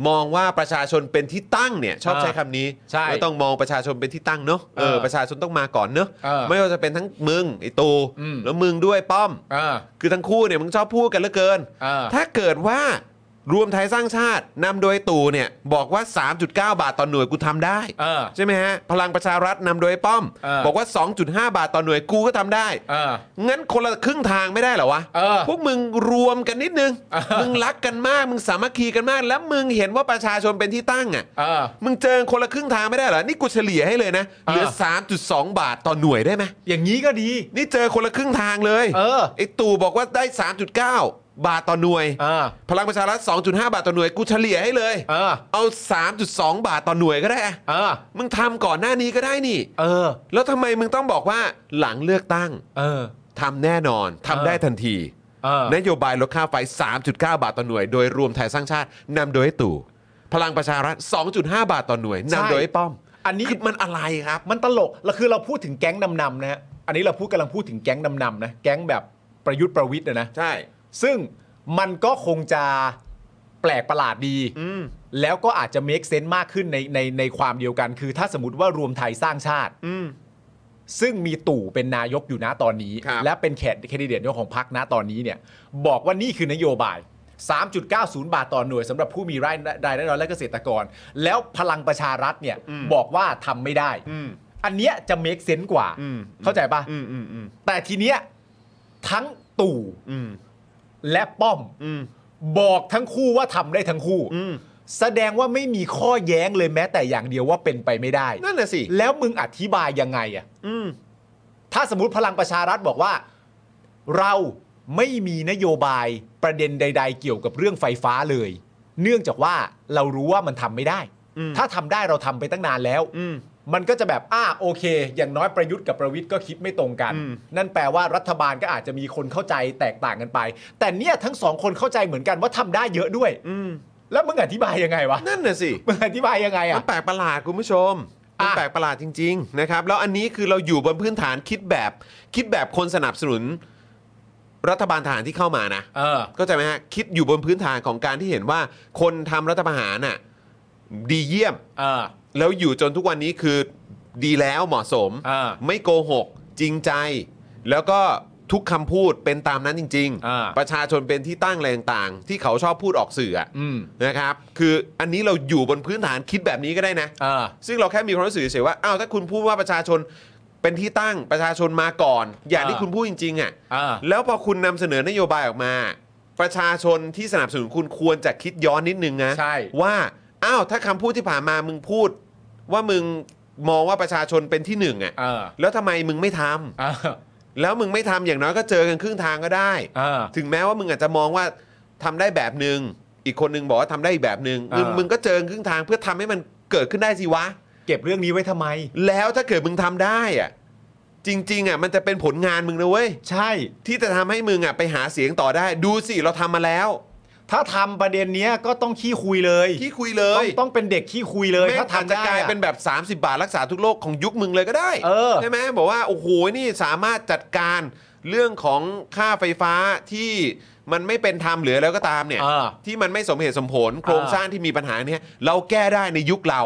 มองว่าประชาชนเป็นที่ตั้งเนี่ยชอบ
อ่า
ใช้คำนี้
ใช่
แล้วต้องมองประชาชนเป็นที่ตั้งเนอะเออ
เออ
ประชาชนต้องมาก่อนเนอะ
เออ
ไม่ว่าจะเป็นทั้งมึงไอ้ตู
อืม
แล้วมึงด้วยป้อม
เออ
คือทั้งคู่เนี่ยมึงชอบพูดกันเหลือเกิน
เออ
ถ้าเกิดว่ารวมไทยสร้างชาตินำโดยตู่เนี่ยบอกว่า 3.9 บาทต่อหน่วยกูทำได้
เออ
ใช่ไหมฮะ พลังประชารัฐนำโดยป้อม
เออ
บอกว่า 2.5 บาทต่อหน่วยกูก็ทำได้
เออ
งั้นคนละครึ่งทางไม่ได้เหรอวะ
เออ
พวกมึงรวมกันนิดนึง
เออ
มึงรักกันมาก มึงสามัคคีกันมาก แล้วมึงเห็นว่าประชาชนเป็นที่ตั้งอ่ะ
เออ
มึงเจอคนละครึ่งทางไม่ได้เหรอ นี่กูเฉลี่ยให้เลยนะ
เออ
เหลือ 3.2 บาทต่อหน่วยได้ไหม
อย่างนี้ก็ดี
นี่เจอคนละครึ่งทางเลย
เออ
ไอ้ตู่บอกว่าได้ 3.9 บาทต่อหน่วย
เออ
พลังประชารัฐ 2.5 บาทต่อหน่วย กูเฉลี่ยให้เลย
เออ
เอา 3.2 บาทต่อหน่วยก็ได้อะ
เออ
มึงทำก่อนหน้านี้ก็ได้นี่
เออ
แล้วทำไมมึงต้องบอกว่าหลังเลือกตั้ง
เออ
ทำแน่นอนทำได้ทันที
เออ
นโยบายลดค่าไฟ 3.9 บาทต่อหน่วย โดยรวมไทยสร้างชาตินำโดยไอ้ตู่พลังประชารัฐ 2.5 บาทต่อหน่วยนำโดยไอ้ป้อม
อันนี้
คือมันอะไรครับ
มันตลกแล้วคือเราพูดถึงแก๊งนำๆนะฮะ อันนี้เราพูดกำลังพูดถึงแก๊งนำๆนะ แก๊งแบบประยุทธ์ประวิทย์นะนะ
ใช่
ซึ่งมันก็คงจะแปลกประหลาดดี
อืม
แล้วก็อาจจะ make sense มากขึ้นในในในความเดียวกัน คือถ้าสมมติว่ารวมไทยสร้างชาติ
อืม
ซึ่งมีตู่เป็นนายกอยู่นะตอนนี้
ครับ
และเป็นแคนดิเดตนายกของพรรคนะตอนนี้เนี่ย บอกว่านี่คือนโยบาย 3.90 บาทต่อหน่วยสำหรับผู้มีรายได้น้อยและเกษตรกร แล้วพลังประชารัฐเนี่ย
อืม
บอกว่าทำไม่ได้
อืม
อันเนี้ยจะ make sense กว่า
อืม
เข้าใจปะ
อืมอืมอืม
แต่ทีเนี้ยทั้งตู่
อืม
และป้อม
อืม
บอกทั้งคู่ว่าทำได้ทั้งคู่
อืม
แสดงว่าไม่มีข้อแย้งเลยแม้แต่อย่างเดียวว่าเป็นไปไม่ได้
นั่นน่ะสิ
แล้วมึงอธิบายยังไงอะ
อืม
ถ้าสมมติพลังประชารัฐบอกว่า เราไม่มีนโยบายประเด็นใด ๆ เกี่ยวกับเรื่องไฟฟ้าเลย เนื่องจากว่าเรารู้ว่ามันทำไม่ได้
อืม
ถ้าทำได้เราทำไปตั้งนานแล้ว
อืม
มันก็จะแบบอ่าโอเค อย่างน้อยประยุทธ์กับประวิทย์ก็คิดไม่ตรงกัน
อืม
นั่นแปลว่ารัฐบาลก็อาจจะมีคนเข้าใจแตกต่างกันไป แต่เนี่ยทั้งสองคนเข้าใจเหมือนกันว่าทำได้เยอะด้วย
อืม
แล้วมึงอธิบายยังไงวะ
นั่นน่ะสิ
มึงอธิบายยังไง
มั
อ่ะ
นแปลกประหลาดคุณผู้ชม
อ่ะ
มันแปลกประหลาดจริง ๆ นะครับ แล้วอันนี้คือเราอยู่บนพื้นฐานคิดแบบ คิดแบบคนสนับสนุน รัฐบาลทหารที่เข้ามานะ
เออ
ก็จะไหมฮะคิดอยู่บนพื้นฐานของการที่เห็นว่า คนทำรัฐประหารน่ะดีเยี่ยม
เออ
แล้วอยู่จนทุกวันนี้คือดีแล้วเหมาะสม
อ่า
ไม่โกหก จริงใจ แล้วก็ทุกคำพูดเป็นตามนั้นจริง
อ่า
ๆ ประชาชนเป็นที่ตั้งอะไรต่างๆที่เขาชอบพูดออกสื่ออะ
อืม
นะครับ คืออันนี้เราอยู่บนพื้นฐานคิดแบบนี้ก็ได้นะ
เออ
ซึ่งเราแค่มีความรู้สึกเฉยๆว่า อ้าว ถ้าคุณพูดว่าประชาชนเป็นที่ตั้งประชาชนมาก่อน อย่าง
อ่า
ที่คุณพูดจริงๆอ่ะ
เออ
แล้วพอคุณนำเสนอนโยบายออกมา ประชาชนที่สนับสนุนคุณควรจะคิดย้อนนิดนึงนะ
ใช่
ว่า อ้าวถ้าคำพูดที่ผ่านมามึงพูด ว่ามึงมองว่าประชาชนเป็นที่หนึ่งอ่ะ
เออ
แล้วทำไมมึงไม่ทำ
เออ
แล้วมึงไม่ทำอย่างน้อยก็เจอกันครึ่งทางก็ได้
เออ
ถึงแม้ว่ามึงอาจจะมองว่าทำได้แบบหนึ่งอีกคนนึงบอกว่าทำได้อีกแบบหนึ่งมึง
อ่ามึ
มึงก็เจอกันครึ่งทางเพื่อทำให้มันเกิดขึ้นได้สิวะ
เก็บเรื่องนี้ไว้ทำไม
แล้วถ้าเกิดมึงทำได้อ่ะจริง ๆอ่ะมันจะเป็นผลงานมึงนะเว้ย
ใช่
ที่จะทำให้มึงอ่ะไปหาเสียงต่อได้ ดูสิเราทำมาแล้ว
ถ้าทำประเด็นเนี้ยก็ต้องขี้คุยเลย
ที่คุยเล
ต้อง
ย
ต้องเป็นเด็กขี้คุยเลย
แม่ง
ถ้า
อาจ
ทำ
จะ
ได้
กลาย
อะ
เป็นแบบ 30 บาทรักษาทุกโรคของยุคมึงเลยก็ได้
เออ
ใช่ไหมบอกว่า โอ้โห นี่สามารถจัดการเรื่องของค่าไฟฟ้าที่มันไม่เป็นธรรมหรือแล้วก็ตามเนี่ย
เออ
ที่มันไม่สมเหตุสมผล โครง
อ่า
สร้างที่มีปัญหาเนี่ยเราแก้ได้ในยุคเรา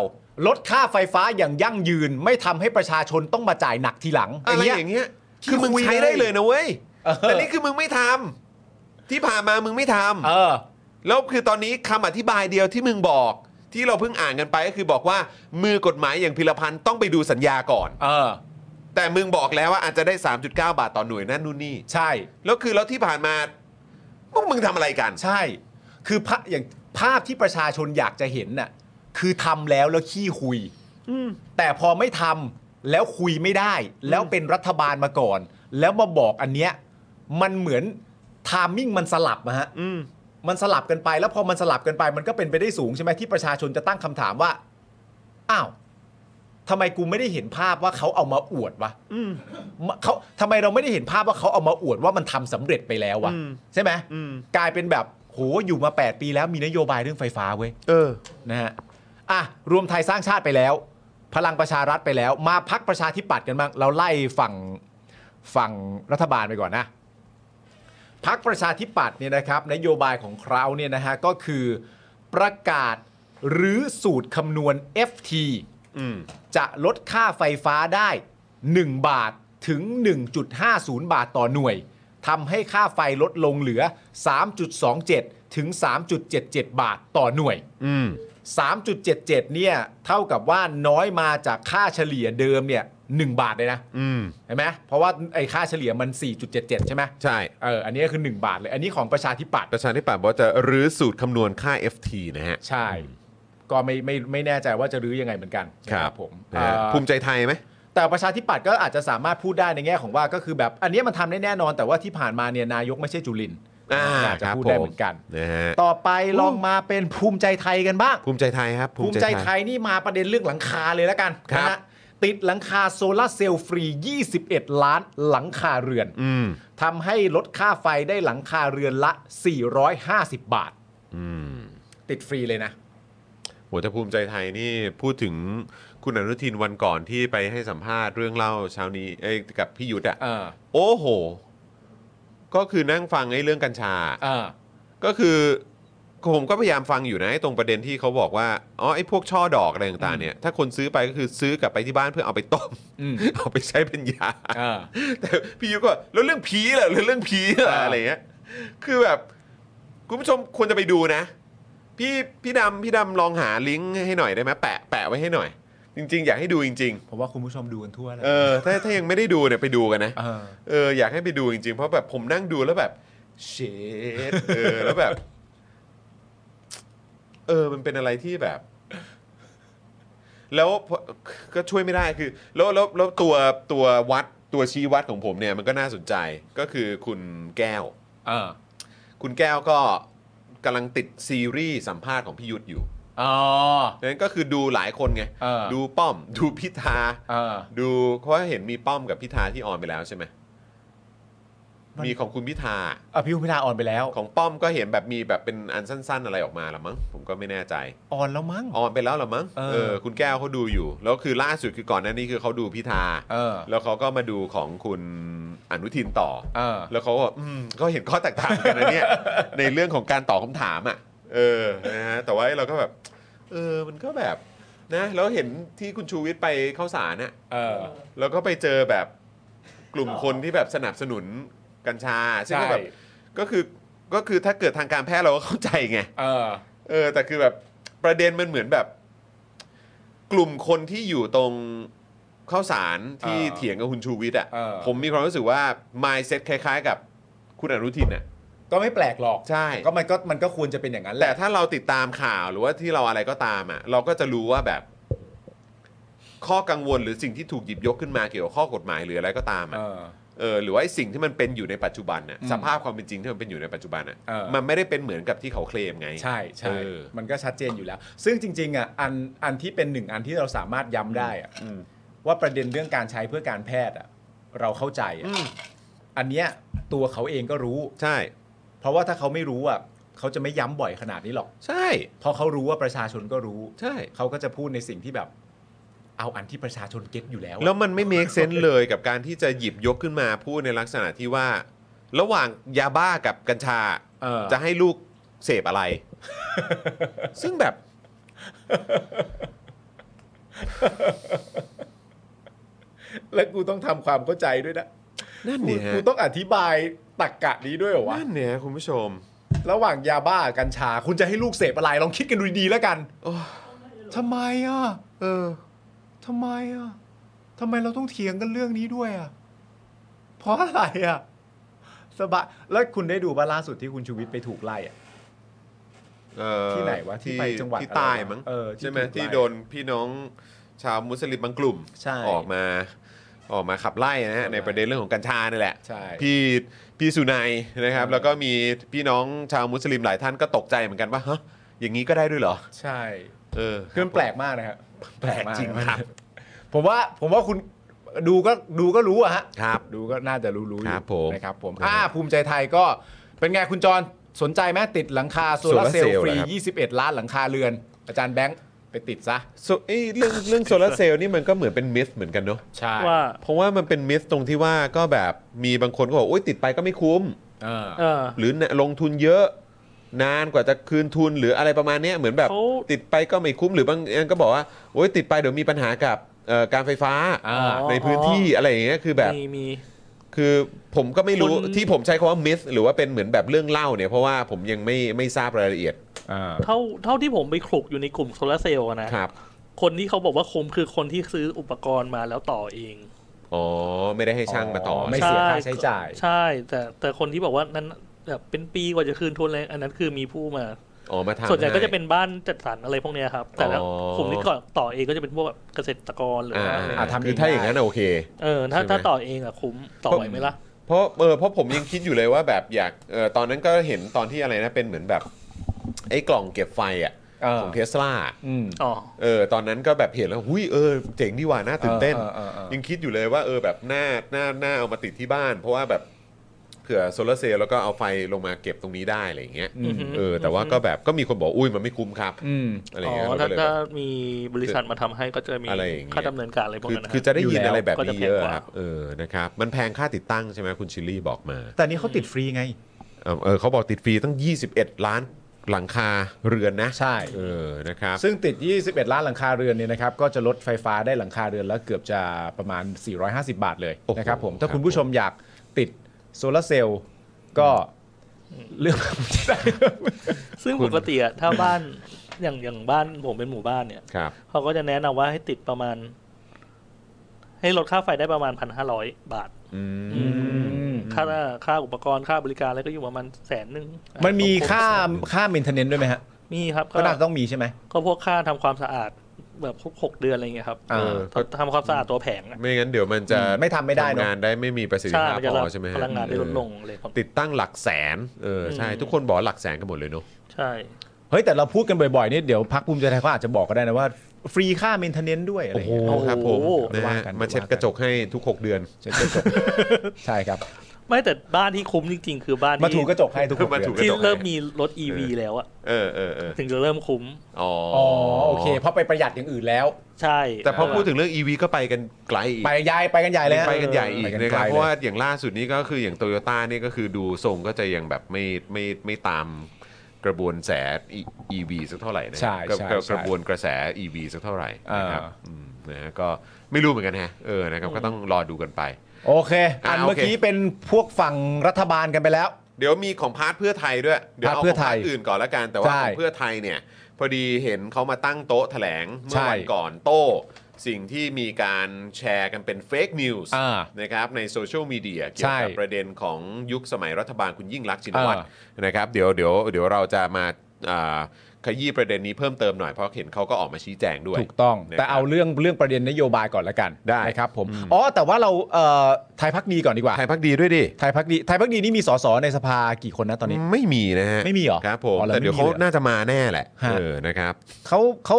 ลดค่าไฟฟ้าอย่างยั่งยืน ไม่ทำให้ประชาชนต้องมาจ่ายหนักทีหลัง
อะไร
เงี้ย
อย่างเงี้ย
ที่
คือมึง
คุย
ใช้ได้
เลย
เลยนะเว้ย
เออ
แต่นี่คือมึงไม่ทำที่ผ่านมามึงไม่ทำ
เออ
แล้วคือตอนนี้คำอธิบายเดียวที่มึงบอกที่เราเพิ่งอ่านกันไปก็คือบอกว่ามือกฎหมายอย่างพิรพันธ์ต้องไปดูสัญญาก่อน
เออ
แต่มึงบอกแล้วว่าอาจจะได้ 3.9 บาทต่อหน่วยนั่นนู่นนี่
ใช่
แล้วคือแล้วที่ผ่านมาพวกมึงทำอะไรกัน
ใช่ คือภาพอย่างภาพที่ประชาชนอยากจะเห็นน่ะ คือทำแล้วแล้วขี้คุย แต่พอไม่ทำแล้วคุยไม่ได้ แล้วเป็นรัฐบาลมาก่อน แล้วมาบอกอันเนี้ย มันเหมือนทามมิ่งมันสลับนะฮะ มันสลับกันไป แล้วพอมันสลับกันไป มันก็เป็นไปได้สูงใช่ไหมที่ประชาชนจะตั้งคำถามว่า อ้าวทำไมกูไม่ได้เห็นภาพว่าเขาเอามาอวดวะมะเขาทำไมเราไม่ได้เห็นภาพว่าเขาเอามาอวดว่ามันทำสำเร็จไปแล้ววะใช่ไหมกลายเป็นแบบโหอยู่มา 8 ปีแล้วมีนโยบายเรื่องไฟฟ้าเว้ย
เออ
นะฮะอ่ะรวมไทยสร้างชาติไปแล้ว พลังประชารัฐไปแล้ว มาพักประชาธิปัตย์กันบ้างเราไล่ฝั่งฝั่งรัฐบาลไปก่อนนะ พักประชาธิปัตย์เนี่ยนะครับนโยบายของเขาเนี่ยนะฮะก็คือประกาศหรือสูตรคำนวณ FT
อืม
จะลดค่าไฟฟ้าได้ 1 บาทถึง 1.50 บาทต่อหน่วยทำให้ค่าไฟลดลงเหลือ 3.27 ถึง 3.77 บาทต่อหน่วย
อืม
3.77 เนี่ยเท่ากับว่าน้อยมาจากค่าเฉลี่ยเดิมเนี่ย1บาทเลยนะ
อืม
เห็นไหมเพราะว่าไอ้ค่าเฉลี่ยมัน 4.77 ใช่ไหม
ใช่
เออ อันนี้ก็คือ 1 บาทเลย อันนี้ของประชาธิปัตย์
ประชาธิปัตย์บอกว่าจะรื้อสูตรคำนวณค่า FT นะฮะ
ใช่ ก็ไม่ไม่ไม่แน่ใจว่าจะรื้อยังไงเหมือนกันนะครับผม
นะฮะ
เอ่อ
ภูมิใจไทยไหม
แต่ประชาธิปัตย์ก็อาจจะสามารถพูดได้ในแง่ของว่าก็คือแบบ อันนี้มันทำได้แน่นอน แต่ว่าที่ผ่านมาเนี่ยนายกไม่ใช่จุลินทร์
อ่า
อาจ
ค
จะ
รับ
พูด
ผ
ได้
ม
เหมือนกัน
นะฮะ
ต่อไปลองมาเป็นภูมิใจไทยกันบ้าง
ภูมิใจไทยครับ
ภูมิใจไทยนี่มาประเด็นเรื่องหลังคาเลยแล้วกันนะฮะติดหลังคาโซลาร์เซลล์ฟรี 21 ล้านหลังคาเรือน
อืม
ทำให้ลดค่าไฟได้หลังคาเรือนละ 450 บาท
อืม
ติดฟรีเลยนะ
โหจะภูมิใจไทยนี่พูดถึงคุณอนุทินวันก่อนที่ไปให้สัมภาษณ์เรื่องเล่าเช้านี้เอ้ยกับพี่ยุทธอ่ะ
เออ
โอ้โห ก็คือนั่งฟังไอ้เรื่องกัญชา
เออ
ก็คือผมก็พยายามฟังอยู่นะไอ้ตรงประเด็นที่เขาบอกว่า อ๋อ ไอ้พวกช่อดอกอะไรต่างๆเนี่ย ถ้าคนซื้อไปก็คือซื้อกลับไปที่บ้านเพื่อเอาไปต้ม <laughs>
อืม
เอาไปใช้เป็นยา
เออ
แต่ <laughs> พี่ยุทธก็บอกแล้วเรื่องผีเหรอแล้วเรื่องผีเหรอ
อ่า
อะไรเงี้ย คือแบบ คุณผู้ชมควรจะไปดูนะ พี่พี่ดำพี่ดำลองหาลิงก์ให้หน่อยได้ไหมแปะแปะไว้ให้หน่อย จริง ๆ อยากให้ดูจริง
ผมว่าคุณผู้ชมดูกันทั่วแล้ว
ๆ เออ ถ้าถ้ายังไม่ได้ดูเนี่ยไปดูกันนะ
เออ
เอออยากให้ไปดูจริงๆ เพราะแบบผมนั่งดูแล้วแบบเชดเออแล้วแบบ เออมันเป็นอะไรที่แบบ แล้วพอก็ช่วยไม่ได้คือแล้วแล้วแล้วตัวตัววัดตัวชี้วัดของผมเนี่ยมันก็น่าสนใจก็คือคุณแก้ว
เออ
คุณแก้วก็กำลังติดซีรีส์สัมภาษณ์ของพี่ยุทธอยู่
อ๋อ
ดังนั้นก็คือดูหลายคนไง
เออ
ดูป้อม ดูพิธา
เออ
ดูเพราะว่าเห็นมีป้อมกับพิธาที่ออนไปแล้วใช่ไหม
มัน
มีของคุณพิธา
อ่ะพี่พิธาออนไปแล้ว
ของป้อมก็เห็นแบบมีแบบเป็นอันสั้น ๆ อะไรออกมาละมั้งผมก็ไม่แน่ใจ
ออนแล้วมั้ง
ออนไปแล้วละมั้ง
เออ
คุณแก้วเขาดูอยู่ แล้วคือล่าสุดคือก่อนหน้านี้คือเขาดูพิธา
เออ
แล้วเขาก็มาดูของคุณอนุทินต่อ
เออ
แล้วเขาก็อืมก็เห็นข้อแตกต่างกันนะเนี่ย
<laughs>
ในเรื่องของการตอบคำถามอ่ะ เออนะฮะแต่ว่าเราก็แบบ เออมันก็แบบนะแล้วเห็นที่คุณชูวิทย์ไปเข้าสารน่ะ
เออ
แล้วก็ไปเจอแบบกลุ่มคนที่แบบสนับสนุนกัญชาซึ่ง
ใช่
ก็แบบก็คือก็คือถ้าเกิดทางการแพทย์เราก็เข้าใจไง
เออ
เออแต่คือแบบประเด็นมันเหมือนแบบ กลุ่มคนที่อยู่ตรงข้าวสารที่
เออ
เถียงกับคุณชูวิทย์อ่ะ
เออ
ผมมีความรู้สึกว่า mindset คล้าย ๆ กับคุณอนุทินอ่ะ
ก็ไม่แปลกหรอก
ใช่
ก็มันก็มันก็ควรจะเป็นอย่างนั้นแห
แต่
ละ
ถ้าเราติดตามข่าวหรือว่าที่เราอะไรก็ตามอ่ะเราก็จะรู้ว่าแบบ ข้อกังวลหรือสิ่งที่ถูกหยิบยกขึ้นมาเกี่ยวกับข้อกฎหมายหรืออะไรก็ตาม
เอ
อ่ะ
อ
เออหรือว่าไอ้สิ่งที่มันเป็นอยู่ในปัจจุบันน่ะ
อืม
สภาพความเป็นจริงที่มันเป็นอยู่ในปัจจุบันน่ะ
เออ
มันไม่ได้เป็นเหมือนกับที่เขาเคลมไง
ใช่ใช่
เออ
มันก็ชัดเจนอยู่แล้ว ซึ่งจริง ๆอ่ะอันอันที่เป็นหนึ่งอันที่เราสามารถย้ำได้อ่ะว่าประเด็นเรื่องการใช้เพื่อการแพทย์อ่ะเราเข้าใจอ่ะ
อืม
อันเนี้ยตัวเขาเองก็รู้
ใช่
เพราะว่าถ้าเขาไม่รู้อ่ะเขาจะไม่ย้ำบ่อยขนาดนี้หรอก
ใช่
เพราะเขารู้ว่าประชาชนก็รู้
ใช่
เขาก็จะพูดในสิ่งที่แบบ เอาอันที่ประชาชนเก็ตอยู่แล้วอะ
แล้วมันไม่
<laughs>
make sense เลยกับการที่จะหยิบยกขึ้นมาพูดในลักษณะที่ว่า ระหว่างยาบ้ากับกัญชา
เออ
จะให้ลูกเสพอะไร ซึ่งแบบ
แล้วกูต้องทำความเข้าใจด้วยนะ
นั่น
กู
เนี่ยฮะ
กูต้องอธิบายตรกกะนี้ด้วยเหรอวะ
นั่นเนี่ยคุณผู้ชม
ระหว่างยาบ้ากับกัญชา คุณจะให้ลูกเสพอะไรลองคิดกันดูดีๆแล้วกัน
โอ้
ทำไมอ่ะเออทำไมอ่ะทำไมเราต้องเถียงกันเรื่องนี้ด้วยอ่ะเพราะอะไรอ่ะสบายแล้วคุณได้ดูบ้าล่าสุดที่คุณชูวิทย์ไปถูกไล่อ่ะ
เอ่อ
ที่ไหนวะที่ไปจังหวัด
ที่ใต้มั้ง
เออที่
ใช่ไหม
ถูกไล่
ที่โดนพี่น้องชาวมุสลิมบางกลุ่ม
ใช่
ออกมา ออกมาขับไล่นะ
ขั
ฮะ
บไล่
ในประเด็นเรื่องของกัญชานี่แหละ
ใช่
พี่พี่สุนัยนะครับ
เออ
แล้วก็มีพี่น้องชาวมุสลิมหลายท่านก็ตกใจเหมือนกันว่าฮะอย่างนี้ก็ได้ด้วยเหรอ
ใช่
เออ
คือมันแปลกมากนะครับ
แปลกจริงครับ
ผมว่าผมว่าคุณดูก็ดูก็รู้อะฮะ
ครับ
ดูก็น่าจะรู้รู้อยู่
ครับผม
นะครับผม
ครับ
อ่าภูมิใจไทยก็เป็นไงคุณจรสนใจไหมติดหลังคาโซลาร์เซลล์ฟ
โซลาร์เซล
รี
ล์เหรอครับ
21 ล้านหลังคาเรือน อาจารย์แบงค์ไปติดซะ
so, เอ้ยเรื่องเรื่องโซลาเซลล์นี่มันก็เหมือนเป็นมิสเหมือนกันเนาะ
ใช่
ว่า
เพราะว่ามันเป็นมิสตรงที่ว่าก็แบบมีบางคนก็บอกโอ๊ยติดไปก็ไม่คุ้ม
เออ
เออ
หรือลงทุนเยอะนานกว่าจะคืนทุนหรืออะไรประมาณเนี้ยเหมือนแบบ
เขา
ติดไปก็ไม่คุ้มหรือบางอันก็บอกว่าโอ๊ยติดไปเดี๋ยวมีปัญหากับเอ่อการไฟฟ้า
อ่า
ในพื้นที่อะไรอย่างเงี้ยคือแบบ
มีมี
คือผมก็ไม่รู้
คน
ที่ผมใช้คำว่ามิสหรือว่าเป็นเหมือนแบบเรื่องเล่าเนี่ยเพราะว่าผมยังไม่ไม่ทราบรายละเอียด
เออ
เท่าเท่าที่ผมไปคลุกอยู่ในกลุ่มโซลาร์เซลล์อะนะ
ครับ
คนที่เขาบอกว่าคุ้มคือคนที่ซื้ออุปกรณ์มาแล้วต่อเอง
อ๋อไม่ได้ให้ช่างมาต่อ
ไม่
ใช่
เสียค่าใช้จ่าย
ใช่ แต่แต่คนที่บอกว่านั้นแบบเป็นปีกว่าจะคืนทุนเลยอันนั้นคือมีผู้มา
อ๋อมาทำ
ส่วนใหญ่ก็จะ
ห้
เป็นบ้านจัดสรรอะไรพวกเนี้ยครับ แต่ละ
อ๋อ
กลุ่มที่ก่อนต่อเองก็จะเป็นพวกแบบเกษตรกรหรือ
อ่า
ว่าอะไร
อ่า
ทำเอง
คือถ้า
ได้
อย่างนั้นอะโอเค
เออถ้า
ใช่ไหม
ถ้าต่อเองอะคุ้มต่อไหวไหมล่ะ
เพราะเออเพราะผมยังคิดอยู่เลยว่าแบบอยากเออตอนนั้นก็เห็นตอนที่อะไรนะเป็นเหมือนแบบไอ้กล่องเก็บไฟอ่ะ
เออ
ของเทสลา
อืม
อ๋อ
เออตอนนั้นก็แบบเห็นแล้วหุยเออเจ๋งดีว่าน่าตื่นเต้น
เออเออเออเออ
ยังคิดอยู่เลยว่าเออแบบหน้าหน้าหน้าเอามาติดที่บ้าน เพราะว่าแบบเผื่อโซลาร์เซลล์แล้วก็เอาไฟลงมาเก็บตรงนี้ได้อะไรอย่างเงี้ย
อืม
เออแต่ว่าก็แบบก็มีคนบอกอุ้ยมันไม่คุ้มครับ
อืม
อะไรอ
อ๋
ย่าง
อ
เงี้ยเรา
ถ้า
ก็เลยแบ
ถ้า
บ
มีบริษัทมาทำให้ก็จะมี
อะไรอย่างเงี้ย
ค่าดำเนินการอะไรพวก
คือ
นั้นนะ
คือจะได้ยิน
อยู่แล้ว
อะไรแบบ
ก็จะ
นี้
แพ
เย
งก
อะ
ว่า
ครับเออนะครับมันแพงค่าติดตั้งใช่ไหมคุณชิลลี่บอกมา
แต่นี้เขาติดฟรีไง
เอ่อเออเขาบอกติดฟรีตั้ง 21 ล้านหลังคาเรือนนะ
ใช่
เออนะครับ
ซึ่งติด 21 ล้านหลังคาเรือนเนี่ยนะครับ ก็จะลดไฟฟ้าได้หลังคาเรือนแล้วเกือบจะประมาณ 450 บาทเลยนะครับผม ถ้าคุณผู้ชมอยากติดโซลาร์เซลล์ก็เลือก <laughs>
ซึ่งปกติอะถ้าบ้าน <coughs> อย่างอย่างบ้านผมเป็นหมู่บ้านเนี่ย
ครับ
เขาก็จะแนะนำว่าให้ติดประมาณ ให้ลดค่าไฟได้ประมาณพันห้าร้อยบาท
อืม
ค่าค่าอุปกรณ์ค่าบริการอะไรก็อยู่ประมาณแสนหนึ่ง
มันมีค่าค่าเมนเทนเนนด้วยไหมฮะ
มีครับ
ก็
ก็
น่าจะต้องมีใช่ไหม
ก็พวกค่าทำความสะอาดแบบทุกหกเดือนอะไรเงี้ยครับ
อ่า
ทำทำความสะอาดตัวแผงอะ
ไม่งั้นเดี๋ยวมันจะ
อืมไม่ทำไม่ได้เนอะ
ทำงานได้ไม่มีประสิทธิ
ใช่
ภาพ
มันจะ
พ
รับ
อใช่ไหมฮะ
พลังงานได้ลดลง
เอ
เลยครับ
อติดตั้งหลักแสนเออใช่
อืม
ทุกคนบอกหลักแสนกันหมดเลยเนอะ
ใช่
เฮ้ย แต่เราพูดกันบ่อยๆนี่เดี๋ยวพักภูมิใจไทยเขาอาจจะบอกก็ได้นะว่า ฟรีค่าเมนเทนเนนด้วยอะไรอย่างเงี้ย
ครับผมนะ
ว่า
ฮะ
กัน
มาเช็ด
ว่ากัน
กระจกให้ทุก 6 เดือน
ใช่จบใช่ครับ
ไม่แต่บ้านที่คุ้มจริง ๆ คือบ้านที่
มาถูกกระจกให้ทุกคน
มาถูกกระ
ที่
จก
เริ่มมีรถ EV แล้วอะ
เออเออเออ
ถึงจะเริ่มคุ้ม
อ๋อ
อ๋อโอเคเพราะไปประหยัดอย่างอื่นแล้ว
ใช่
แต่พอพูดถึงเรื่อง EV ก็ไปกันไกลอีก
ไปย้ายไปกันใหญ่เลยฮะ
ไปกันใหญ่อีก
ไป
นะค
ไล
รับ
ลย
เพราะว่าอย่างล่าสุดนี้ก็คืออย่างโตโยต้านี่ก็คือดูทรงก็จะยังแบบไม่ไม่ไม่ตามกระบวนแส EV สักเท่าไหร่นะ
ใช่
กระ
ใช่ใช่
กระบวนกระแส EV สักเท่าไหร่นะครับมนะฮะก็ไม่รู้เหมือนกันฮะเออนะครับก็ต้องรอดูกันไป
โอเค อัน
อ่า
เมื่อ
โอเค
กี้เป็นพวกฝั่งรัฐบาลกันไปแล้ว
เดี๋ยวมีของพาร์ทเพื่อไทยด้วย เดี๋ยวเอา
พาร์ทเพื่
ขอ
อง ไท
พาย ร์ทอื่นก่อนละกัน แต่ว่า
ใช่
ของเพื่อไทยเนี่ย พอดีเห็นเขามาตั้งโต๊ะแถลงเมื่อ
ใช่
วันก่อนโต้ สิ่งที่มีการแชร์กันเป็นเฟกนิวส์
อ่า
นะครับในโซเชียลมีเดียเกี่ย
ใช่
วกับประเด็นของยุคสมัยรัฐบาลคุณยิ่งรักษณ์ชินวัตร
อ่
นะครับเดี๋ยวเดี๋ยวเดี๋ยวเราจะมาอ่าขยี้ประเด็นนี้เพิ่มเติมหน่อยเพราะเห็นเขาก็ออกมาชี้แจงด้วย
ถูกต้อง
นะครับ
แต่เอาเรื่องเรื่องประเด็นนโยบายก่อนละกัน
ได้
นะครับผมอ๋อแต่ว่าเราเอ่อไทยพักดีก่อนดีกว่า
ไทยพักดีด้วยดิ
ไทยพักดีไทยพักดีนี่มีสสในสภากี่คนนะตอนนี้
ไม่มีนะฮะ
ไม่มีเหรอ
ครับผม
อ๋อหรอ
แต่เดี๋ยวเขา
ไม่มีเลยเหรอ
น่าจะมาแน่แหละ
ฮะ
เออนะครับ
เขาเขา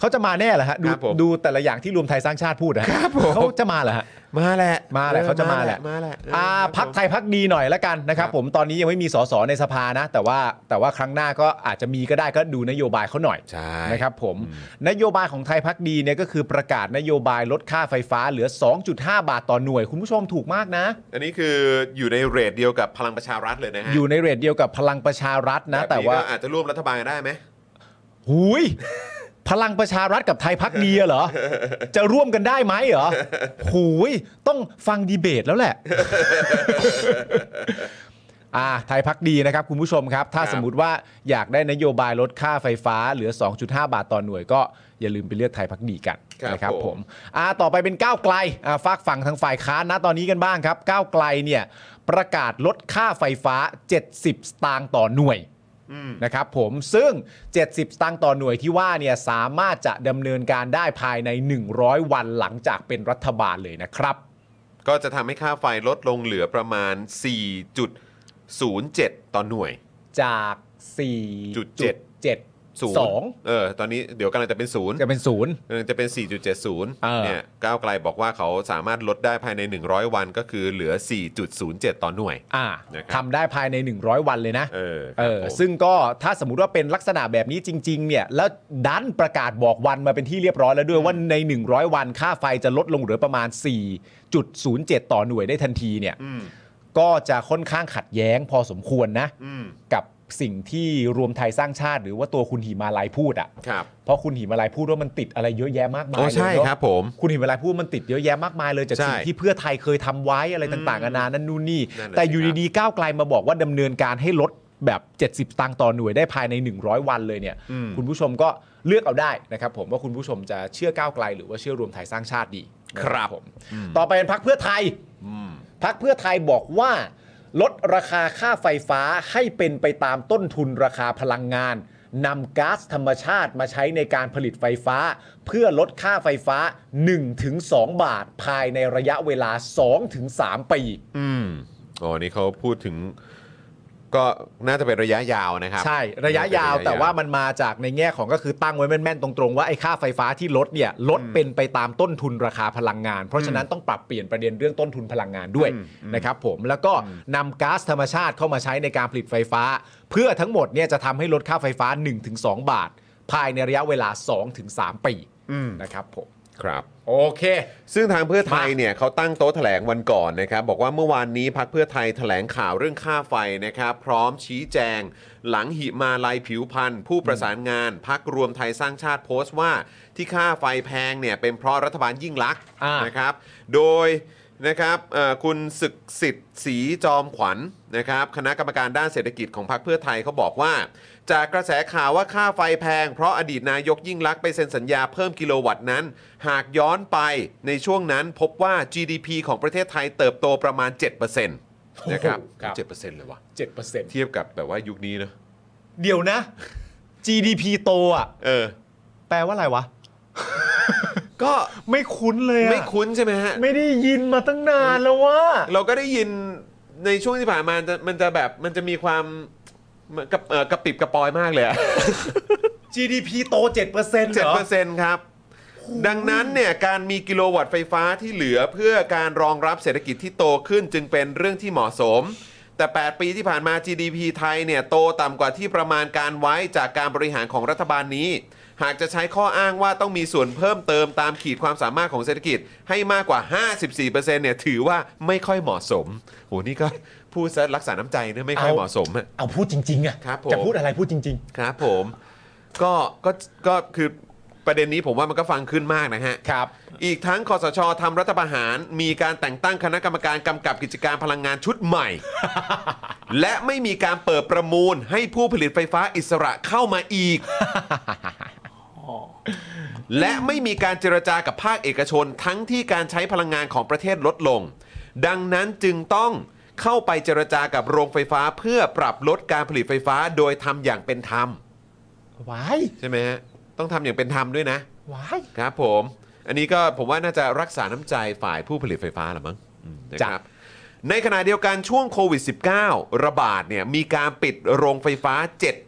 เขาจะมาแน่เหรอฮะดู
ครับผม
ดูแต่ละอย่างที่รวมไทยสร้างชาติพูดนะฮะเขาจะมาเหรอฮะ
มาแหละ
มาแหละเขาจะมาแหละ
มาแหละเ
อ่าพักไทยพักดีหน่อยละกันนะครับผมตอนนี้ยังไม่มีสสในสภานะ แต่ว่าแต่ว่าครั้งหน้าก็อาจจะมีก็ได้ก็ดูนโยบายเขาหน่อย
ใช่
นะครับผมนโยบายของไทยพักดีเนี่ยก็คือประกาศนโยบายลดค่าไฟฟ้าเหลือ 2.5 บาทต่อหน่วย คุณผู้ชมถูกมากนะ
อันนี้คืออยู่ในเรทเดียวกับพลังประชารัฐเลยนะฮะ
อยู่ในเรทเดียวกับพลังประชารัฐนะ
บบ
แต่ว่า
ก็อาจจะร่วมรัฐบาลกันได้ไหม
หุย พลังประชารัฐกับไทยพักดีอะเหรอ จะร่วมกันได้ไหมเหรอหุยต้องฟังดีเบตแล้วแหละ <laughs> อ่าไทยพักดีนะครับ คุณผู้ชมครับ ถ้าสมมติว่าอยากได้นโยบายลดค่าไฟฟ้าเหลือ 2.5 บาทต่อหน่วยก็อย่าลืมไปเลือกไทยพักดีกันนะครับผม อ่าต่อไปเป็นก้าวไกลอ่าฝากฝั่งทางฝ่ายค้านนะตอนนี้กันบ้างครับ ก้าวไกลเนี่ยประกาศลดค่าไฟฟ้า 70 สตางค์ต่อหน่วยนะครับผมซึ่ง 70 สตางค์ต่อหน่วยที่ว่าเนี่ยสามารถจะดำเนินการได้ภายใน 100 วันหลังจากเป็นรัฐบาลเลยนะครับ
ก็จะทำให้ค่าไฟลดลงเหลือประมาณ 4.07 ต่อหน่วย
จาก4.7
ศูนย์
2
เออตอนนี้เดี๋ยวกำลังจะเป็นศูนย์
จะเป็นศูนย์
กำลังจะเป็น 4.70
เออ
เนี่ยก้าวไกลบอกว่าเขาสามารถลดได้ภายใน 100 วันก็คือเหลือ 4.07 ต่อหน่วย
อ่า
นะครับ
ทำได้ภายใน 100 วันเลยนะ
เออค
เอ
รับ
อ
ผม
ซึ่งก็ถ้าสมมติว่าเป็นลักษณะแบบนี้จริง ๆ เนี่ย แล้วดันประกาศบอกวันมาเป็นที่เรียบร้อยแล้วด้วยว่าใน 100 วันค่าไฟจะลดลงเหลือประมาณ 4.07 ต่อหน่วยได้ทันทีเนี่ย
อืม
ก็จะค่อนข้างขัดแย้งพอสมควรนะ
อืม
กับสิ่งที่รวมไทยสร้างชาติ หรือว่าตัวคุณหิมาลัยพูดอะ่ะ
ครับ
เพราะคุณหิมาลัยพูดว่ามันติดอะไรเยอะแยะมากมา
อ๋อ
ยเลย
ใช่
เนอะ
ครับผม
คุณหิมาลัยพูดมันติดเยอะแยะมากมายเลยจาก
ใช่
สิ่งที่เพื่อไทยเคยทำไว้อะไรต่างๆนานานั่นนู่นนี่
นั่นน่ะ
แต่
สิ
อยู่
ครับ
ดีๆก้าวไกลมาบอกว่าดำเนินการให้ลดแบบ 70 ตังค์ต่อหน่วยได้ภายใน 100 วันเลยเนี่ย
อืม
คุณผู้ชมก็เลือกเอาได้นะครับผมว่าคุณผู้ชมจะเชื่อก้าวไกล หรือว่าเชื่อรวมไทยสร้างชาติดีนะครับ ผมต่อไปเป็นพักเพื่อไทย
อืม
พักเพื่อไทยบอกว่า ลดราคาค่าไฟฟ้าให้เป็นไปตามต้นทุนราคาพลังงานนำก๊าซธรรมชาติมาใช้ในการผลิตไฟฟ้า เพื่อลดค่าไฟฟ้า 1-2 บาทภายในระยะเวลา 2-3 ปี
อืมอ๋อ นี่เขาพูดถึงก็น่าจะเป็นระยะยาวนะครับ
ใช่ ระยะยาวแต่ว่ามันมาจากในแง่ของก็คือตั้งไว้แม่นๆตรงๆ ว่าไอ้ค่าไฟฟ้าที่ลดเนี่ยลดเป็นไปตามต้นทุนราคาพลังงาน เพราะฉะนั้นต้องปรับเปลี่ยนประเด็นเรื่องต้นทุนพลังงานด้วยนะครับผมแล้วก็นำก๊าซธรรมชาติเข้ามาใช้ในการผลิตไฟฟ้า เพื่อทั้งหมดเนี่ยจะทำให้ลดค่าไฟฟ้า 1-2 บาท ภายในระยะเวลา 2-3 ปีนะครับผม
ครับ
โอเค
ซึ่งทางเพื่อไทยเนี่ยเขาตั้งโต๊ะแถลงวันก่อนนะครับ บอกว่าเมื่อวานนี้พักเพื่อไทยแถลงข่าวเรื่องค่าไฟนะครับ พร้อมชี้แจง หลังหิมาลายผิวพันธ์ผู้ประสานงาน พักรวมไทยสร้างชาติโพสต์ว่าที่ค่าไฟแพงเนี่ยเป็นเพราะรัฐบาลยิ่งลักษณ์
อ่าน
นะครับ โดยนะครับเอ่อคุณศึกสิทธิ์ศรีจอมขวัญนะครับ คณะกรรมการด้านเศรษฐกิจของพรรคเพื่อไทยเขาบอกว่า จากกระแสข่าวว่าค่าไฟแพง เพราะอดีตนายกยิ่งลักษณ์ไปเซ็นสัญญาเพิ่มกิโลวัตต์นั้น หากย้อนไปในช่วงนั้นพบว่า GDP ของประเทศไทยเติบโตประมาณ 7%นะครับ
โอ้โหครับ
เจ็ดเปอร์เซ็นต์เลยวะ
7%
เทียบกับแบบว่ายุคนี้เนอะ
เดี๋ยวนะ GDP โตอ่ะ
เออ
แปลว่าอะไรวะ
ก็
ไม่คุ้นเลยอะ
ไม่คุ้นใช่ไหมฮะ
ไม่ได้ยินมาตั้งนานแล้วว่า
เราก็ได้ยินในช่วงที่ผ่านมาจะมันจะแบบมันจะมีความมันกับเอ่อกระปิบกระปอยมากเลยอะ
GDP โต 7%เหรอ
เจ็ดเปอร์เซ็นต์ครับ ดังนั้นเนี่ยการมีกิโลวัตต์ไฟฟ้าที่เหลือเพื่อการรองรับเศรษฐกิจที่โตขึ้นจึงเป็นเรื่องที่เหมาะสม แต่ 8 ปีที่ผ่านมา GDP ไทยเนี่ยโตต่ำกว่าที่ประมาณการไว้จากการบริหารของรัฐบาลนี้ หากจะใช้ข้ออ้างว่าต้องมีส่วนเพิ่มเติมตามขีดความสามารถของเศรษฐกิจให้มากกว่า 54%เนี่ยถือว่าไม่ค่อยเหมาะสมโหนี่ก็พูดซะรักษาน้ำใจนะไม่ค่อย
เอา
เหมาะสมอะ
เอาพูดจริงๆอะ
ครับผม
จะพูดอะไรพูดจริง
ครับผมก็ก็ก็คือประเด็นนี้ผมว่ามันก็ฟังขึ้นมากนะฮะ
ๆ ครับ
อีกทั้งคอสชทำรัฐประหาร มีการแต่งตั้งคณะกรรมการกำกับกิจการพลังงานชุดใหม่ <laughs> และไม่มีการเปิดประมูลให้ผู้ผลิตไฟฟ้าอิสระเข้ามาอีก
อ๋อ
และไม่มีการเจรจากับภาคเอกชนทั้งที่การใช้พลังงานของประเทศลดลง ดังนั้นจึงต้องเข้าไปเจรจากับโรงไฟฟ้าเพื่อปรับลดการผลิตไฟฟ้าโดยทำอย่างเป็นธรรม
วาย
ใช่ไหมฮะต้องทำอย่างเป็นธรรมด้วยนะ
วาย
ครับผม อันนี้ก็ผมว่าน่าจะรักษาน้ำใจฝ่ายผู้ผลิตไฟฟ้าละมั้งอืมนะ
จ้ะ
ครับ ในขณะเดียวกันช่วงโควิด -19 ระบาดเนี่ยมีการปิดโรงไฟฟ้า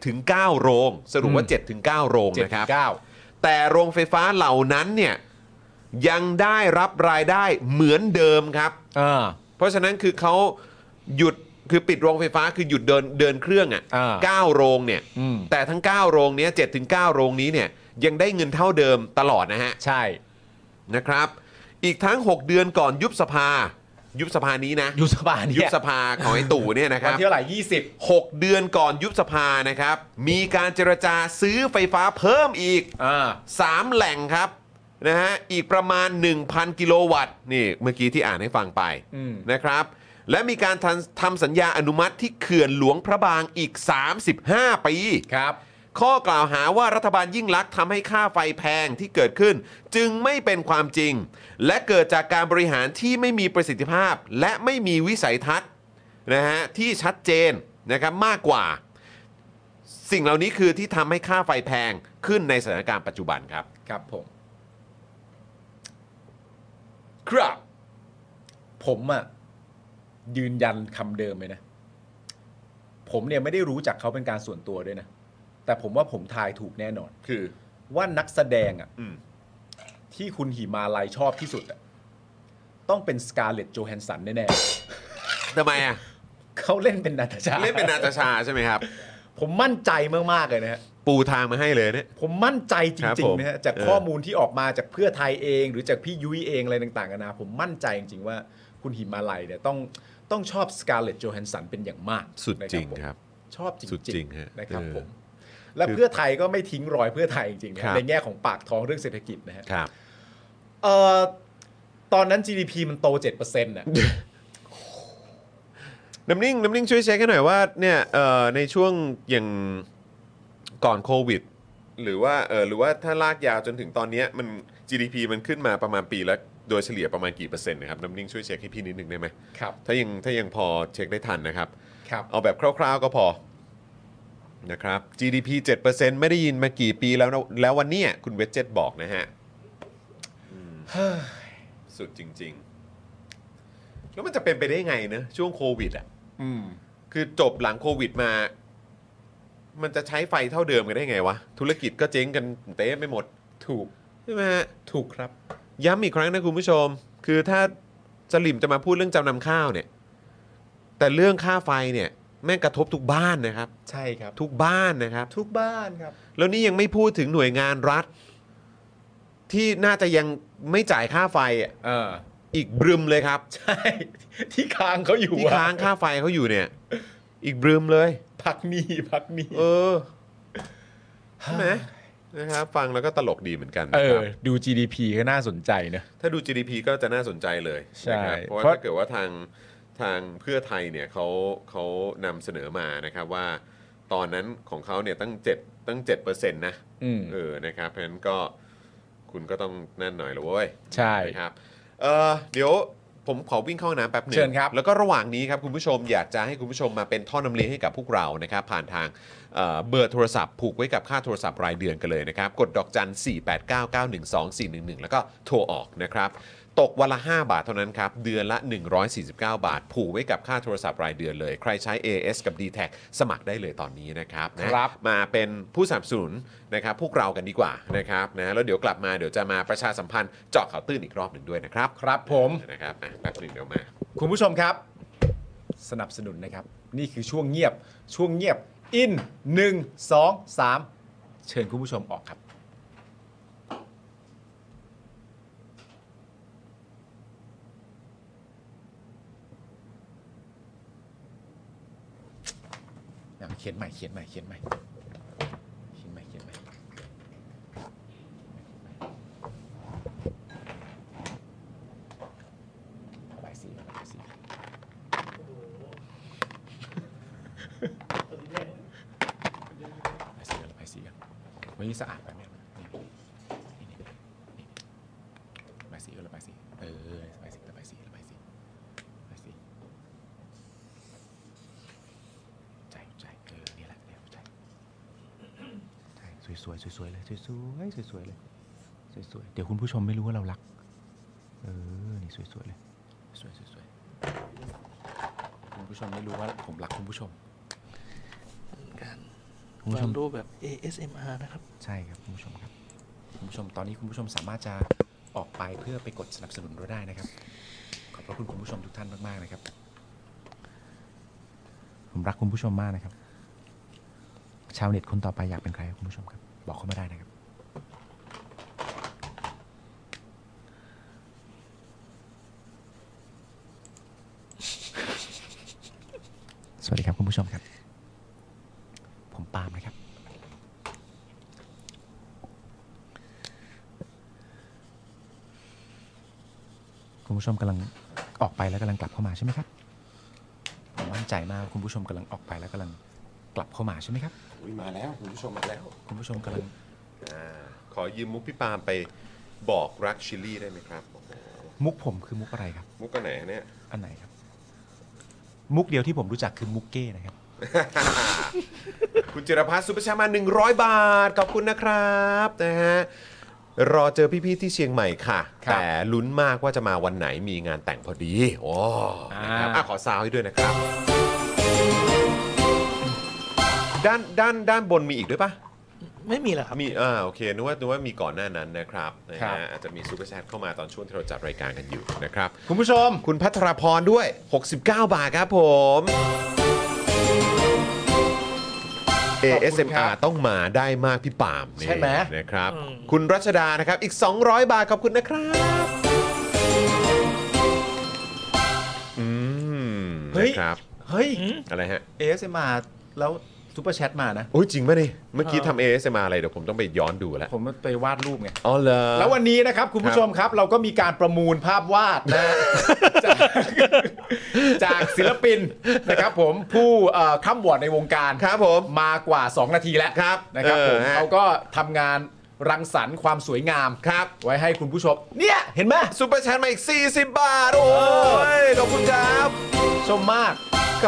7-9 โรง สรุปว่า 7-9 โรง
เจ็ด
นะครับ
เก้า
แต่โรงไฟฟ้าเหล่านั้นเนี่ยยังได้รับรายได้เหมือนเดิมครับ
อ่า
เพราะฉะนั้นคือเขาหยุดคือปิดโรงไฟฟ้าคือหยุดเดินเดินเครื่อง
อ่า
อะ่ะ9โรงเนี่ย
อืม
แต่ทั้ง 9 โรงเนี้ย7ถึง9โรงนี้เนี่ยยังได้เงินเท่าเดิมตลอดนะฮะ
ใช่
นะครับ อีกทั้ง 6 เดือนก่อนยุบสภา ยุบสภานี้นะ
ยุบสภาเนี่ย
ยุบสภาของไอ้ตู่เนี่ยนะค
วั
รั
น
บ
ที่เท่าไหร่ยี่สิบ
หกเดือนก่อนยุบสภานะครับ มีการเจรจาซื้อไฟฟ้าเพิ่มอีก
อ่า
3 แหล่งครับนะฮะอีกประมาณ 1,000 กิโลวัตต์นี่เมื่อกี้ที่อ่านให้ฟังไป
อืม
นะครับ และมีการทำทำสัญญาอนุมัติที่เขื่อนหลวงพระบางอีก 35 ปี
ครับ
ข้อกล่าวหาว่ารัฐบาลยิ่งลักษณ์ทำให้ค่าไฟแพงที่เกิดขึ้น จึงไม่เป็นความจริง และเกิดจากการบริหารที่ไม่มีประสิทธิภาพ และไม่มีวิสัยทัศน์นะฮะที่ชัดเจนนะครับมากกว่า สิ่งเหล่านี้คือที่ทำให้ค่าไฟแพงขึ้นในสถานการณ์ปัจจุบันครับ
ครับผม ครับ ผมอะยืนยันคำเดิมเลยนะ ผมเนี่ยไม่ได้รู้จักเขาเป็นการส่วนตัวด้วยนะ แต่ผมว่าผมทายถูกแน่นอน
คือ
ว่านักแสดงอะ
อืม
ที่คุณหิมาลัยชอบที่สุดอะต้องเป็นสกาเลตโจแฮนสันแน่
ทำไมอ่ะ
ๆ เขาเล่นเป็นนาตาชา
เล่นเป็นนาตาชาใช่ไหมครับ
ผมมั่นใจมากๆเลยนะฮะ
ปูทางมาให้เลยเนี่ย
ผมมั่นใจจ
ครับ
ริ
ผ
ง
ม
ๆนะฮะจาก
เออ
ข้อมูลที่ออกมาจากเพื่อไทยเอง หรือจากพี่ยุ้ยเองอะไรต่างๆกันานาผมมั่นใจจริงๆว่าคุณหิมาลัยเนี่ยต้องต้องชอบสกาเลตโจแฮนสันเป็นอย่างมาก
สุดจริง
นะครับ ผมชอบจริงๆ
สุดจริงฮะ
นะครับ
เออ
ผม และเพื่อไทยก็ไม่ทิ้งรอยเพื่อไทยจริงๆนะครับ ในแง่ของปากท้องเรื่องเศรษฐกิจนะฮะ
ครับ
เอ่อตอนนั้น GDP มันโต7%น่ะ
น้ำนิ่งน้ำนิ่งช่วยเช็คให้หน่อยว่าเนี่ยเอ่อในช่วงอย่างก่อนโควิด หรือว่าเออหรือว่าถ้าลากยาวจนถึงตอนเนี้ยมัน GDP มันขึ้นมาประมาณปีละโดยเฉลี่ยประมาณกี่เปอร์เซ็นต์นะครับน้ำนิ่งช่วยเช็คให้พี่นิดนึงได้ไหม
ครับ
ถ้ายังถ้ายังพอเช็คได้ทันนะครับ
ครับ
เอาแบบคร่าวๆก็พอนะครับ GDP 7%ไม่ได้ยินมากี่ปีแล้วนะแล้ววันเนี้ยคุณเวจเจตบอกนะฮะอืมสุดจริง ๆ แล้วมันจะเป็นไปได้ไงเนอะช่วงโควิดอ่ะ
อืม
คือจบหลังโควิดมา มันจะใช้ไฟเท่าเดิมกันได้ไงวะ ธุรกิจก็เจ๊งกันเต้ไม่หมด
ถูก
ใช่ไหมฮะ
ถูกครับ
ย้ำอีกครั้งนะคุณผู้ชม คือถ้าสลิมจะมาพูดเรื่องจำนำข้าวเนี่ย แต่เรื่องค่าไฟเนี่ย แม่งกระทบทุกบ้านนะครับ
ใช่ครับ
ทุกบ้านนะครับ
ทุกบ้านครับ
แล้วนี่ยังไม่พูดถึงหน่วยงานรัฐ ที่น่าจะยังไม่จ่ายค่าไฟอ่ะ
เออ
อีกบรึมเลยครับ
ใช่ <laughs> ที่ค้างเขาอยู่
ที่
อะ
ค้างค่าไฟเขาอยู่เนี่ย อีกบรึมเลย
พักหนี้พักหนี้
เออใช่ไหมนะครับฟังแล้วก็ตลกดีเหมือนกัน
เอ
นะค
อ
รับ
ดู GDP ก็น่าสนใจนะ
ถ้าดู GDP ก็จะน่าสนใจเลย
ใช่
นะครับเพราะว่า
เพราะ
ถ้าเกิดว่าทางทางเพื่อไทยเนี่ยเขาเขานำเสนอมานะครับว่า ตอนนั้นของเขาเนี่ยตั้ง 7 ตั้ง7เปอร์เซ็นต์นะ
อืม
เออนะครับเพราะฉะนั้นก็คุณก็ต้องนั่นหน่อยละเว้ย
ใช่
นะครับเออเดี๋ยวผมขอวิ่งเข้าห้องน้ำแป๊บหนึง
เชิญครับ
แล้วก็ระหว่างนี้ครับคุณผู้ชมอยากจะให้คุณผู้ชมมาเป็นท่อนำเลี้ยงให้กับพวกเรานะครับผ่านทาง เอ่อเบอร์โทรศัพท์ผูกไว้กับค่าโทรศัพท์รายเดือนกันเลยนะครับ กดดอกจัน 489912411 แล้วก็โทรออกนะครับ ตกวันละ 5 บาทเท่านั้นครับ เดือนละ 149 บาท ผูกไว้กับค่าโทรศัพท์รายเดือนเลย ใครใช้ AS กับ d t แทสมัครได้เลยตอนนี้นะครับนะครับ มาเป็นผู้สนับสนุนนะครับพวกเรากันดีกว่านะครับนะแล้วเดี๋ยวกลับมาเดี๋ยวจะมาประชาสัมพันธ์เจาะข่าวตื้นอีกรอบหนึ่งด้วยนะครับ
ครับผม
นะครับอ่ะแป๊บหนึงเดี๋ยวมา
คุณผู้ชมครับ สนับสนุนนะครับ นี่คือช่วงเงียบ ช่วงเงียบ อิน 1 2 3 เชิญคุณผู้ชมออกครับ เอาเขียนใหม่เขียนใหม่เขียนใหม่เขียนใหม่เขียนใหม่ ระบายสีระบายสีระบายสีกันระบายสีกันวันนี้สะอาดไปไหมเนี่ยนี่นี่ ยศระบายสีเออระบายสีระบายสีระบายสีระบายสีใจใจเออนี่แหละเนี่ยใจใจสวยๆสวยๆเลยสวยๆสวยๆเลยสวยๆเดี๋ยวคุณผู้ชมไม่รู้ว่าเรารัก เออนี่สวยๆเลยสวยๆสวยๆคุณผู้ชมไม่รู้ว่าผมรักคุณผู้ชม
การ
คุณผู้ช
วาง
ม
รูปแบบ ASMR นะครับ
ใช่ครับคุณผู้ชมครับคุณผู้ชมตอนนี้คุณผู้ชมสามารถจะออกไปเพื่อไปกดสนับสนุนเราได้นะครับ ขอบพระคุณคุณผู้ชมทุกท่านมากๆนะครับ ผมรักคุณผู้ชมมากนะครับ ชาวเน็ตคนต่อไปอยากเป็นใครครับคุณผู้ชมครับ บอกเข้ามาได้นะครับ สวัสดีครับคุณผู้ชมครับ ผมปาล์มนะครับ คุณผู้ชมกำลังออกไปแล้วกำลังกลับเข้ามาใช่ไหมครับ ผมมั่นใจมากว่าคุณผู้ชมกำลังออกไปแล้วกำลังกลับเข้ามาใช่ไหมครับ
อุ๊ยมาแล้วคุณผู้ชมมาแล้ว
คุณผู้ชมกำลัง
อ่าขอยืมมุกพี่ปาล์มไปบอกรักชิลลี่ได้ไหมครับโอ้โห
มุกผมคือมุกอะไรครับ
มุกกันไหนเนี่ย
อันไหนครับ มุกเดียวที่ผมรู้จักคือมุกเก้นะครับ
คุณจิรพัฒน์สุประชามา 100 บาท ขอบคุณนะครับนะฮะรอเจอพี่ ๆ ที่เชียงใหม่ค่ะ
ครับ
แต่ลุ้นมากว่าจะมาวันไหนมีงานแต่งพอดี โอ้นะครับ
อ่า
อ่ะขอซาวให้ด้วยนะครับ ด้านด้านด้านบนมีอีกด้วยปะ
ไม่มีเหรอครับ
มีอ่าโอเคนึกว่านึกว่ามีก่อนหน้านั้นนะครับนะ
ครั
ฮะ
บ
อาจจะมีซูเปอร์แชทเข้ามาตอนช่วงที่เราจัดรายการกันอยู่นะครับ
คุณผู้ชม
คุณพัทรพรด้วย 69 บาทครับผม ASMR ต้องมาได้มากพี่ปาล์มนี่
ใช่ไหม
นะครับ
อืม
คุณรัชดานะครับ อีก 200 บาท ขอบคุณนะครับ อืมนะครับ
เฮ้ย
อะไรฮะ
ASMR แล้วซูเปอร์แชทมานะ
โอ้ยจริงป่ะนี่ เมื่อกี้ทำ ASMR อะไร เดี๋ยวผมต้องไปย้อนดูแล้ว
ผมไปวาดรูปไง
อ๋อเหรอ
แล้ววันนี้นะครับ คุณผู้ชมครับ เราก็มีการประมูลภาพวาด <laughs> นะ จากจากศิลปินนะครับผมผู้เอ่อคร่ำวอดในวงการ
ครับผม
มากว่า 2 นาทีแล้ว
ครับ
นะครับผ
อ
ม
อฮะ
เขาก็ทำงานรังสรรค์ความสวยงาม
ครับ
ไว้ให้คุณผู้ชม เนี่ยเห็นไหม
ซูเปอร์แชทมาอีก 40 บาท โอ้ย ขอบคุณครับ
ชมมาก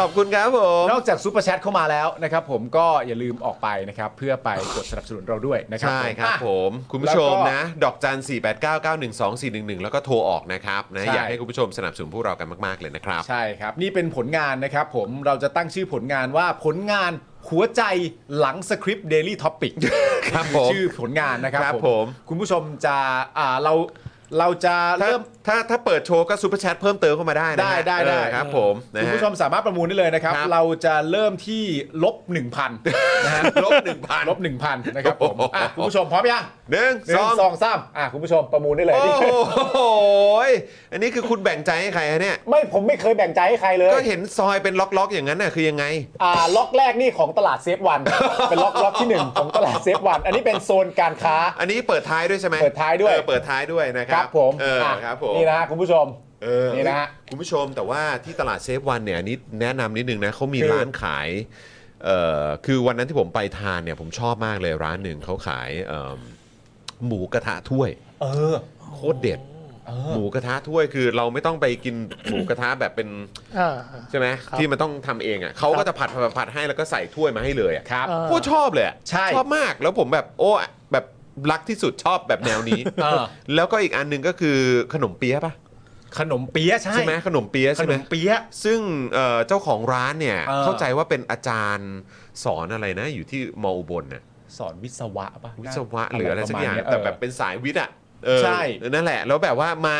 ขอบคุณครับผม
นอกจากซูเปอร์แชทเข้ามาแล้วนะครับผมก็อย่าลืมออกไปนะครับ เพื่อไปกดสนับสนุนเราด้วยนะครับ
ใช่
ผม
ครับ
อ่ะ
ผมคุณผู้ชม
แล้วก็
นะ ดอกจัน 4 8 9 9 1 2 4 1 1 แล้วก็โทรออกนะครับนะ
ใช่
อยากให้คุณผู้ชมสนับสนุนพวกเรากันมาก ๆ เลยนะครับ
ใช่ครับ นี่เป็นผลงานนะครับผมเราจะตั้งชื่อผลงานว่าผลงานหัวใจหลังสคริปต์ Daily Topic
ครับผม
ชื่อผลงานนะครับ
ครับผม
คุณผู้ชมจะอ่าเราเราจะ
ถ้า
เริ่ม
ถ้าถ้าเปิดโชว์ก็ซูเปอร์แชทเพิ่มเติมเข้ามาได้นะ
ได้
ฮะ
ได้ได้
เออครับผมนะ
คุณ
ฮะ
ผู้ชมสามารถประมูลได้เลยนะครับ
ครับ
เราจะเริ่มที่ลบ 1,000นะฮะ
ลบหนึ่งพัน
ลบ1,000นะครับผม
โอ้โห
อ่ะคุณผู้ชมพร้อมยัง
หนึ่ง
หนึ่
สอง ง
สองสามอ่ะคุณผู้ชมประมูลได้เลย
โอ้
นี่
โหยอันนี้คือคุณแบ่งใจให้ใครฮะเนี่ย
ไม่ผมไม่เคยแบ่งใจให้ใครเลย
ก็เห็นซอยเป็นล็อกๆอย่างนั้นน่ะคือยังไง
อ่าล็อกแรกนี่ของตลาดเซฟวัน เป็นล็อก <laughs> ล็อกที่หนึ่งของตลาดเซฟวัน อันนี้เป็นโซนการค้า
อันนี้เปิดท้ายด้วยใช่ไหม
เปิดท้ายด้วย
ออเปิดท้ายด้วยนะค
ค
รั
รั
บบ
ผม
เอออะ ครับผม
นี่นะฮะคุณผู้ชม
เออ
นี่นะฮะ
คุณผู้ชมแต่ว่าที่ตลาดเซฟวันเนี่ยอันนี้แนะนำนิดนึงนะเขามี
คือ
ร้านขายเอ่อคือวันนั้นที่ผมไปทานเนี่ยผมชอบมากเลยร้านหนึ่งเขาขายเอิ่มหมูกระทะถ้วย
เออ
โคตรเด็ด หมูกระทะถ้วยคือเราไม่ต้องไปกิน หมูกระทะแบบเป็น
อ่า
ใช่ไหม
ครับ
ที่มันต้องทำเองอ่ะเขาก็จะผัดผัดผัดผัดให้แล้วก็ใส่ถ้วยมาให้เลยอ่ะ
ครับ
เออ
โคตรชอบเลยอะ
ใช่
ชอบมากแล้วผมแบบโอ้แบบรักที่สุดชอบแบบแนวนี้
เออ
แล้วก็อีกอันหนึ่งก็คือขนมเปี๊ยะปะ
ขนมเปี๊ยะใช่
ใช่ไหมขนมเปี๊ยะ
ข
ใช่
น
ไหม
มเปี๊ยะ
ซึ่งเอ่อเจ้าของร้านเนี่ย
เออ
เข้าใจว่าเป็นอาจารย์สอนอะไรนะ อยู่ที่มอุบลน่ะ
สอนวิศวะป่ะ
วิศวะหรืออะไรสักอย่าง
ปะมณเนี้
แต่แบบเป็นสายวิทย์อ่ะเออ
ใช่
นั่นแหละ แล้วแบบว่ามา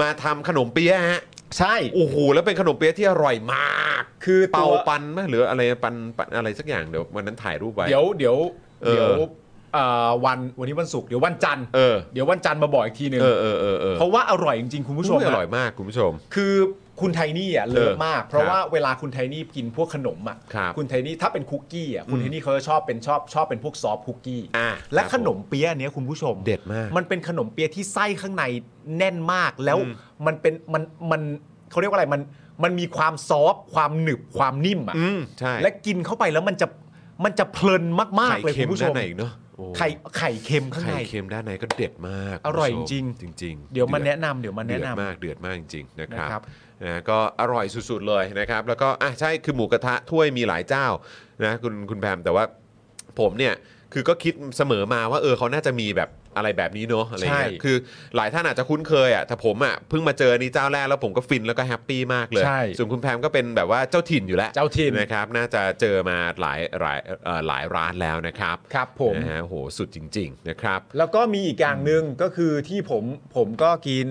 มาทำขนมเปี๊ยะฮะ
ใช่
โอ้โหแล้วเป็นขนมเปี๊ยะที่อร่อยมาก
คือตัว
เป่าปันไหมหรืออะไรปันปันอะไรสักอย่างเดี๋ยววันนั้นถ่ายรูปไว้
เดี๋ยวเดี๋ยว
เออ
เดี๋ยวเอ่อวันวันนี้วันศุกร์เดี๋ยววันจันทร์
เออ
เดี๋ยววันจันทร์มาบอกอีกทีหนึ่ง
เออเออเออเออ
เพราะว่าอร่อยจริงๆคุณผู้ชม
อุ๊ย
นะ
อร่อยมากคุณผู้ชม
คือคุณไทนี่อ่ะเลิ
เอ
ศ
อ
มาก เพราะ
ครับ
ว่าเวลาคุณไทนี่กินพวกขนมอ่ะ
ครับ
ณไทนี่ถ้าเป็นคุกกี้อ่ะคุณ
อืม
ไทนี่เขาจะชอบเป็นชอบชอบเป็นพวกซอฟต์คุกกี้
อ่า
และ
ครับ
ขนมเปี๊ยะเนี้ยคุณผู้ชม
เด็ดมาก
มันเป็นขนมเปี๊ยะที่ไส้ข้างในแน่นมากแล้ว
อืม
มันเป็นมันมันเขาเรียกว่าอะไรมันมันมีความซอฟต์ความหนึบความนิ่มอ่ะ
อืมใช่
และกินเข้าไปแล้วมันจะมันจะเพลินมาก
ไข่
ๆเลย
เค็
คุ
ม
ณผู้ช
ด้าม นในอีกเนาะโ
ไข่ไข่เค็มข้าง
ไข่
ใน
เค็มด้านในก็เด็ดมาก
อร่อย
คุณผู้ชม
จริง
จริง
เดี๋ยวมา
ดือ
แนะนำเดี๋ยวมา
เดื
แนะ
อด
นำ
มากเดือดมากจริง ๆ นะครั
นะครับ บ
นะก็อร่อยสุด ๆ เลยนะครับ แล้วก็อ่ะใช่คือหมูกระทะถ้วยมีหลายเจ้านะคุณคุณแพมแต่ว่าผมเนี่ยคือก็คิดเสมอมาว่าเออเขาน่าจะมีแบบอะไรแบบนี้เนอะอะไรเงี้ย
ใช่
คือหลายท่านอาจจะคุ้นเคยอ่ะแต่ผมอ่ะเพิ่งมาเจอนี่เจ้าแรกแล้วผมก็ฟินแล้วก็แฮปปี้มากเลย
ใช่
ส่วนคุณแพมก็เป็นแบบว่าเจ้าถิ่นอยู่แล้ว
เจ้าถิ่น
นะครับน่าจะเจอมาหลายหลายเอ่อหลายร้านแล้วนะครับ
ครับผม
นะฮะโหสุดจริง ๆ นะครับ
แล้วก็มีอีกอย่างหนึ่งก็คือที่ผมผมก็กิน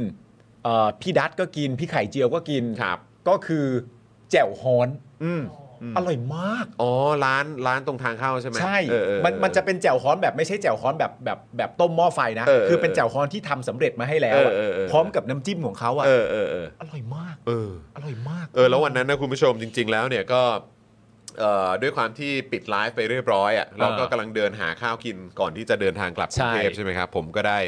เอ่อพี่ดัตก็กิน พี่ไข่เจียวก็กิน
ครับ
ก็คือแจ่วฮ้อน
อืม
อร่อยมาก
อ๋อร้านร้านตรงทางเข้าใช่ไหม
ใช่
เออเออ
มัน
เออ
มันจะเป็นแจ่วฮ้อนแบบไม่ใช่แจ่วฮ้อนแบบแบบแบบต้มหม้อไฟนะ
เออ
คือเป็นแจ่วฮ้อนที่ทำสำเร็จมาให้แล้วอะ
เออเออเออ
พร้อมกับน้ำจิ้มของเขาอ่ะ
เออเออเออ
อร่อยมาก
เออ
อร่อยมาก
เออ แล้ววันนั้นนะคุณผู้ชมจริง ๆ แล้วเนี่ยก็เอ่อด้วยความที่ปิดไลฟ์ไปเรียบร้อยอ่ะเราก็กำลังเดินหาข้าวกินก่อนที่จะเดินทางกลับกรุงเทพ
ใช่
ใช่ไหมครับ ผมก็ได้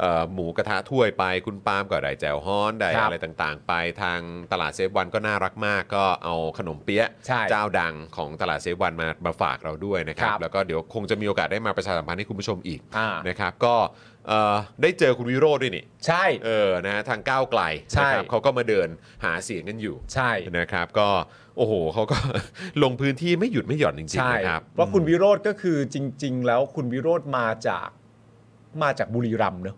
เอ่อหมูกระทะถ้วยไปคุณปาล์มก็ได้แจ่วฮ้อนได้
ครับ
อะไรต่างๆ ไปทางตลาดเซฟวันก็น่ารักมาก ก็เอาขนมเปี๊ยะ
ใช่
เจ้าดังของตลาดเซฟวันมามาฝากเราด้วยนะครับ
ครับ
แล้วก็เดี๋ยวคงจะมีโอกาสได้มาประชาสัมพันธ์ให้คุณผู้ชมอีก
อ่า
นะครับก็เอ่อได้เจอคุณวิโรจน์ด้วยนี่
ใช่
เออ นะฮะทางก้าวไกล
ใช่
นะครับเขาก็มาเดินหาเสียงกันอยู่
ใช่
นะครับ ก็โอ้โหเขาก็ <laughs> ลงพื้นที่ไม่หยุดไม่หย่อนจริง
ใช่
ๆนะครับ
เพราะคุณวิโรธก็คือจริง ๆ แล้วคุณวิโรธมาจากมาจากบุรีรัมย์เนอะ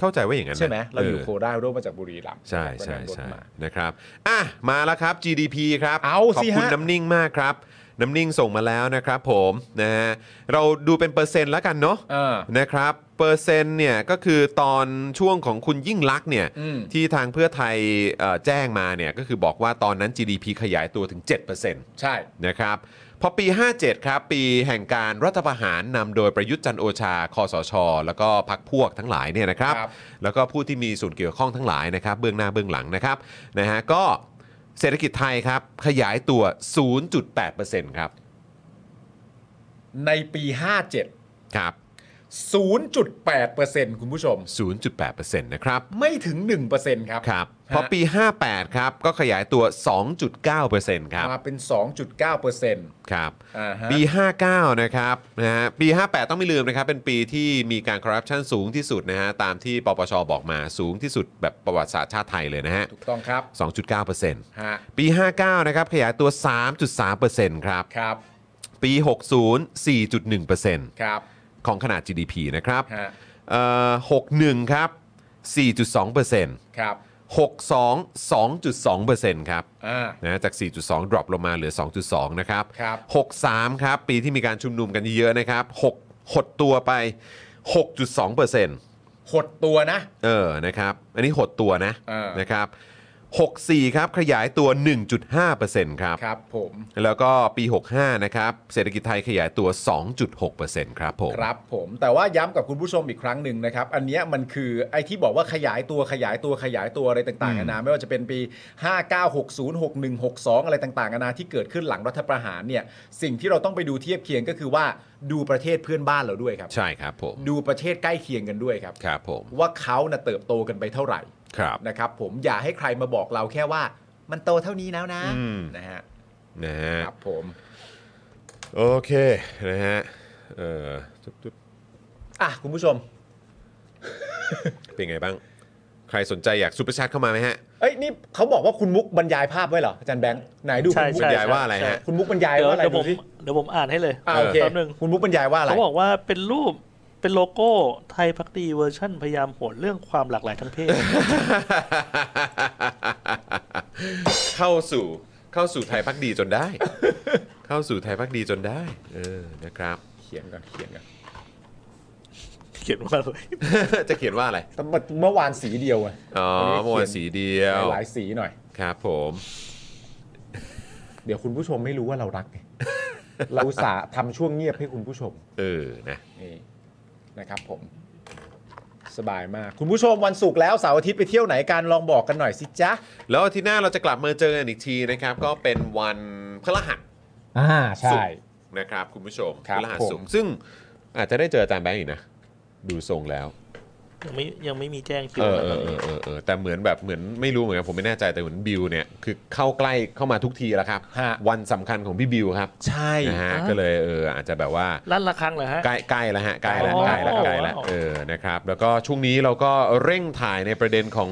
เข้าใจว่าอย่างนั้นนะ
ใช่ไหมเราอยู่
เ
โคราชวิโรธมาจากบุรีรัมย์
ใช่
ก็
ใช่
นั่งรถ
ใช่
มา
นะครับอ่ะมาแล้วครับ GDP ครับ
เอา
ขอ
สิ
บ
ฮะ
คุณน้ำนิ่งมากครับ น้ำนิ่งส่งมาแล้วนะครับผมนะฮะเราดูเป็นเปอร์เซ็นต์แล้วกันเนาะ
เออ
นะครับเปอร์เซ็นต์เนี่ยก็คือตอนช่วงของคุณยิ่งลักษณ์เนี่ย
อืม
ที่ทางเพื่อไทยเอ่อแจ้งมาเนี่ยก็คือบอกว่าตอนนั้น GDP ขยายตัวถึง 7%
ใช่
นะครับพอปี 57 ครับ ปีแห่งการรัฐประหารนำโดยประยุทธ์จันทร์โอชา คสช แล้วก็พักพวกทั้งหลายเนี่ยนะครับ
ครับ
แล้วก็ผู้ที่มีส่วนเกี่ยวข้องทั้งหลายนะครับ เบื้องหน้าเบื้องหลังนะครับนะฮะก็เศรษฐกิจไทยครับ ขยายตัว 0.8%ครับ
ในปี 57
ครับ
0.8%คุณผู้ชม
0.8%นะครับ
ไม่ถึง 1%ครับ
ครับ
ฮะ
พอปี 58 ครับ ก็ขยายตัว 2.9%ครับ
มาเป็น 2.9%
ครับ
อ่าฮะ
ปี 59 นะครับนะฮะปี 58 ต้องไม่ลืมนะครับ เป็นปีที่มีการคอร์รัปชันสูงที่สุดนะฮะ ตามที่ปปชบอกมาสูงที่สุดแบบประวัติศาสตร์ชาติไทยเลยนะฮะ
ถูกต้องครับ
2.9%
ฮะ
ปี 59 นะครับ ขยายตัว 3.3%ครับ
ครับ
ปี 60 4.1%
ครับ
ของขนาด GDP นะครับ
ฮะ
เอ่อ61 ครับ 4.2%
ครับ
62 2.2%ครับ
อ่า
นะจาก 4.2 ดรอปลงมาเหลือ 2.2 นะครับ
ครับ
63 ครับ ปีที่มีการชุมนุมกันเยอะๆนะครับ 6 หดตัวไป 6.2%เ
หดตัวนะ
ออ นะครับ อันนี้หดตัวนะ
เออ
นะครับ 64 ครับ ขยายตัว 1.5%ครับ
ครับผม
แล้วก็ปี 65 นะครับ เศรษฐกิจไทยขยายตัว 2.6%ครับผม
ครับผมแต่ว่าย้ำกับคุณผู้ชมอีกครั้งหนึ่งนะครับ อันเนี้ยมันคือไอ้ที่บอกว่าขยายตัวขยายตัวขยายตัวอะไรต่างๆนานาไม่ว่าจะเป็นปี 59 60 61 62 อะไรต่างๆนานาที่เกิดขึ้นหลังรัฐประหารเนี่ยสิ่งที่เราต้องไปดูเทียบเคียงก็คือว่าดูประเทศเพื่อนบ้านเราด้วยครับ
ใช่ครับผม
ดูประเทศใกล้เคียงกันด้วยครับ
ครับผม
ว่าเขาน่ะเติบโตกันไปเท่าไหร่
ครับ
นะครับ ผมอย่าให้ใครมาบอกเราแค่ว่า มันโตเท่านี้แล้วนะ
อืม
นะฮะ
นะฮะ
ครับผม
โอเค นะฮะ เออจุ๊บจุ๊บ
อ่ะคุณผู้ชม
เป็นไงบ้าง ใครสนใจอยากซูเปอร์แชทเข้ามาไหมฮะ
เอ้ยนี่เขาบอกว่าคุณมุกบรรยายภาพไว้เหรออาจารย์แบงค์ไหนดู
ใช่
คุณมุก
ใช่
บรรยายว่าอะไร
ใช่
ฮะ
คุณมุกบรรยาย
เดี๋ยว
ว่าอะไร
เดี๋ยวผ
ดู
ม
สิ
เดี๋ยวผมอ่านให้เลย
อ่าโอเค
แป๊บนึง
คุณมุกบรรยายว่าอะไร
เขาบอกว่าเป็นรูปเป็นโลโก้ไทยพักดีเวอร์ชั่นพยายามโหนเรื่องความหลากหลายทางเพศ <laughs>
เข้าสู่เข้าสู่ไทยพักดีจนได้ <laughs> เข้าสู่ไทยพักดีจนได้ เออนะครับ <laughs>
เขียนกันเขียนกัน
เขียนว่าอะไร
จะเขียนว่าอะไร
แต่เมื่อวานสีเดียวไง
อ๋อโมวสีเดียว
หลายสีหน่อย
ครับผม
เดี๋ยวคุณผู้ชมไม่รู้ว่าเรารัก <laughs> ไงเราอุตส่าห์ทำช่วงเงียบให้คุณผู้ชม
เออนะ
นี่นะครับผม สบายมาก คุณผู้ชมวันศุกร์แล้วเสาร์อาทิตย์ไปเที่ยวไหนกันลองบอกกันหน่อยสิจ๊ะ
แล้วอาทีหน้าเราจะกลับมาเจอกันอีกทีนะครับ ก็เป็นวันพฤหัส
อ่า
ศุกร์นะครับ คุณผู้ชม
ครั
พ
บ
ฤหัสศุกร์
ผม
ซึ่งอาจจะได้เจออาจารย์แบงค์อีกนะ ดูทรงแล้ว
ยังไม่ยังไม่มีแจ้งคิว
เออ
นะ
เออเออ
ตอนนี้
เออเออแต่เหมือนแบบเหมือนไม่รู้เหมือนกันผมไม่แน่ใจแต่เหมือนบิวเนี่ยคือเข้าใกล้เข้ามาทุกทีแล้วครับ
ฮะ
วันสำคัญของพี่บิวครับ
ใช่
นะฮะก็เลยเอออาจจะแบบว่า
ลั่นละครั้งเหรอฮะ
ใกล้ใกล้แล้วฮะใกล้แล้ว
อ๋อ
ใกล้แล้วใกล้แล้ว
ว้าว
เออนะครับแล้วก็ช่วงนี้เราก็เร่งถ่ายในประเด็นของ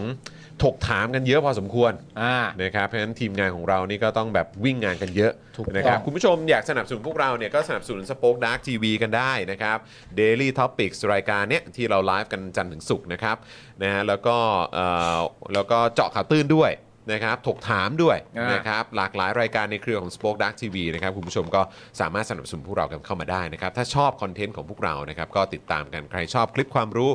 ถกถามกันเยอะพอสมควร
อ่า
นะครับเพราะฉะนั้นทีมงานของเรานี่ก็ต้องแบบวิ่งงานกันเยอะ
ถูกต้อง
นะครับคุณผู้ชมอยากสนับสนุนพวกเราเนี่ยก็สนับสนุนสป็อคดักทีวีกันได้นะครับ Daily Topics รายการเนี้ยที่เราไลฟ์กันจันทร์ถึงศุกร์นะครับนะฮะแล้วก็เอ่อแล้วก็เจาะข่าวตื้นด้วยนะครับถกถามด้วยนะครับ นะครับหลากหลายรายการในเครือของ Spoke Dark TV นะครับคุณผู้ชมก็สามารถสนับสนุนพวกเรากันเข้ามาได้นะครับ ถ้าชอบคอนเทนต์ของพวกเรานะครับก็ติดตามกันใครชอบคลิปความรู้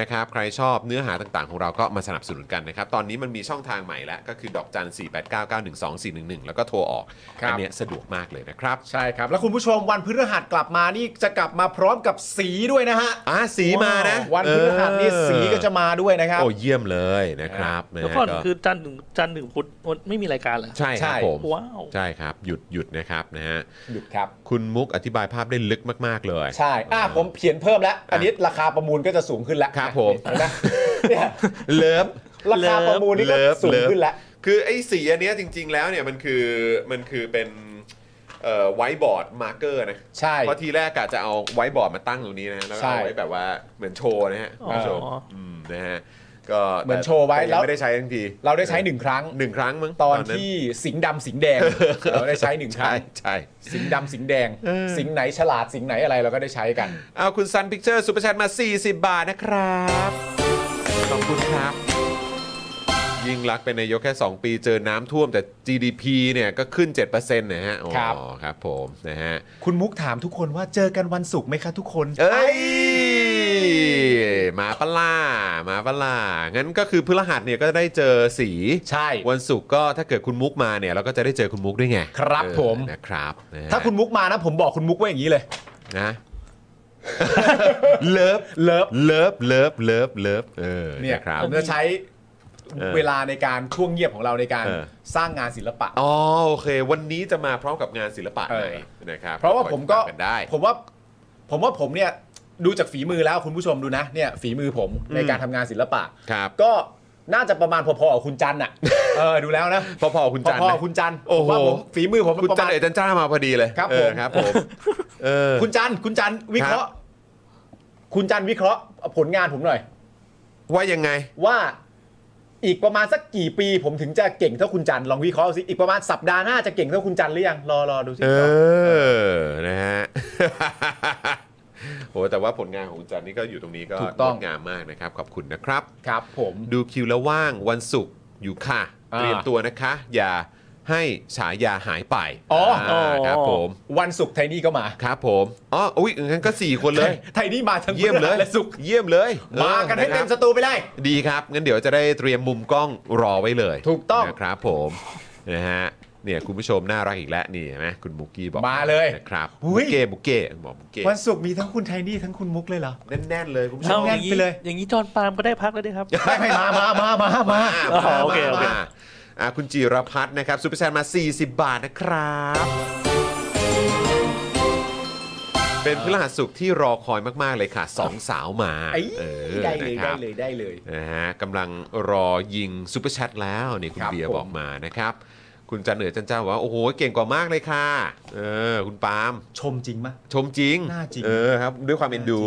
นะครับใครชอบเนื้อหาต่างๆ ของเราก็มาสนับสนุนกันนะครับ ตอนนี้มันมีช่องทางใหม่แล้ว ก็คือดอกจัน 4 8 9 9 1 2 4 1 1 แล้วก็โทรออก
ครับ
อัเนี้ยสะดวกมากเลยนะครับ
ใช่ครับ แล้วคุณผู้ชมวันพฤหัสกลับมานี่จะกลับมาพร้อมกับสีด้วยนะฮะ
อ่ะสีมานะ
วันพฤหัสนี่สีก็จะมาด้วยนะครับ
โอ้เยี่ยมเลยนะครับ
เดี๋ยวก่อนะ
ฮะ
คือจันทร์ถึงจันทร์ถึงพุธไม่มีรายการเหรอ
ใช่ครับผม
ว้าว
ใช่ครับหยุดหยุดนะครับนะฮะ
หยุดครับ
คุณมุกอธิบายภาพได้ลึกมากๆเลย
ใช่ อ่ะผมเขียนเพิ่มแล้ว อันนี้ราคาประมูลก็จะสูงขึ้นแล้ว
ครับผม
เห็นะเนี่ย
เลิฟ
ราคาประมูลนี่ก็
เลิฟ
สูง
เลิฟ
ขึ้นแล้ว
คือไอ้สีอันเนี้ยจริง ๆ แล้วเนี่ยมันคือมันคือเป็นเอ่อไวบอร์ดมาร์เกอร์นะ
ใช่
เพราะทีแรกกะจะเอาไวบอร์ดมาตั้งตรงนี้นะแล้วก็
ใช่
เอาไว้แบบว่าเหมือนโชว์นะฮะคุณผู้ชม
อ๋ออื
มนะฮะก็
เหมือนโชว์ไว้
แต่ยัง
แล้ว
ไม่ได้ใช้ทั้งที
เราได้ใช้หนึ่งครั้ง
หนึ่งครั้งมั้ง
ตอนที่สิงห์ดำสิงห์แดง เราได้ใช้หนึ่งค
ใช่
รั้ง
ใช่
สิงห์ดำสิงห์แดง สิงห์ไหนฉลาดสิงห์ไหนอะไรเราก็ได้ใช้กัน
เอาคุณซันพิกเจอร์ซูเปอร์แชทมา 40 บาทนะครับ ขอบคุณครับ ยิ่งรักษณ์เป็นนายกแค่ 2 ปีเจอน้ำท่วมแต่ GDP เนี่ยก็ขึ้น 7%นะฮะ อ๋อ
ครับ
ครับผมนะฮะ
คุณมุกถามทุกคนว่าเจอกันวันศุกร์ไหมคะทุกคน
เอ้ย มาปะล่ามาปะล่างั้นก็คือพฤหัสเนี่ยก็ได้เจอสี
ใช่
วันศุกร์ก็ถ้าเกิดคุณมุกมาเนี่ย เราก็จะได้เจอคุณมุกด้วยไง
ครับ
เออ
ผม
นะครับนะฮะ
ถ้าคุณมุกมานะ ผมบอกคุณมุกว่าอย่างนี้เลย
นะ <laughs> เลิฟ
เลิฟ
เลิฟเลิฟเลิฟเลิฟเออ
เนี่ย
ะครับ
ผมจะใช้
เออ
เวลาในการช่วงเงียบของเราในการ
เออ
สร้างงานศิลปะ
อ๋อโอเค วันนี้จะมาพร้อมกับงานศิลปะ
เออ
ไหนนะครับ
เพราะว่าผมก็
คอยติดตนได้
ผมว่าผมว่าผมเนี่ยดูจากฝีมือแล้วคุณผู้ชมดูนะเนี่ยฝีมือผมในการทำงานศิลปะ
ครับ
ก็น่าจะประมาณพอๆกับคุณจันน่ะ เออดูแล้วนะ
พอๆคุณจันท
พ
ร์
อๆ
นะ
กับคุณจัน
โอ้โห
ว่าผมฝีมือผมมั
คุณ
ประ
จัน
มาณ
เอกจันจ้ามาพอดีเลย
ครับ
เออ
ผม
ครับ
<laughs>
ผมเออ
คุณจันคุณจันวิเคราะห์ คุณจันวิเคราะห์ผลงานผมหน่อย
ว่ายังไง
ว่าอีกประมาณสักกี่ปี ผมถึงจะเก่งเท่าคุณจันลองวิเคราะห์สิอีกประมาณสัปดาห์หน้าจะเก่งเท่าคุณจันหรือยังรอรอดูสิ
เออ นะฮะ <laughs> โหแต่ว่าผลงานของคุณจันนี่ก็อยู่ตรงนี้ก็งดงามมากนะครับ ขอบคุณนะครับ
ครับผม
ดูคิวแล้วว่างวันศุกร์อยู่ค่ะ
อ่า
เตรียมตัวนะคะ อย่าให้ฉายาหายไป
อ๋ออ๋อ
าครับผม
วันศุกร์ไทนี่ก็มา
ครับผมอ๋ออุ้ยงั้นก็ 4 คนเลย
ไทยนี่มาทั้ง
เยี่ยมเลย
พฤหัสและสุกร์
เยี่ยมเลย
มากันให้เต็ม
ออะค
ส
รับ
ตูไปเลย
ดีครับ งั้นเดี๋ยวจะได้เตรียมมุมกล้องรอไว้เลย
ถูกต้อง
นะครับผมนะฮะเนี่ยคุณผู้ชมน่ารักอีกแล้วนี่เห็นไหมคุณมุกกี้บอก
มาเลย
นะครับ
อุ๊
มุ
ย
กเก้มุกเก้บอกมุกเก้
วันศุกร์มีทั้งคุณไทนี่ทั้งคุณมุกเลยเหรอ
แน่นๆเลยคุณผู้ช
เอา
ม
อ
งั้
ย่าน ง
ไป
นี้
เลย
อย่างนี้จอห์นปาล์มก็ได้พักแล้วดิครับ
ไม่ไม่มามามามามา
อ๋อโอเคโอเค
มาอ่ะคุณจิรพัฒน์นะครับซูเปอร์แซนมา 40 บาทนะครับ เป็นพฤหัสสุขที่รอคอยมาก ๆ เลยค่ะสองสาวมา
ไอ้ย
ออ
ได้เลย
นะค
ได้
รับ
เลยได้เลย
นะฮะกำลังรอยิงซูเปอร์แชทแล้วนี่คุณ
ครับ
เบียร์
ผม
บอกมานะครับ คุณจันเหนือจันเจ้าบอกว่า โอ้โห เก่งกว่ามากเลยค่ะ เออ คุณปาล์ม
ชมจริงมะ
ชมจริง
น่าจริง
เออครับ ด้วยความเอ็นดู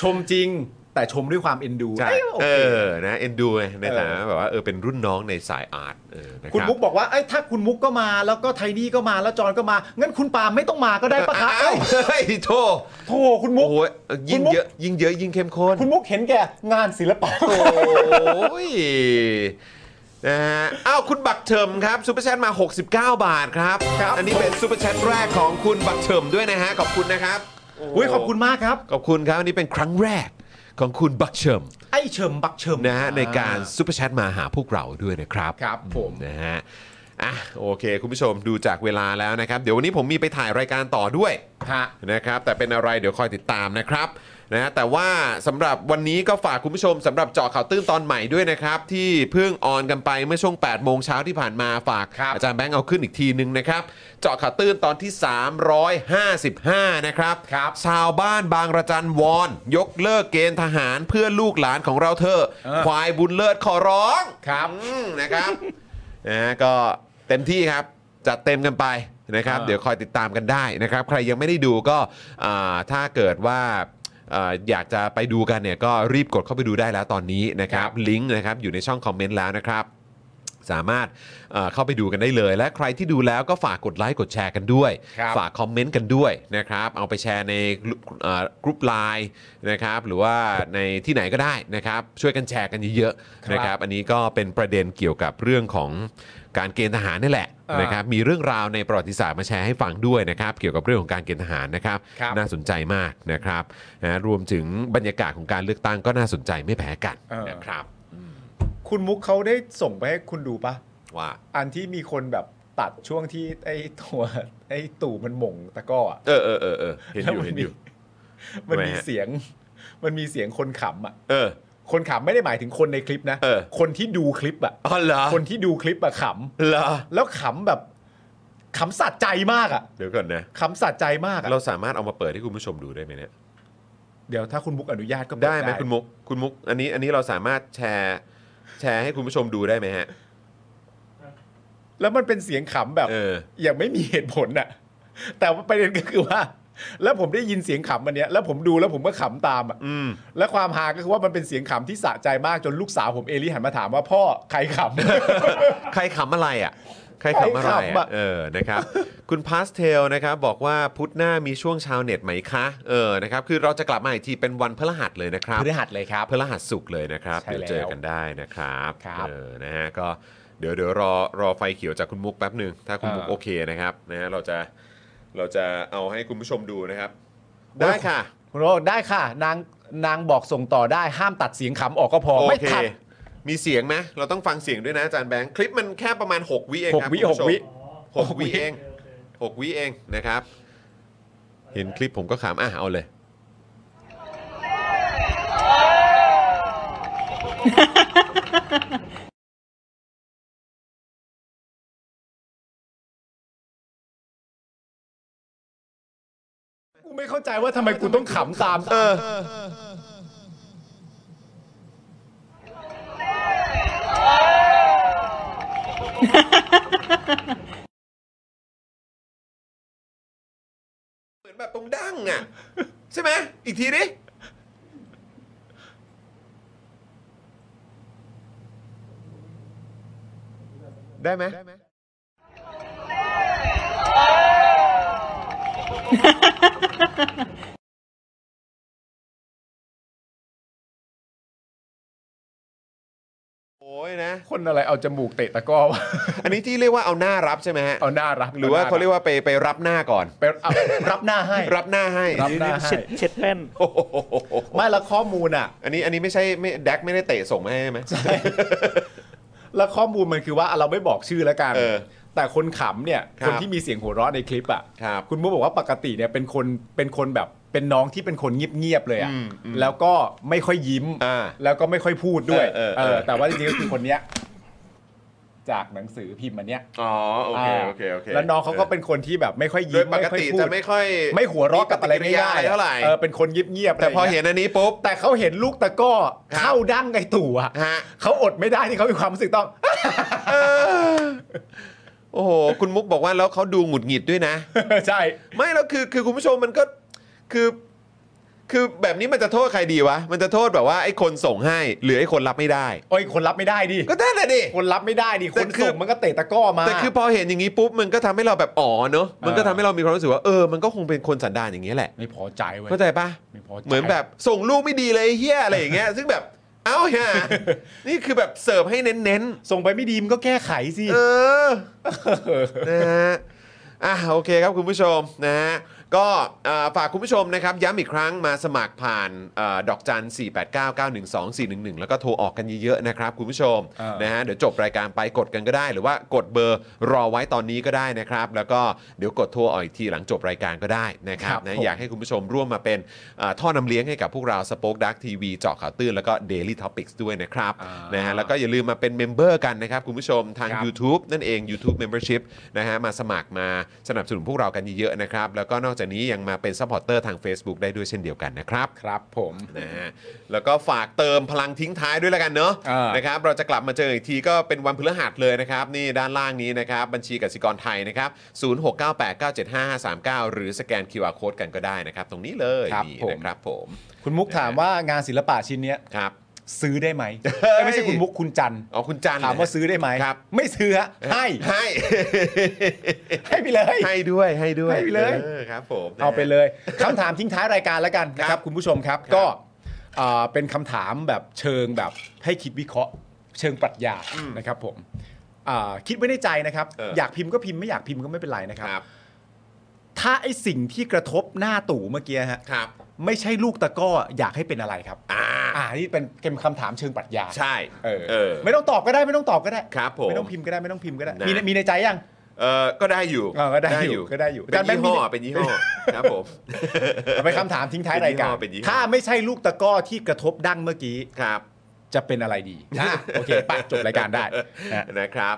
ชมจริง แต่ชมด้วยความเอ็นดู
ใช่
เอ้ยโอ
เอ
เค
อนะเอ็นดูไงในฐานะ
เออ
แบบว่าเออเป็นรุ่นน้องในสายอาร์ตเออนะ
คุณ
รับ
มุกบอกว่าเอ้ยถ้าคุณมุกก็มาแล้วก็ไทนี่ก็มาแล้วจอนก็มา งั้นคุณปาล์มไม่ต้องมาก็ได้ปะคะ
อ้า
เอ้
วยเฮ้ยโทษ
โถคุณมุ
โอ้
ก
โหยิ่งเยอะยิ่งเยอะยิ่งเข้มข้น
คุณมุกเห็นแก่งานศิลปะ
โอ้ยนะฮะอ้าวคุณบักเถิมครับซูเปอร์แชทมา 69 บาทครับ
ครับ
อันนี้เป็นซูเปอร์แชทแรกของคุณบักเถิมด้วยนะฮะ ขอบคุณนะครับ
อุ้ยขอบคุณมากครับ
ขอบคุณครับ อันนี้เป็นครั้งแรกของคุณบักเฉิม
ไอ้เชิมบักเชิม
นะฮะ
อ่
ในการซูเปอร์แชทมาหาพวกเราด้วยนะครับ
ครับผม
นะฮะ อ่ะโอเค คุณผู้ชมดูจากเวลาแล้วนะครับ เดี๋ยววันนี้ผมมีไปถ่ายรายการต่อด้วย
ฮะ
นะครับแต่เป็นอะไรเดี๋ยวคอยติดตามนะครับ นะฮะแต่ว่าสำหรับวันนี้ก็ฝากคุณผู้ชมสำหรับเจาะข่าวตื้นตอนใหม่ด้วยนะครับ ที่เพิ่งออนกันไปเมื่อช่วง 8 โมงเช้าที่ผ่านมาฝาก
ครับ
อาจารย์แบงค์เอาขึ้นอีกทีนึงนะครับ เจาะข่าวตื้นตอนที่ 355 นะครับ
ครับ
ชาวบ้านบางระจันวอน ยกเลิกเกณฑ์ทหารเพื่อลูกหลานของเราเธอะ
เออ
ควายบุญเลิศขอร้อง
ครับ
อืมนะครับ นะฮะก็เต็มที่ครับจัดเต็มกันไปนะครับ
อ่า
เดี๋ยวคอยติดตามกันได้นะครับ ใครยังไม่ได้ดูก็อ่าถ้าเกิดว่าอ่าอยากจะไปดูกันเนี่ยก็รีบกดเข้าไปดูได้แล้วตอนนี้นะครับลิงก์นะครับอยู่ในช่องคอมเมนต์แล้วนะครับ สามารถเอ่อเข้าไปดูกันได้เลย และใครที่ดูแล้วก็ฝากกดไลค์กดแชร์กันด้วย
ครับ
ฝากคอมเมนต์กันด้วยนะครับเอาไปแชร์ในกลุ่มไลน์นะครับหรือว่าในที่ไหนก็ได้นะครับ ช่วยกันแชร์กันเยอะ
ค
ๆ
รับ
นะครับอันนี้ก็เป็นประเด็นเกี่ยวกับเรื่องของการเกณฑ์ทหารนี่แหละ
อ่าน
นะครับมีเรื่องราวในประวัติศาสตร์มาแชร์ให้ฟังด้วยนะครับ เกี่ยวกับเรื่องของการเกณฑ์ทหารนะครับ
ครับ
น่าสนใจมากนะครับนะรวมถึงบรรยากาศของการเลือกตั้งก็น่าสนใจไม่แพ้กันนะครับ
คุณมุกเขาได้ส่งไปให้คุณดูปะ
ว่า
อันที่มีคนแบบตัดช่วงที่ไอ้ตัวไอ้ตู่มันหม่งตะกร้ออะ
เออเออเออเออเห็นอยู่เห็นอยู่
แล้วมันมี
ทำไม
มันมี
ฮะ
เสียง มันมีเสียงคนขำอ่ะ
เออ
คนขำไม่ได้หมายถึงคนในคลิปนะ
เออ
คนที่ดูคลิปอ่ะ
อ๋อเหรอ
คนที่ดูคลิปอะข
เหรอ
ำแล้วขำแบบขำสัใจมากอะ
เดี๋ยวก่อนนะ
ขำสัใจมากอะ
เราสามารถเอามาเปิดให้คุณผู้ชมดูได้ไหมเนี่ย
เดี๋ยวถ้าคุณมุกอนุญาตก็เปิ
ได้ไหมคุณมุกคุณมุกอันนี้อันนี้เราสามารถแชร์แชร์ให้คุณผู้ชมดูได้ไหมฮะ
แล้วมันเป็นเสียงขำแบบ
เออ
อย่างไม่มีเหตุผลน่ะ แต่ว่าประเด็นก็คือว่า แล้วผมได้ยินเสียงขำอันเนี้ย แล้วผมดูแล้วผมก็ขำตามอ่ะ
อืม
และความฮาก็คือว่ามันเป็นเสียงขำที่สะใจมากจนลูกสาวผมเอลี่หันมาถามว่าพ่อใครข <laughs> ำ
ใครขำอะไรอ่ะ ใครขำอะไร
ใครขำ
อ่ะ
อะ
เออนะครับ คุณพาสเทลนะครับ บอกว่าพุธหน้ามีช่วงชาวเน็ตไหมคะเออนะครับ คือเราจะกลับมาอีกทีเป็นวันพฤหัสเลยนะครับ
พฤหัสเลยครับ
พฤหัสสุกร์เลยนะครับ
ใช่
เดี๋ยวเจอกันได้นะครับ
ครับ
เออนะฮะก็เดี๋ยวเดี๋ยวรอรอไฟเขียวจากคุณมุกแป๊บหนึ่งถ้าคุณ
เออ
มุกโอเคนะครับนะฮะเราจะเราจะเอาให้คุณผู้ชมดูนะครับ
โอ้ย
ได้ค่ะ
คุณโรได้ค่ะ นางนางบอกส่งต่อได้ห้ามตัดเสียงขำออกก็พอ
โอ
ไม่
เค
ตัด
มีเสียงไหมเราต้องฟังเสียงด้วยนะอาจารย์แบงค์คลิปมันแค่ประมาณ 6 วิเองครับ
หกวิ
คุณผู้ชม
หก
หก
วิ
วิเองหกวิเองนะครับ เห็นคลิปผมก็ขำอ่ะเอาเลย
กูไม่เข้าใจว่าทำไมกูต้องขำตาม
เออ เหมือนแบบตรงดั้ง
<laughs>
อ่ะ ใช่ไหมอีกทีดิ ได้ไหม โอ้ยนะ
คนอะไรเอา <laughs> จมูกเตะตะกร้อวะ
อันนี้ที่เรียกว่าเอาหน้ารับใช่ไหมฮะ
เอาหน้ารับ
หรือว่าเขาเรียกว่าไปไปรับหน้าก่อน
ไปเอารับหน้าให้
รับหน้าให้
รับหน้าให้ <laughs>
เช็ดเช็ดแป้น
โอ้โห
ไม่และข้อมูลอ่ะ
อันนี้อันนี้ไม่ใช่ไม่แดกไม่ได้เตะส่งมาให้ใช่ไหม
แล้วข้อมูลมันคือว่าเราไม่บอกชื่อแล้วกัน
เออ
แต่คนขำเนี่ย
ครับ
คนที่มีเสียงหัวเราะในคลิปอ่ะ
ครับ
ณมุกบอกว่าปกติเนี่ยเป็นคนเป็นคนแบบเป็นน้องที่เป็นคนเงียบๆเลยอ่ะ
อืมอืม
แล้วก็ไม่ค่อยยิ้ม
อ่า
แล้วก็ไม่ค่อยพูดด้วย
เออเออเออ
แต่ว่าจริงๆก็คือคนเนี้ยจากหนังสือพิมพ์อันเนี้ย
อ๋อโอเค
า
โอเคโอเค
แล้วน้องเขาก็เป็นคนที่แบบไม่ค่อย
โด
ยิ้
ย
ม
ป
ไม่
ก
ค่อย
ติ
พูด
จะไม่ค่อย
ไม่หัวเราะกับอะไร
มีปฏิ
ง่าย
กิริยาอะรเท่าไหร่
เออเป็นคนเงียบๆะ
แต่
ไรย่าง
พอ
งี้ย
เห็นอันนี้ปุ๊บ
แต่เขาเห็นลูกตะกร้อ
ครับ
เข้าดั้งไอตู่อะ
ฮะ
เขาอดไม่ได้ที่เขามีความรู้สึกต้อง <laughs>
เออโอ้โหคุณมุกบอกว่าแล้วเขาดูหงุดหงิดด้วยนะ
ใช่
ไม่แล้วคือคือคุณผู้ชมมันก็คือคือแบบนี้มันจะโทษใครดีวะมันจะโทษแบบว่าไอ้คนส่งให้ หรือไอ้คนรับไม่ได้
โอ้ยคนรับไม่ได้ดิ
ก็ได้แหละดิ
คนรับไม่ได้ดิค
แต่
น
คือ
ส่งมันก็เตะตะกร้อมา
แต่คือพอเห็นอย่างนี้ปุ๊บมันก็ทำให้เราแบบอ๋อเนอะมันก็
เออ
ทำให้เรามีความรู้สึกว่าเออมันก็คงเป็นคนสันดานอย่างนี้ยแหละ
ไม่พอใจเว้ย
เข้าใจปะ
ไม่พอใจ
เหมือนแบบส่งลูกไม่ดีเลยไอ้เฮียอะไรอย่างเงี้ยซึ่งแบบเอ้าฮ่า นี่คือแบบเสิร์ฟให้เน้น
ส่งไปไม่ดีมันก็แก้ไขสิ
ๆเออนะฮะอ่ะโอเคครับคุณผู้ชมนะฮะ ก็เอ่อฝากคุณผู้ชมนะครับย้ำอีกครั้งมาสมัครผ่านเออดอกจัน 4 8 9 9 1 2 4 1 1 แล้วก็โทรออกกันเยอะๆนะครับคุณผู้ชม
เออ
นะฮะเดี๋ยวจบรายการไปกดกันก็ได้ หรือว่ากดเบอร์รอไว้ตอนนี้ก็ได้นะครับ แล้วก็เดี๋ยวกดโทรออกอีกทีหลังจบรายการก็ได้นะครับ
ครับ
นะ
ผม
อยากให้คุณผู้ชมร่วมมาเป็นเอ่อท่อนำเลี้ยงให้กับพวกเราสป็อคดักทีวีเจาะข่าวตื้นแล้วก็ Daily Topics ด้วยนะครับ
อ่าน
นะฮะแล้วก็อย่าลืมมาเป็นเมมเบอร์กันนะครับ คุณผู้ชมทาง
ครับ
YouTube นั่นเอง YouTube Membership นะฮะมาสมัครมาสนับสนุนพวกเรากันเยอะๆนะครับ แล้วก็นอกจากนี้ยังมาเป็นซัพพอร์ตเตอร์ทาง Facebook ได้ด้วยเช่นเดียวกันนะครับ
ครับผม
นะฮะแล้วก็ฝากเติมพลังทิ้งท้ายด้วยแล้วกันเนอะ
อ่าน
นะครับเราจะกลับมาเจออีกทีก็เป็นวันพฤหัสเลยนะครับ นี่ด้านล่างนี้นะครับ บัญชีกสิกรไทยนะครับ 0698975539 หรือสแกน QR Code กันก็ได้นะครับ ตรงนี้เลย
ครับ
นี่
ผม
นะครับผม
คุณมุกถามว่างานศิลปะชิ้นเนี้ย
ครับ
ซื้อได้ไหม
เฮ้ย
เอ้ยไม่ใช่คุณมุกคุณจันทร์
อ๋อคุณจัน
ถามว่าซื้อได้ไหม
ครับ
ไม่ซื้อฮะให้
ให้
ให้ไปเลย
ให้ด้วยให้ด้วย
ให้ไปเลย
ออครับผม
เอาไป
นะฮะ
เลย คำถามทิ้งท้ายรายการแล้วกันนะค
ครั
รับบ คุณผู้ชมครับ
ครับ
ก็เอ่อเป็นคำถามแบบเชิงแบบให้คิดวิเคราะห์ เชิงปรัชญานะครับผมอ่าคิดไว้ในใจนะครับ
เออ
อ
อ
ยากพิมพ์ก็พิมพ์ไม่อยากพิมพ์ก็ไม่เป็นไรนะครับ
ครับ
ถ้าไอสิ่งที่กระทบหน้าตู่เมื่อกี้ฮะ
ครับ
ไม่ใช่ลูกตะกร้ออยากให้เป็นอะไรครับ
อ่า
อ่านี่เป็นเกมคำถามเชิงปรัชญา
ใช่
เออ
เออ
ไม่ต้องตอบก็ได้ไม่ต้องตอบก็ได้
ครับผม
ไม่ต้องพิมพ์ก็ได้ไม่ต้องพิมพ์ก็ได้
นะ
มีในมีในใจยัง
เออก็ได้อยู่
เออก็ได้อยู่ก็ได้อยู่
เป็นยี่ห้อ
อาจารย์แบงค์มี
เป็นยี่ห้อครับผม
เอาไปคำถามทิ้งท้ายรายการ
เป็นยี่ห้อ
ถ้าไม่ใช่ลูกตะกร้อที่กระทบดั้งเมื่อกี้
<laughs> ครับ
จะเป็นอะไรดีอ่ะโอเคไปจบรายการได้นะ
นะครับ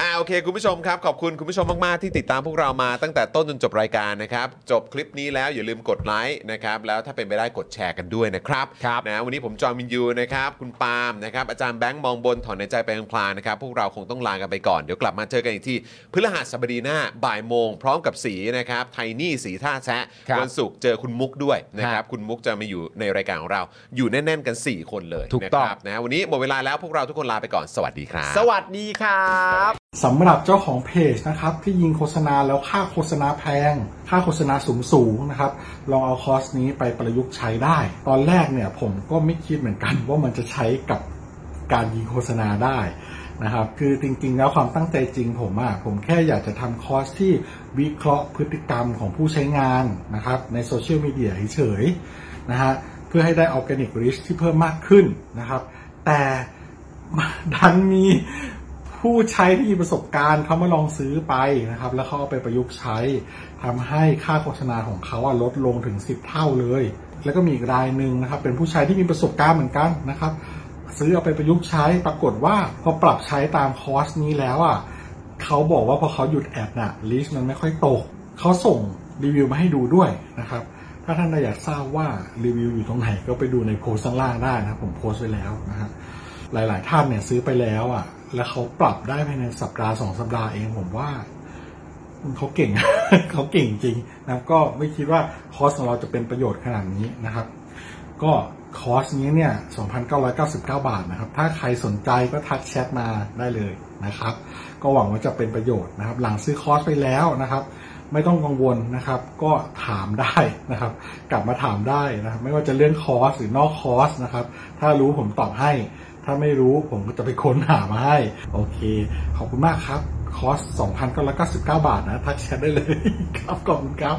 อ่าโอเค คุณผู้ชมครับ ขอบคุณคุณผู้ชมมาก ๆ ที่ติดตามพวกเรามาตั้งแต่ต้นจนจบรายการนะครับ จบคลิปนี้แล้วอย่าลืมกดไลค์นะครับ แล้วถ้าเป็นไปได้กดแชร์กันด้วยนะครับ
ครับ
นะวันนี้ผมจอห์นวินยูนะครับ คุณปาล์มนะครับ อาจารย์แบงค์มองบนถอนในใจไปพลางๆนะครับ พวกเราคงต้องลากันไปก่อน เดี๋ยวกลับมาเจอกันอีกทีพฤหัสบดีหน้าบ่ายโมง พร้อมกับสีนะครับ ไทนี่สีท่าแซะ
ครับ
วันศุกร์เจอคุณมุกด้วยนะครับ
ฮะ
คุณมุกจะมาอยู่ในรายการของเรา อยู่แน่น ๆ กัน 4 คนเลย
ถูกต้อง
นะครับนะฮะวันนี้หมดเวลาแล้วพวกเราทุกคนลาไปก่อน สวัสดีครับ
สวัสดีครับ
สำหรับเจ้าของเพจนะครับที่ยิงโฆษณาแล้วค่าโฆษณาแพง ค่าโฆษณาสูงสูงๆนะครับ ลองเอาคอร์สนี้ไปประยุกต์ใช้ได้ ตอนแรกเนี่ยผมก็ไม่คิดเหมือนกัน ว่ามันจะใช้กับการยิงโฆษณาได้นะครับ คือจริง ๆ แล้วความตั้งใจจริงผมอะผมแค่อยากจะทำคอร์สที่วิเคราะห์พฤติกรรมของผู้ใช้งานนะครับในโซเชียลมีเดียเฉยๆนะฮะเพื่อให้ได้ออร์แกนิกริชที่เพิ่มมากขึ้นนะครับ แต่ดันมี ผู้ใช้ที่มีประสบการณ์เขามาลองซื้อไปนะครับ แล้วเขาเอาไปประยุกต์ใช้ทำให้ค่าโฆษณาของเขาอะลดลงถึง 10 เท่าเลย แล้วก็มีอีกรายหนึ่งนะครับ เป็นผู้ใช้ที่มีประสบการณ์เหมือนกันนะครับ ซื้อเอาไปประยุกต์ใช้ปรากฏว่าพอปรับใช้ตามคอร์สนี้แล้วอ่ะเขาบอกว่าพอเขาหยุดแอดน่ะลิสต์มันไม่ค่อยตกเขาส่งรีวิวมาให้ดูด้วยนะครับ ถ้าท่านอยากทราบว่ารีวิวอยู่ตรงไหนก็ไปดูในโพสต์ข้างล่างได้นะครับผมโพสต์ไว้แล้วนะฮะ หลาย ๆ ท่านเนี่ยซื้อไปแล้วอ่ะ แล้วเขาปรับได้ภายในสัปดาห์สองสัปดาห์เองผมว่าเขาเก่ง <laughs> เขาเก่งจริงนะครับก็ไม่คิดว่าคอร์สของเราจะเป็นประโยชน์ขนาดนี้นะครับ ก็คอร์สนี้เนี่ย 2,999 บาทนะครับ ถ้าใครสนใจก็ทักแชทมาได้เลยนะครับ ก็หวังว่าจะเป็นประโยชน์นะครับ หลังซื้อคอร์สไปแล้วนะครับ ไม่ต้องกังวลนะครับ ก็ถามได้นะครับ กลับมาถามได้นะครับ ไม่ว่าจะเรื่องคอร์สหรือนอกคอร์สนะครับ ถ้ารู้ผมตอบให้ ถ้าไม่รู้ผมก็จะไปค้นหามาให้ โอเค ขอบคุณมากครับ คอร์ส 2,999 บาทนะทักแชทได้เลย ครับ ขอบคุณครับ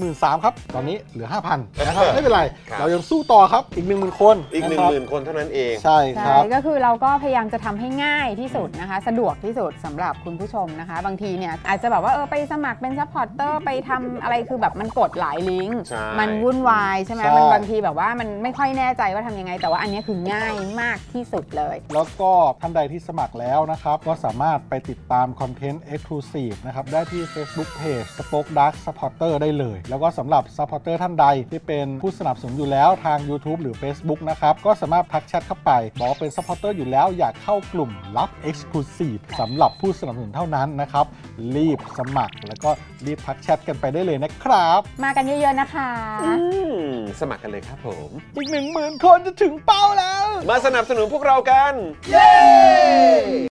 1 3ื่นครับ ตอนนี้เหลือ 5,000นะครับ ไม่เป็นไร
ครับ
เรายังสู้ต่อครับอีก 1 0,000 คน
อีก1
ะครับ
0,000 คนเท่านั้นเอง
ใช่ค
ใช่
รับ
ก็คือเราก็พยายามจะทำให้ง่ายที่สุดนะคะ สะดวกที่สุดสำหรับคุณผู้ชมนะคะ บางทีเนี่ยอาจจะแบบว่าเออไปสมัครเป็นซัพพอร์ตเตอร์ไปทำอะไรคือแบบมันกดหลายลิงก์
ใช่
มันวุ่นวายใช่ไหม
ใช่
มันบางทีแบบว่ามันไม่ค่อยแน่ใจว่าทำยังไง แต่ว่าอันเนี้ยคือง่ายมากที่สุดเลย
แล้วก็ท่านใดที่สมัครแล้วนะครับ ก็สามารถไปติดตามคอนเทนต์ Exclusive นะครับ ได้ที่ Facebook Page Spoke Dark Supporter ได้เลย แล้วก็สำหรับซัพพอร์เตอร์ท่านใดที่เป็นผู้สนับสนุนอยู่แล้วทาง YouTube หรือ Facebook นะครับ ก็สามารถทักแชทเข้าไป บอกเป็นซัพพอร์เตอร์อยู่แล้วอยากเข้ากลุ่มลับ Exclusive สำหรับผู้สนับสนุนเท่านั้นนะครับ รีบสมัคร แล้วก็รีบทักแชทกันไปได้เลยนะครับ
มากันเยอะๆนะคะ
สมัครกันเลยครับผม
อีก 1 0,000 คนจะถึงเป้าแล้ว
มาสนับสนุนพวกเรากัน